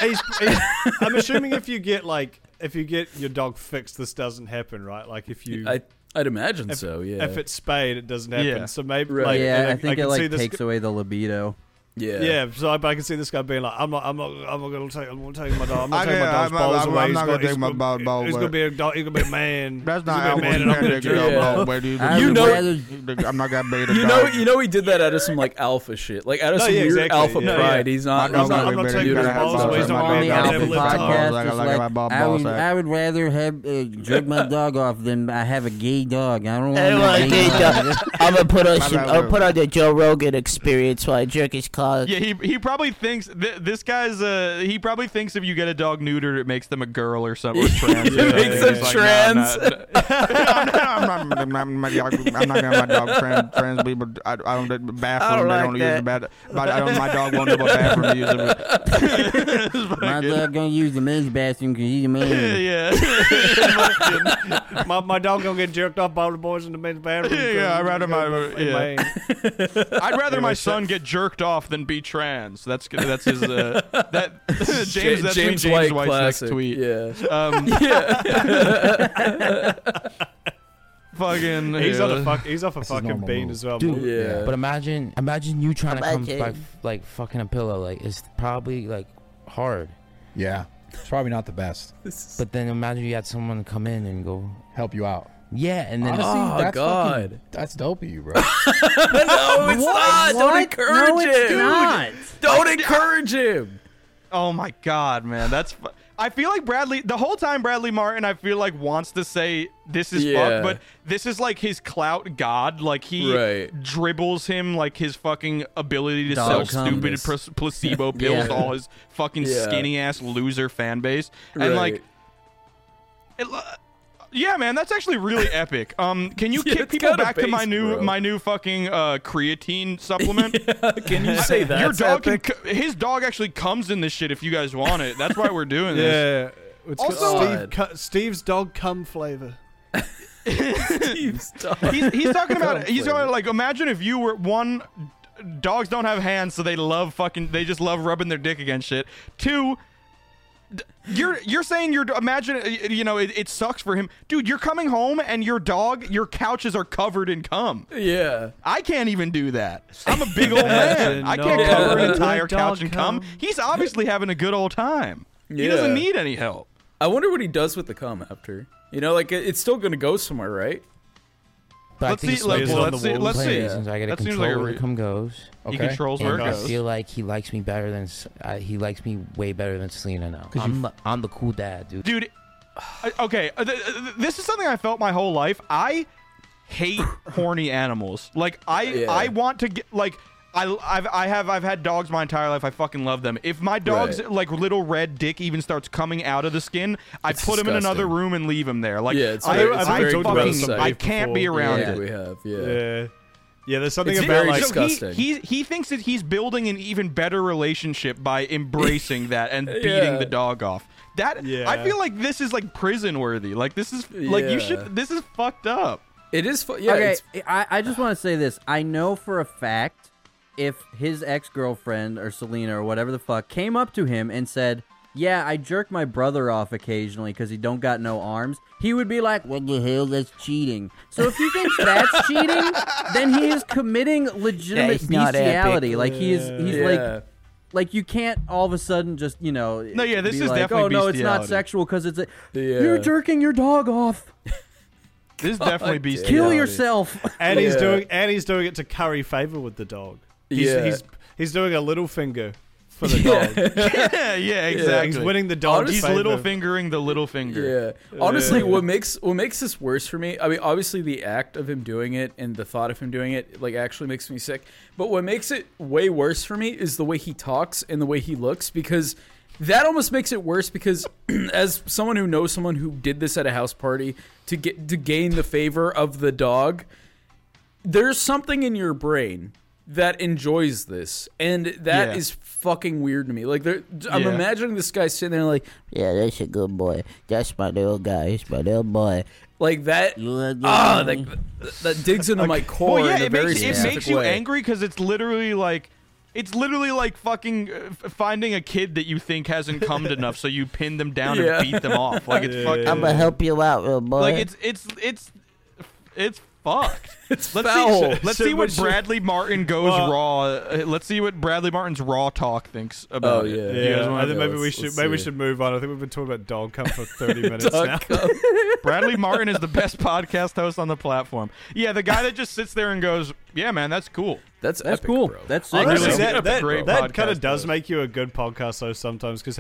[SPEAKER 3] He's- he's- I'm assuming if you get like if you get your dog fixed, this doesn't happen, right? Like if you,
[SPEAKER 5] I I'd imagine
[SPEAKER 3] if,
[SPEAKER 5] so. Yeah.
[SPEAKER 3] If it's spayed, it doesn't happen.
[SPEAKER 5] Yeah.
[SPEAKER 3] So maybe,
[SPEAKER 5] Right.
[SPEAKER 3] like,
[SPEAKER 6] yeah,
[SPEAKER 3] and
[SPEAKER 6] I, think
[SPEAKER 3] can see
[SPEAKER 6] it like
[SPEAKER 3] this
[SPEAKER 6] takes
[SPEAKER 3] g-
[SPEAKER 6] away the libido.
[SPEAKER 5] Yeah.
[SPEAKER 3] Yeah, so I, but I can see this guy being like, I'm not, I'm not, I'm not gonna take, I'm not taking my dog, I'm not
[SPEAKER 11] I
[SPEAKER 3] taking my
[SPEAKER 11] can't-
[SPEAKER 3] dog's
[SPEAKER 11] I'm not-
[SPEAKER 3] balls
[SPEAKER 11] I'm-
[SPEAKER 3] away.
[SPEAKER 11] I'm
[SPEAKER 3] He's
[SPEAKER 11] not gonna
[SPEAKER 3] gonna-
[SPEAKER 11] take my
[SPEAKER 3] he's
[SPEAKER 11] dog's
[SPEAKER 3] gonna-
[SPEAKER 11] balls
[SPEAKER 3] He's
[SPEAKER 11] away."
[SPEAKER 3] gonna be a dog. He's gonna be a
[SPEAKER 9] <laughs>
[SPEAKER 3] man.
[SPEAKER 11] That's
[SPEAKER 3] He's
[SPEAKER 11] not
[SPEAKER 3] gonna be a
[SPEAKER 11] how
[SPEAKER 3] man,
[SPEAKER 11] we
[SPEAKER 3] and I'm gonna
[SPEAKER 11] take your
[SPEAKER 3] do it.
[SPEAKER 11] dog, where do you- I'm
[SPEAKER 5] know-
[SPEAKER 11] rather- I'm not gonna be the
[SPEAKER 5] You know,
[SPEAKER 11] dog.
[SPEAKER 5] you know, he did that out of some like alpha shit, like out of
[SPEAKER 3] No,
[SPEAKER 5] some
[SPEAKER 3] yeah,
[SPEAKER 5] weird
[SPEAKER 3] exactly.
[SPEAKER 5] alpha
[SPEAKER 3] Yeah,
[SPEAKER 5] pride.
[SPEAKER 3] yeah.
[SPEAKER 5] He's not.
[SPEAKER 11] My
[SPEAKER 5] He's
[SPEAKER 11] dog's not
[SPEAKER 5] not,
[SPEAKER 11] gonna
[SPEAKER 5] gonna
[SPEAKER 11] be
[SPEAKER 5] do
[SPEAKER 11] the
[SPEAKER 5] that.
[SPEAKER 11] dog.
[SPEAKER 3] balls away. He's not
[SPEAKER 6] On
[SPEAKER 3] gonna
[SPEAKER 6] the
[SPEAKER 3] be a
[SPEAKER 6] Alpha
[SPEAKER 3] goddamn lip dog.
[SPEAKER 6] podcast,
[SPEAKER 11] Like,
[SPEAKER 6] it's
[SPEAKER 11] like,
[SPEAKER 6] like,
[SPEAKER 11] like,
[SPEAKER 6] I, would,
[SPEAKER 11] ballsack.
[SPEAKER 6] I would rather have uh, jerk my dog off than I have a gay dog. I
[SPEAKER 2] <laughs>
[SPEAKER 6] don't want
[SPEAKER 9] Hey, well,
[SPEAKER 6] a gay dog.
[SPEAKER 9] I'm gonna put on
[SPEAKER 11] My
[SPEAKER 9] some.
[SPEAKER 11] bad,
[SPEAKER 9] I'll
[SPEAKER 11] bro.
[SPEAKER 9] put on the Joe Rogan experience while I jerk his cock.
[SPEAKER 2] Yeah, he he probably thinks th- this guy's uh he probably thinks if you get a dog neutered, it makes them a girl
[SPEAKER 5] <laughs>
[SPEAKER 2] or something. Or trans.
[SPEAKER 5] It makes them
[SPEAKER 2] He's like,
[SPEAKER 5] trans.
[SPEAKER 2] "Nah, nah, nah."
[SPEAKER 11] I'm not, I'm
[SPEAKER 5] <laughs>
[SPEAKER 11] not, I'm not, I'm not gonna have my dog trans, trans people. I, I don't the bathroom.
[SPEAKER 9] I don't
[SPEAKER 11] they
[SPEAKER 9] like
[SPEAKER 11] don't use
[SPEAKER 9] that.
[SPEAKER 11] the bathroom. But I don't, my dog won't have a bathroom user.
[SPEAKER 6] My dog gonna use the men's bathroom because he's a man.
[SPEAKER 2] <laughs> <laughs> yeah,
[SPEAKER 3] My, my dog gonna get jerked off by the boys in the men's bathroom.
[SPEAKER 2] Yeah, yeah, I'd rather my- yeah.
[SPEAKER 3] Man.
[SPEAKER 2] I'd rather my son get jerked off than be trans. That's good. That's his. Uh, that <laughs> James. That's James, James White White's
[SPEAKER 5] classic.
[SPEAKER 2] next tweet.
[SPEAKER 5] Yeah.
[SPEAKER 2] Um, <laughs> fucking.
[SPEAKER 3] He's
[SPEAKER 2] yeah.
[SPEAKER 3] on a fuck. He's off a fucking
[SPEAKER 10] normal
[SPEAKER 3] bean
[SPEAKER 10] move.
[SPEAKER 3] as well.
[SPEAKER 8] Dude,
[SPEAKER 5] Yeah.
[SPEAKER 8] But imagine, imagine you trying to
[SPEAKER 9] Imagine.
[SPEAKER 8] come by, f- like fucking a pillow. Like it's probably like hard.
[SPEAKER 10] Yeah. It's probably not the best.
[SPEAKER 8] But then imagine you had someone come in and go,
[SPEAKER 10] Help you out.
[SPEAKER 8] yeah, and then
[SPEAKER 10] Honestly,
[SPEAKER 5] Oh,
[SPEAKER 10] that's
[SPEAKER 5] God.
[SPEAKER 10] fucking- that's dope of you, bro.
[SPEAKER 5] no, it's not. Ah, Don't encourage
[SPEAKER 6] no, it's
[SPEAKER 5] him.
[SPEAKER 6] not.
[SPEAKER 5] Don't encourage him.
[SPEAKER 2] Oh my god, man, that's. Fu- I feel like Bradley. The whole time Bradley Martin, I feel like wants to say this is
[SPEAKER 5] Yeah.
[SPEAKER 2] fucked, but this is like his clout god. Like he
[SPEAKER 5] Right.
[SPEAKER 2] dribbles him like his fucking ability to
[SPEAKER 6] Dog
[SPEAKER 2] sell stupid
[SPEAKER 5] calmness. <laughs>
[SPEAKER 2] pres- placebo pills to all his fucking
[SPEAKER 5] Yeah.
[SPEAKER 2] skinny ass loser fan base, and like, it, lo- yeah, man, that's
[SPEAKER 5] <laughs>
[SPEAKER 2] actually really epic. Um, can you
[SPEAKER 5] Yeah,
[SPEAKER 2] kick
[SPEAKER 5] it's
[SPEAKER 2] people
[SPEAKER 5] got a
[SPEAKER 2] back to my
[SPEAKER 5] base,
[SPEAKER 2] new
[SPEAKER 5] bro.
[SPEAKER 2] my new fucking uh
[SPEAKER 5] <laughs>
[SPEAKER 2] creatine supplement?
[SPEAKER 5] Like, can you say that?
[SPEAKER 2] Your dog can, co- his dog actually comes in this shit if you guys want it. That's why we're doing this.
[SPEAKER 3] Yeah. It's got
[SPEAKER 2] Also-
[SPEAKER 3] Steve, cu- Steve's dog cum flavor.
[SPEAKER 2] He's, he's talking about he's going like imagine if you were one dogs don't have hands so they love fucking they just love rubbing their dick against shit. Two d- you're you're saying you're imagine uh, you know it, it sucks for him. Dude, you're coming home and your dog your couches are covered in cum.
[SPEAKER 5] <laughs> Yeah.
[SPEAKER 2] I can't even do that. I'm a
[SPEAKER 5] <laughs>
[SPEAKER 2] big old man. I can't
[SPEAKER 3] No.
[SPEAKER 2] cover an
[SPEAKER 5] Yeah.
[SPEAKER 2] entire
[SPEAKER 3] Dog
[SPEAKER 2] couch in cum.
[SPEAKER 3] cum.
[SPEAKER 2] He's obviously having a good old time. He
[SPEAKER 5] Yeah.
[SPEAKER 2] doesn't need any help.
[SPEAKER 5] I wonder what he does with the cum after. You know, like it- it's still gonna go somewhere, right?
[SPEAKER 8] but
[SPEAKER 2] Let's
[SPEAKER 8] I think
[SPEAKER 2] see- like,
[SPEAKER 8] it's
[SPEAKER 2] well,
[SPEAKER 8] like
[SPEAKER 2] let's see- let's
[SPEAKER 8] playing
[SPEAKER 2] see.
[SPEAKER 8] reasons. I gotta
[SPEAKER 2] That seems
[SPEAKER 8] control
[SPEAKER 2] like a
[SPEAKER 8] where
[SPEAKER 2] re-
[SPEAKER 8] it come goes.
[SPEAKER 10] Okay.
[SPEAKER 2] He controls where
[SPEAKER 8] And
[SPEAKER 2] it
[SPEAKER 8] I
[SPEAKER 2] goes.
[SPEAKER 8] feel like he likes me better than S- uh, he likes me way better than Selena now. I'm the, I'm the cool dad, dude.
[SPEAKER 2] dude I- okay uh, th- th- this is something i felt my whole life i hate <laughs> horny animals like i
[SPEAKER 5] Yeah.
[SPEAKER 2] i want to get like I, I've, I have I've had dogs my entire life. I fucking love them. If my dog's
[SPEAKER 5] Right.
[SPEAKER 2] like little red dick even starts coming out of the skin, I
[SPEAKER 5] It's
[SPEAKER 2] put him in another
[SPEAKER 5] disgusting.
[SPEAKER 2] room and leave him there. Like
[SPEAKER 5] Yeah, it's
[SPEAKER 2] I,
[SPEAKER 5] very-
[SPEAKER 3] it's
[SPEAKER 2] I,
[SPEAKER 3] very
[SPEAKER 2] fucking,
[SPEAKER 3] gross.
[SPEAKER 2] I can't be
[SPEAKER 3] Before-
[SPEAKER 2] around
[SPEAKER 5] yeah,
[SPEAKER 2] it.
[SPEAKER 5] we have. Yeah.
[SPEAKER 3] Yeah. Yeah, there's something
[SPEAKER 5] It's
[SPEAKER 3] about
[SPEAKER 5] very
[SPEAKER 3] like
[SPEAKER 5] disgusting.
[SPEAKER 2] So he, he he thinks that he's building an even better relationship by embracing that
[SPEAKER 5] <laughs>
[SPEAKER 2] and beating
[SPEAKER 5] Yeah.
[SPEAKER 2] the dog off. That I
[SPEAKER 3] Yeah.
[SPEAKER 2] feel like this is like prison worthy. Like this is like you
[SPEAKER 5] Yeah.
[SPEAKER 2] should this is fucked up.
[SPEAKER 5] It is. Fu- yeah.
[SPEAKER 6] okay,
[SPEAKER 5] It's,
[SPEAKER 6] I, I just want to say this. I know for a fact if his ex girlfriend or Selena or whatever the fuck came up to him and said, "Yeah, I jerk my brother off occasionally because he don't got no arms," he would be like, "What the hell? That's cheating." So if he thinks that's cheating, then he is committing legitimate
[SPEAKER 9] That's not epic.
[SPEAKER 6] bestiality. Like he is, he's
[SPEAKER 5] Yeah.
[SPEAKER 6] like. Like you can't all of a sudden just you know
[SPEAKER 2] No, yeah, this
[SPEAKER 6] be
[SPEAKER 2] is
[SPEAKER 6] like,
[SPEAKER 2] definitely
[SPEAKER 6] oh no it's not
[SPEAKER 2] bestiality."
[SPEAKER 6] sexual because it's a,
[SPEAKER 5] Yeah.
[SPEAKER 6] you're jerking your dog off
[SPEAKER 2] This is definitely beast.
[SPEAKER 6] kill
[SPEAKER 5] Bestiality.
[SPEAKER 6] yourself
[SPEAKER 3] and he's
[SPEAKER 5] Yeah.
[SPEAKER 3] doing and he's doing it to curry favor with the dog. He's,
[SPEAKER 5] Yeah.
[SPEAKER 3] he's he's doing a little finger for the dog.
[SPEAKER 2] <laughs> yeah, yeah, exactly.
[SPEAKER 3] He's winning the dog's
[SPEAKER 2] He's
[SPEAKER 3] favor.
[SPEAKER 2] little fingering the little finger.
[SPEAKER 5] Yeah. Honestly, what makes what makes this worse for me, I mean, obviously the act of him doing it and the thought of him doing it like actually makes me sick. But what makes it way worse for me is the way he talks and the way he looks because that almost makes it worse because <clears throat> as someone who knows someone who did this at a house party to get to gain the favor of the dog, there's something in your brain that enjoys this and that is
[SPEAKER 2] Yeah.
[SPEAKER 5] fucking weird to me like there, i'm
[SPEAKER 2] Yeah.
[SPEAKER 5] imagining this guy sitting there like
[SPEAKER 9] Yeah, that's a good boy. That's my little guy. He's my little boy.
[SPEAKER 5] like that. Ah, like, th- that digs into my core
[SPEAKER 2] Well, yeah,
[SPEAKER 5] in a
[SPEAKER 2] it
[SPEAKER 5] very
[SPEAKER 2] makes, it
[SPEAKER 5] specific
[SPEAKER 2] makes you
[SPEAKER 5] way.
[SPEAKER 2] angry because it's literally like. It's literally like fucking uh, f- finding a kid that you think hasn't cummed enough, so you pin them down
[SPEAKER 9] Yeah.
[SPEAKER 2] and beat them off. Like
[SPEAKER 5] <laughs>
[SPEAKER 2] it's fucking.
[SPEAKER 9] I'm gonna help you out, little boy.
[SPEAKER 2] Like it's it's it's it's
[SPEAKER 3] <laughs>
[SPEAKER 2] fucked.
[SPEAKER 5] It's
[SPEAKER 2] let's
[SPEAKER 9] foul.
[SPEAKER 2] see let's
[SPEAKER 9] Should-
[SPEAKER 2] see what
[SPEAKER 9] should-
[SPEAKER 2] Bradley Martin goes
[SPEAKER 3] Well-
[SPEAKER 2] raw. uh, Let's see what Bradley Martin's raw talk thinks about
[SPEAKER 5] Oh, yeah.
[SPEAKER 2] it.
[SPEAKER 3] Oh, Yeah,
[SPEAKER 2] You guys
[SPEAKER 3] I
[SPEAKER 2] wanna-
[SPEAKER 3] think maybe we should maybe we should move on. I think we've been talking about dog cum for thirty minutes now. <laughs>
[SPEAKER 2] Bradley Martin is the best podcast host on the platform. Yeah, the guy that just sits there and goes, "Yeah, man, that's cool.
[SPEAKER 5] That's
[SPEAKER 2] that's
[SPEAKER 6] cool. That's
[SPEAKER 2] I
[SPEAKER 3] Honestly,
[SPEAKER 2] really
[SPEAKER 3] that,
[SPEAKER 2] think that's a great
[SPEAKER 3] kind
[SPEAKER 2] podcast
[SPEAKER 3] of does make you a good podcast host sometimes because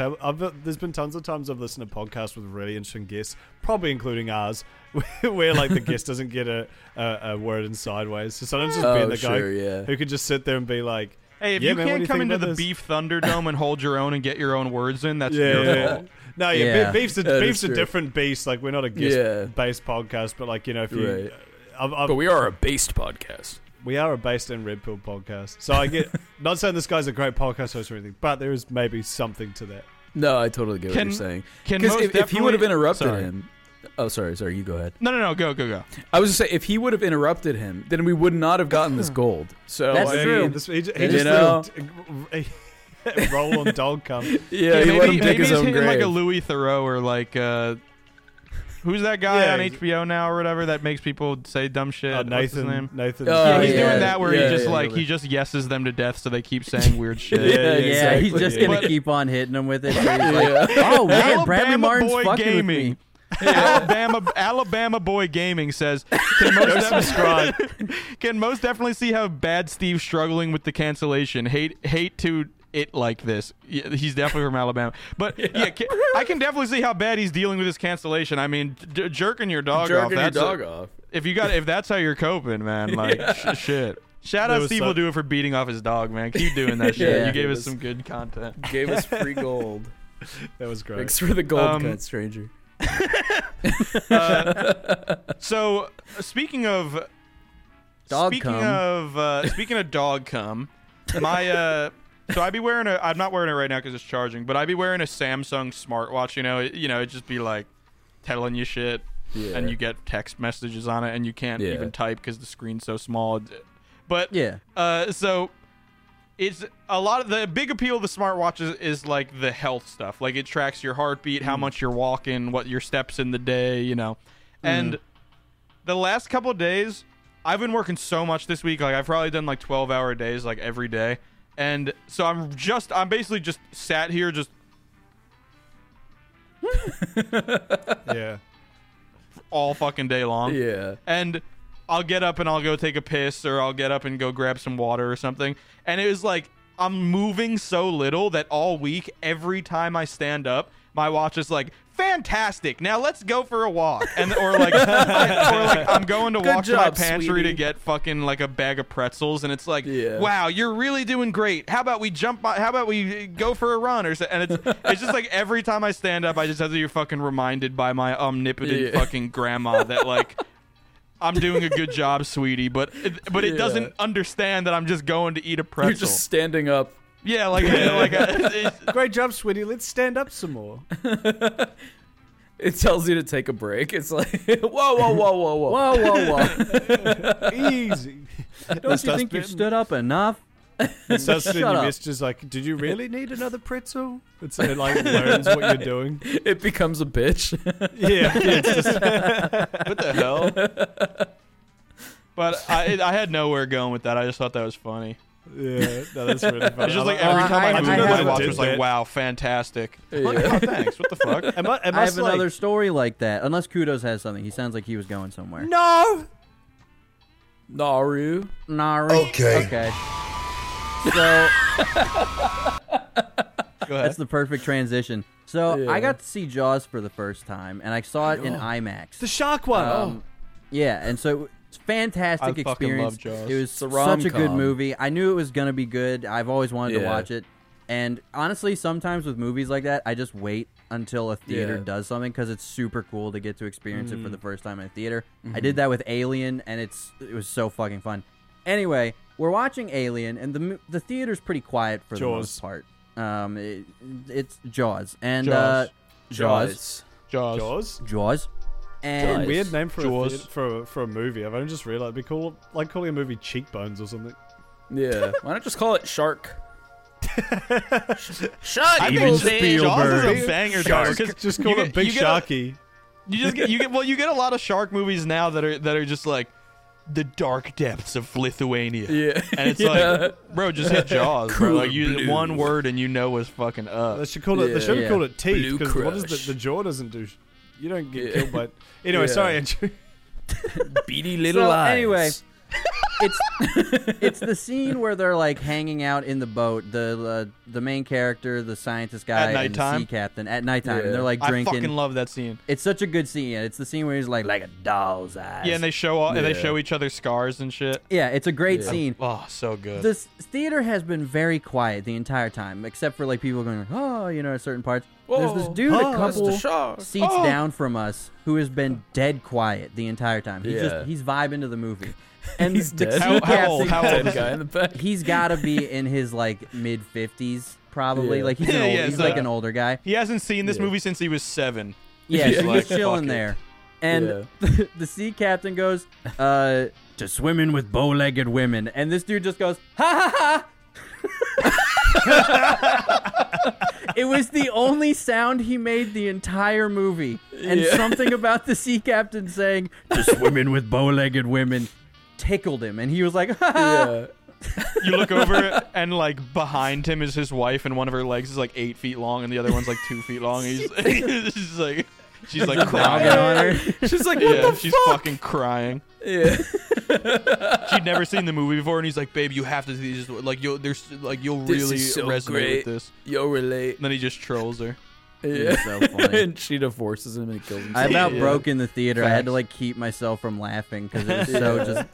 [SPEAKER 3] there's been tons of times I've listened to podcasts with really interesting guests, probably including ours, <laughs> where like the guest doesn't get a, a, a word in sideways. So sometimes just being
[SPEAKER 5] Oh,
[SPEAKER 3] the guy
[SPEAKER 5] sure, yeah.
[SPEAKER 3] who could just sit there and be like,
[SPEAKER 2] Hey, if
[SPEAKER 3] yeah,
[SPEAKER 2] you
[SPEAKER 3] man, what
[SPEAKER 2] can't
[SPEAKER 3] do you
[SPEAKER 2] come
[SPEAKER 3] think
[SPEAKER 2] into the
[SPEAKER 3] about this?"
[SPEAKER 2] Beef Thunderdome and hold your own and get your own words in, that's
[SPEAKER 3] yeah,
[SPEAKER 2] your
[SPEAKER 3] yeah, yeah.
[SPEAKER 2] fault.
[SPEAKER 3] No, yeah,
[SPEAKER 2] Yeah.
[SPEAKER 3] Be- beef's a,
[SPEAKER 2] That is
[SPEAKER 3] beef's a
[SPEAKER 2] true.
[SPEAKER 3] different beast. Like we're not a
[SPEAKER 5] Yeah.
[SPEAKER 3] guest-based podcast, but like you know, if you, uh,
[SPEAKER 5] Right.
[SPEAKER 3] I've, I've,
[SPEAKER 5] But we are a based podcast.
[SPEAKER 3] we are a based in Red Pill podcast. So I get not saying this guy's a great podcast host or anything, but there is maybe something to that.
[SPEAKER 5] No, I totally get
[SPEAKER 3] Can-
[SPEAKER 5] what you're saying.
[SPEAKER 3] can
[SPEAKER 5] Because
[SPEAKER 3] most
[SPEAKER 5] if, if he would have
[SPEAKER 3] definitely-
[SPEAKER 5] interrupted
[SPEAKER 3] Sorry.
[SPEAKER 5] him, oh sorry, sorry, you go ahead.
[SPEAKER 2] No, no, no, go, go, go.
[SPEAKER 5] I was just saying, if he would have interrupted him, then we would not have gotten this gold. So
[SPEAKER 3] That's
[SPEAKER 5] I
[SPEAKER 3] true.
[SPEAKER 5] mean,
[SPEAKER 3] This- he ju- he
[SPEAKER 5] you
[SPEAKER 3] just
[SPEAKER 5] know,
[SPEAKER 3] <laughs> Roll on dog
[SPEAKER 5] <laughs>
[SPEAKER 3] cum. Uh,
[SPEAKER 5] Yeah, he
[SPEAKER 2] maybe,
[SPEAKER 5] let him dig
[SPEAKER 2] maybe
[SPEAKER 5] his
[SPEAKER 2] he's
[SPEAKER 5] own
[SPEAKER 2] hitting like a
[SPEAKER 5] grave.
[SPEAKER 2] Louis Thoreau or like uh, who's that guy
[SPEAKER 3] Yeah,
[SPEAKER 2] on
[SPEAKER 3] he's-
[SPEAKER 2] HBO now or whatever that makes people say dumb shit?
[SPEAKER 3] Uh,
[SPEAKER 2] What's his
[SPEAKER 3] Nathan-
[SPEAKER 2] name?
[SPEAKER 3] Nathan-
[SPEAKER 2] yeah,
[SPEAKER 3] Oh,
[SPEAKER 2] he's
[SPEAKER 3] yeah,
[SPEAKER 2] doing that where
[SPEAKER 3] yeah,
[SPEAKER 2] he just
[SPEAKER 3] yeah,
[SPEAKER 2] like
[SPEAKER 3] yeah.
[SPEAKER 2] he just yeses them to death, so they keep saying weird shit.
[SPEAKER 6] Yeah, yeah, he's just gonna keep on hitting him with it. So he's like, <laughs> oh man, Bradley
[SPEAKER 2] Alabama
[SPEAKER 6] Martin's
[SPEAKER 2] boy
[SPEAKER 6] fucking with
[SPEAKER 2] gaming.
[SPEAKER 6] me.
[SPEAKER 2] Alabama, Alabama boy gaming says, can most,
[SPEAKER 3] subscribe.
[SPEAKER 2] can most definitely see how bad Steve struggling with the cancellation. Hate, hate to it like this. Yeah, he's definitely from Alabama, but yeah, ca- I can definitely see how bad he's dealing with his cancellation. I mean, d- jerking your dog
[SPEAKER 5] Jerking
[SPEAKER 2] off.
[SPEAKER 5] your
[SPEAKER 3] <laughs>
[SPEAKER 2] that's
[SPEAKER 5] dog
[SPEAKER 2] a-
[SPEAKER 5] off.
[SPEAKER 2] If you got, if that's how you're coping, man, like sh- shit. Shout
[SPEAKER 5] There
[SPEAKER 2] out
[SPEAKER 5] was
[SPEAKER 2] Steve
[SPEAKER 5] some-
[SPEAKER 2] will do it for beating off his dog, man. Keep doing that shit.
[SPEAKER 5] Yeah.
[SPEAKER 2] You gave us
[SPEAKER 5] Gave
[SPEAKER 2] some
[SPEAKER 5] us- <laughs>
[SPEAKER 2] good content.
[SPEAKER 5] gave us
[SPEAKER 3] <laughs>
[SPEAKER 5] free gold.
[SPEAKER 3] That was great.
[SPEAKER 5] Thanks for the gold
[SPEAKER 2] Um,
[SPEAKER 5] cut, stranger.
[SPEAKER 2] Uh, so speaking of
[SPEAKER 6] Dog
[SPEAKER 2] speaking
[SPEAKER 6] cum.
[SPEAKER 2] of uh, speaking of dog cum, my uh, so I'd be wearing a I'm not wearing it right now because it's charging, but I'd be wearing a Samsung smartwatch. You know, it, you know, it'd just be like telling you shit,
[SPEAKER 5] Yeah.
[SPEAKER 2] and you get text messages on it, and you can't
[SPEAKER 5] Yeah.
[SPEAKER 2] even type because the screen's so small. But
[SPEAKER 6] Yeah.
[SPEAKER 2] uh, so it's a lot of the big appeal of the smartwatches is like the health stuff. Like it tracks your heartbeat, how much you're walking, what your steps in the day, you know. And the last couple of days, I've been working so much this week. Like I've probably done like 12 hour days like every day. And so I'm just I'm basically just sat here just
[SPEAKER 3] Yeah.
[SPEAKER 2] all fucking day long.
[SPEAKER 5] Yeah.
[SPEAKER 2] And I'll get up and I'll go take a piss or I'll get up and go grab some water or something. And it was like I'm moving so little that all week, every time I stand up, my watch is like fantastic. Now let's go for a walk, and
[SPEAKER 5] <laughs>
[SPEAKER 2] or like, I- or like I'm going to
[SPEAKER 5] Good
[SPEAKER 2] walk
[SPEAKER 5] job,
[SPEAKER 2] to my pantry
[SPEAKER 5] sweetie.
[SPEAKER 2] to get fucking like a bag of pretzels, and it's like,
[SPEAKER 5] Yeah.
[SPEAKER 2] wow, you're really doing great. How about we jump? On, how about we go for a run or so? And it's it's just like every time I stand up, I just have to be fucking reminded by my omnipotent
[SPEAKER 5] Yeah.
[SPEAKER 2] fucking grandma that like. I'm doing a good job, sweetie, but it, but it
[SPEAKER 5] Yeah.
[SPEAKER 2] doesn't understand that I'm just going to eat a pretzel.
[SPEAKER 5] You're just standing up.
[SPEAKER 2] <laughs> yeah, like like uh, a,
[SPEAKER 3] Great job, sweetie. Let's stand up some more.
[SPEAKER 5] It tells you to take a break. It's like <laughs> whoa, whoa, whoa, whoa, whoa,
[SPEAKER 6] Whoa, whoa, whoa!
[SPEAKER 3] Easy.
[SPEAKER 6] Don't you think you've stood up enough?
[SPEAKER 3] So
[SPEAKER 6] Shut
[SPEAKER 3] your
[SPEAKER 6] up.
[SPEAKER 3] messages like, did you really need another pretzel? It's, it like learns what you're doing.
[SPEAKER 5] <laughs> It becomes a bitch.
[SPEAKER 3] Yeah. It's just,
[SPEAKER 2] <laughs> what the hell? But I I had nowhere going with that. I just thought that was funny.
[SPEAKER 3] <laughs> yeah. No, that's really funny.
[SPEAKER 2] It's just
[SPEAKER 3] I
[SPEAKER 2] like every time I,
[SPEAKER 3] I
[SPEAKER 2] moved,
[SPEAKER 3] have
[SPEAKER 2] my
[SPEAKER 3] a
[SPEAKER 2] watch was like,
[SPEAKER 3] tidbit.
[SPEAKER 2] "Wow, fantastic!" Like, oh, thanks. What the fuck?
[SPEAKER 3] <laughs> Am I, am
[SPEAKER 6] I
[SPEAKER 3] I
[SPEAKER 6] have
[SPEAKER 3] like,
[SPEAKER 6] another story like that. Unless Kudos has something, he sounds like he was going somewhere.
[SPEAKER 3] No.
[SPEAKER 5] Naru.
[SPEAKER 6] Naru.
[SPEAKER 4] Okay.
[SPEAKER 6] Okay. So
[SPEAKER 2] Go ahead.
[SPEAKER 6] that's the perfect transition. So
[SPEAKER 5] Yeah.
[SPEAKER 6] I got to see Jaws for the first time, and I saw it in IMAX.
[SPEAKER 3] The shark one.
[SPEAKER 6] Um, Yeah, and so it's
[SPEAKER 2] I
[SPEAKER 6] fantastic
[SPEAKER 2] fucking love
[SPEAKER 6] experience.
[SPEAKER 2] Jaws.
[SPEAKER 6] It was
[SPEAKER 5] a
[SPEAKER 6] such a good
[SPEAKER 5] rom-com.
[SPEAKER 6] movie. I knew it was gonna be good. I've always wanted to
[SPEAKER 5] Yeah.
[SPEAKER 6] watch it. And honestly, sometimes with movies like that, I just wait until a theater
[SPEAKER 5] Yeah.
[SPEAKER 6] does something because it's super cool to get to experience it for the first time in a theater. I did that with Alien, and it's it was so fucking fun. Anyway, we're watching Alien, and the mo- the theater's pretty quiet for the most
[SPEAKER 3] Jaws.
[SPEAKER 6] part. Um, it, it's Jaws and
[SPEAKER 2] Jaws.
[SPEAKER 6] Uh, Jaws.
[SPEAKER 2] Jaws.
[SPEAKER 3] Jaws.
[SPEAKER 6] Jaws. And
[SPEAKER 3] weird name for a,
[SPEAKER 6] Jaws.
[SPEAKER 3] theater, for a, for a movie. I've only just realized. Be cool, like calling a movie Cheekbones or
[SPEAKER 2] <laughs>
[SPEAKER 3] something.
[SPEAKER 5] Yeah. Why not just call it Shark?
[SPEAKER 9] Shark
[SPEAKER 2] I
[SPEAKER 3] Even
[SPEAKER 2] think Spielberg. Jaws is
[SPEAKER 3] Spielberg.
[SPEAKER 2] a banger.
[SPEAKER 3] Shark.
[SPEAKER 2] Jaws, 'cause
[SPEAKER 3] Just
[SPEAKER 2] you
[SPEAKER 3] call
[SPEAKER 2] get-
[SPEAKER 3] it Big
[SPEAKER 2] you get a-
[SPEAKER 3] Sharky.
[SPEAKER 2] You just get, you get well, you get a lot of shark movies now that are that are just like the dark depths of Lithuania.
[SPEAKER 5] Yeah.
[SPEAKER 2] and
[SPEAKER 5] <laughs>
[SPEAKER 2] it's
[SPEAKER 5] Yeah.
[SPEAKER 2] like, bro,
[SPEAKER 5] <laughs>
[SPEAKER 2] just hit Jaws, bro.
[SPEAKER 5] Cool
[SPEAKER 2] Like you
[SPEAKER 5] blue.
[SPEAKER 2] one word and you know what's fucking up.
[SPEAKER 3] They should call it. They should have called it teeth
[SPEAKER 5] Blue
[SPEAKER 3] because what is
[SPEAKER 5] Crush.
[SPEAKER 3] the, the jaw doesn't do. sh- You don't get
[SPEAKER 5] Yeah.
[SPEAKER 3] killed by. Anyway,
[SPEAKER 5] Yeah.
[SPEAKER 3] sorry, Andrew.
[SPEAKER 5] Beady little
[SPEAKER 6] so
[SPEAKER 5] eyes.
[SPEAKER 6] anyway, it's it's the scene where they're like hanging out in the boat. The uh, the main character, the scientist guy, and the
[SPEAKER 2] nighttime?
[SPEAKER 6] sea captain at nighttime,
[SPEAKER 2] Yeah.
[SPEAKER 6] and they're like
[SPEAKER 2] I
[SPEAKER 6] drinking.
[SPEAKER 2] fucking love that scene.
[SPEAKER 6] It's such a good scene. and It's the scene where he's like like a doll's eyes.
[SPEAKER 2] Yeah, and they show all and they
[SPEAKER 6] Yeah.
[SPEAKER 2] show each other scars and shit.
[SPEAKER 6] Yeah, it's a great
[SPEAKER 2] Yeah.
[SPEAKER 6] scene.
[SPEAKER 2] Oh, so good.
[SPEAKER 6] This theater has been very quiet the entire time, except for like people going, like, oh, you know, at certain parts. There's
[SPEAKER 5] Whoa.
[SPEAKER 6] this dude
[SPEAKER 5] Oh,
[SPEAKER 6] a
[SPEAKER 5] that's the
[SPEAKER 6] couple
[SPEAKER 5] shark.
[SPEAKER 6] <laughs> seats
[SPEAKER 5] Oh.
[SPEAKER 6] down from us who has been dead quiet the entire time. He's
[SPEAKER 5] Yeah.
[SPEAKER 6] just he's vibing to
[SPEAKER 5] <laughs>
[SPEAKER 6] the movie. And
[SPEAKER 5] He's
[SPEAKER 6] the
[SPEAKER 5] dead.
[SPEAKER 6] key
[SPEAKER 5] How-
[SPEAKER 6] captain-
[SPEAKER 5] how old- how old is he? Guy in the back.
[SPEAKER 6] He's got to be in his like mid fifties, probably.
[SPEAKER 2] Yeah.
[SPEAKER 6] Like
[SPEAKER 5] <laughs>
[SPEAKER 6] he's an
[SPEAKER 2] Yeah,
[SPEAKER 6] old,
[SPEAKER 2] yeah,
[SPEAKER 6] he's
[SPEAKER 2] so-
[SPEAKER 6] like an older guy.
[SPEAKER 2] He hasn't seen this
[SPEAKER 6] Yeah.
[SPEAKER 2] movie since he was seven.
[SPEAKER 6] Yeah,
[SPEAKER 2] He's
[SPEAKER 6] so
[SPEAKER 2] like,
[SPEAKER 6] he's chilling
[SPEAKER 2] fuck it.
[SPEAKER 6] there. And <laughs> the, sea captain goes, uh, to swim in with bow legged women. And this dude just goes, ha ha ha. <laughs> it was the only sound he made the entire movie. And
[SPEAKER 5] Yeah.
[SPEAKER 6] something about the sea captain saying, to swim in with bow legged women tickled him. And he was like, <laughs> ha ha.
[SPEAKER 5] <laughs> Yeah.
[SPEAKER 2] You look
[SPEAKER 5] <laughs>
[SPEAKER 2] over and like behind him is his wife, and one of her legs is like eight feet long, and the other one's like two feet
[SPEAKER 5] <laughs>
[SPEAKER 2] long. He's, <laughs> she's like, she's like
[SPEAKER 6] <laughs>
[SPEAKER 2] crying.
[SPEAKER 6] on her.
[SPEAKER 5] She's like, what
[SPEAKER 2] yeah,
[SPEAKER 5] the
[SPEAKER 2] she's
[SPEAKER 5] fuck?
[SPEAKER 2] fucking crying.
[SPEAKER 5] Yeah.
[SPEAKER 2] <laughs> She'd never seen the movie before, and he's like, "Babe, you have to see this. Like, you'll there's like you'll
[SPEAKER 5] This
[SPEAKER 2] really
[SPEAKER 5] is so
[SPEAKER 2] resonate
[SPEAKER 5] great.
[SPEAKER 2] with this."
[SPEAKER 5] You'll relate.
[SPEAKER 2] And then he just trolls her.
[SPEAKER 5] Yeah.
[SPEAKER 6] so
[SPEAKER 5] <laughs>
[SPEAKER 6] funny.
[SPEAKER 5] and she divorces him and kills him.
[SPEAKER 6] I about
[SPEAKER 2] Yeah.
[SPEAKER 6] broke in the theater. I had
[SPEAKER 2] Facts.
[SPEAKER 6] to like keep myself from laughing because it was so just.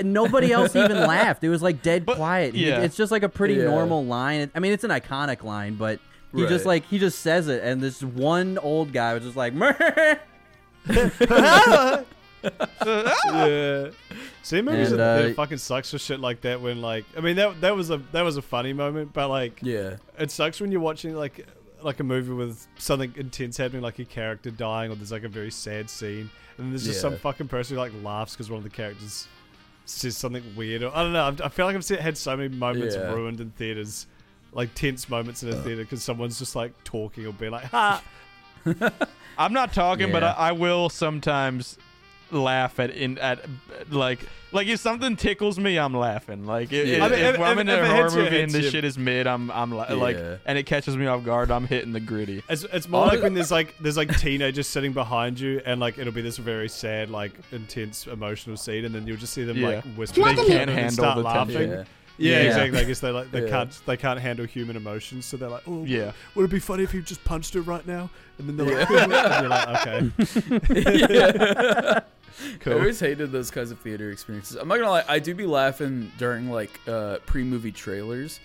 [SPEAKER 6] and Nobody else even laughed. It was like dead quiet. He-
[SPEAKER 5] yeah.
[SPEAKER 6] It's just like a pretty
[SPEAKER 5] Yeah.
[SPEAKER 6] normal line. I mean, it's an iconic line, but he
[SPEAKER 5] Right.
[SPEAKER 6] just like he just says it, and this one old guy was just like, <laughs> "Oh, "Meh."
[SPEAKER 3] yeah. See, movies
[SPEAKER 6] And,
[SPEAKER 3] that, that
[SPEAKER 6] uh,
[SPEAKER 3] fucking sucks for shit like that. When like, I mean, that that was a that was a funny moment, but like,
[SPEAKER 5] Yeah.
[SPEAKER 3] it sucks when you're watching like like a movie with something intense happening, like a character dying, or there's like a very sad scene, and there's just some
[SPEAKER 5] Yeah.
[SPEAKER 3] fucking person who like laughs because one of the characters says something weird. Or, I don't know. I've, I feel like I've seen, had so many moments
[SPEAKER 5] Yeah. Uh.
[SPEAKER 3] ruined in theaters, like tense moments in a theater because someone's just like talking or
[SPEAKER 5] <laughs>
[SPEAKER 3] being like, ha.
[SPEAKER 2] I'm not talking, but I,
[SPEAKER 5] Yeah.
[SPEAKER 2] I will sometimes laugh at in at like like if something tickles me, I'm laughing. Like if,
[SPEAKER 5] Yeah.
[SPEAKER 2] if,
[SPEAKER 5] I mean,
[SPEAKER 2] if
[SPEAKER 3] if-
[SPEAKER 2] I'm in
[SPEAKER 3] if-
[SPEAKER 2] a
[SPEAKER 3] if it
[SPEAKER 2] horror
[SPEAKER 3] hits you, it
[SPEAKER 2] movie and
[SPEAKER 3] hits
[SPEAKER 2] this
[SPEAKER 3] you.
[SPEAKER 2] shit is mid, I'm I'm li- like
[SPEAKER 5] Yeah.
[SPEAKER 2] and it catches me off guard, I'm hitting the gritty.
[SPEAKER 3] It's, it's more
[SPEAKER 5] All
[SPEAKER 3] like
[SPEAKER 5] the-
[SPEAKER 3] when there's like there's like teenagers sitting behind you and like it'll be this very sad like intense emotional scene and then you'll just see them
[SPEAKER 2] Yeah.
[SPEAKER 3] like whisper in
[SPEAKER 7] They
[SPEAKER 3] each
[SPEAKER 7] can't
[SPEAKER 3] other and
[SPEAKER 2] handle
[SPEAKER 3] start
[SPEAKER 2] the
[SPEAKER 3] laughing.
[SPEAKER 2] tension.
[SPEAKER 3] Yeah.
[SPEAKER 6] Yeah.
[SPEAKER 3] exactly. I guess they like they
[SPEAKER 5] Yeah.
[SPEAKER 3] can't they can't handle human emotions, so they're like, oh
[SPEAKER 2] Yeah.
[SPEAKER 3] would it be funny if you just punched her right now? And then they're like, <laughs> and you're like okay,
[SPEAKER 5] I always hated those kinds of theater experiences. I'm not gonna lie, I do be laughing during like uh, pre-movie trailers,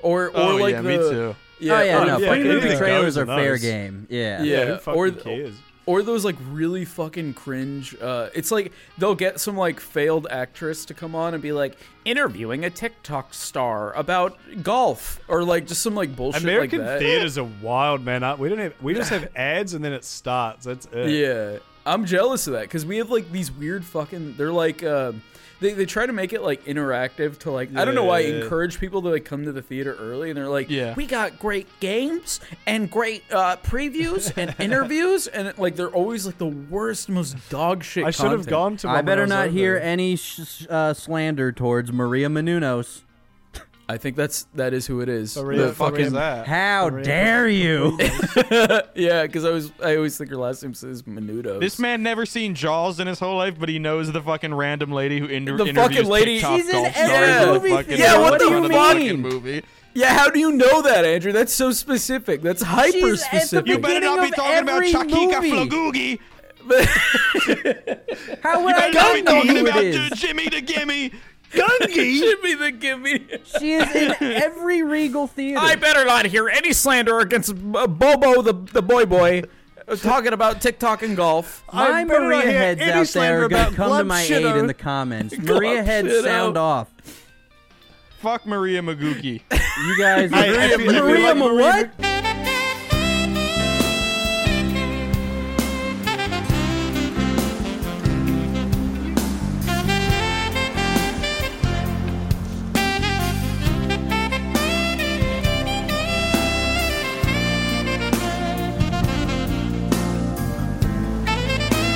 [SPEAKER 5] or or
[SPEAKER 2] Oh,
[SPEAKER 5] like
[SPEAKER 2] yeah,
[SPEAKER 5] the
[SPEAKER 2] me too.
[SPEAKER 5] yeah,
[SPEAKER 6] oh yeah,
[SPEAKER 5] or-
[SPEAKER 6] no,
[SPEAKER 3] yeah,
[SPEAKER 6] free
[SPEAKER 3] anything
[SPEAKER 6] movie
[SPEAKER 3] goes
[SPEAKER 6] trailers are
[SPEAKER 3] in
[SPEAKER 6] fair
[SPEAKER 3] those.
[SPEAKER 6] game. Yeah,
[SPEAKER 5] Yeah,
[SPEAKER 3] who fucking
[SPEAKER 5] or-
[SPEAKER 3] cares?
[SPEAKER 5] or those like really fucking cringe. Uh, it's like they'll get some like failed actress to come on and be like interviewing a TikTok star about golf, or like just some like bullshit
[SPEAKER 3] American
[SPEAKER 5] like that.
[SPEAKER 3] theaters are wild, man. Aren't- We don't have we just have ads and then it starts. That's <laughs> it.
[SPEAKER 5] Yeah, I'm jealous of that because we have like these weird fucking. They're like, um, they they try to make it like interactive to like. I don't know why
[SPEAKER 3] Yeah.
[SPEAKER 5] encourage people to like come to the theater early, and they're like,
[SPEAKER 2] Yeah.
[SPEAKER 5] we got great games and great uh, previews and interviews, and like they're always like the worst, most dog shit.
[SPEAKER 3] I should have
[SPEAKER 5] content.
[SPEAKER 3] gone to. one
[SPEAKER 6] I
[SPEAKER 3] when
[SPEAKER 6] better
[SPEAKER 3] was
[SPEAKER 6] not
[SPEAKER 3] over
[SPEAKER 6] hear
[SPEAKER 3] there.
[SPEAKER 6] any sh- uh, slander towards Maria Menounos.
[SPEAKER 5] I think that's that is who it is.
[SPEAKER 3] Sorry,
[SPEAKER 5] The
[SPEAKER 3] sorry.
[SPEAKER 5] fucking
[SPEAKER 2] that?
[SPEAKER 6] How dare you?
[SPEAKER 5] yeah, because I was I always think her last name is Menudo.
[SPEAKER 2] This man never seen Jaws in his whole life, but he knows the fucking random lady who inter-
[SPEAKER 5] The
[SPEAKER 2] interviews
[SPEAKER 5] fucking lady-
[SPEAKER 2] TikTok
[SPEAKER 6] She's in
[SPEAKER 2] golf
[SPEAKER 6] every
[SPEAKER 2] stars in the
[SPEAKER 6] movie
[SPEAKER 2] fucking-
[SPEAKER 6] theater.
[SPEAKER 5] Yeah, what
[SPEAKER 2] in
[SPEAKER 5] do
[SPEAKER 2] front
[SPEAKER 5] you
[SPEAKER 2] of the fucking
[SPEAKER 5] mean?
[SPEAKER 2] Movie.
[SPEAKER 5] Yeah, how do you know that, Andrew? That's so specific. That's hyper
[SPEAKER 6] She's at the
[SPEAKER 5] specific.
[SPEAKER 2] You better
[SPEAKER 6] Beginning
[SPEAKER 2] not be
[SPEAKER 6] of
[SPEAKER 2] talking about
[SPEAKER 6] every
[SPEAKER 2] Chakika
[SPEAKER 6] movie.
[SPEAKER 2] Flagugi.
[SPEAKER 6] How would
[SPEAKER 2] You
[SPEAKER 6] I
[SPEAKER 2] better not be
[SPEAKER 6] not know
[SPEAKER 2] talking
[SPEAKER 6] who
[SPEAKER 2] about
[SPEAKER 6] it
[SPEAKER 2] J-
[SPEAKER 6] is?
[SPEAKER 2] Jimmy the Gimme.
[SPEAKER 6] <laughs>
[SPEAKER 5] Should be the gimme.
[SPEAKER 6] She is in every Regal theater.
[SPEAKER 5] I better not hear any slander against uh, Bobo the the boy boy uh, talking about TikTok and golf.
[SPEAKER 6] My
[SPEAKER 3] better not
[SPEAKER 6] Maria
[SPEAKER 3] hear
[SPEAKER 6] heads
[SPEAKER 3] any
[SPEAKER 6] out
[SPEAKER 3] slander
[SPEAKER 6] there are going
[SPEAKER 3] about
[SPEAKER 6] to come to
[SPEAKER 3] Glump
[SPEAKER 6] my aid
[SPEAKER 3] Shitto.
[SPEAKER 6] in
[SPEAKER 3] <laughs>
[SPEAKER 6] the comments. Maria
[SPEAKER 5] Glump
[SPEAKER 6] heads
[SPEAKER 5] Shitto.
[SPEAKER 6] sound off.
[SPEAKER 2] Fuck Maria Maguki.
[SPEAKER 6] You guys,
[SPEAKER 3] I feel- I feel
[SPEAKER 6] Maria,
[SPEAKER 3] like
[SPEAKER 6] Ma-
[SPEAKER 3] Maria
[SPEAKER 6] what?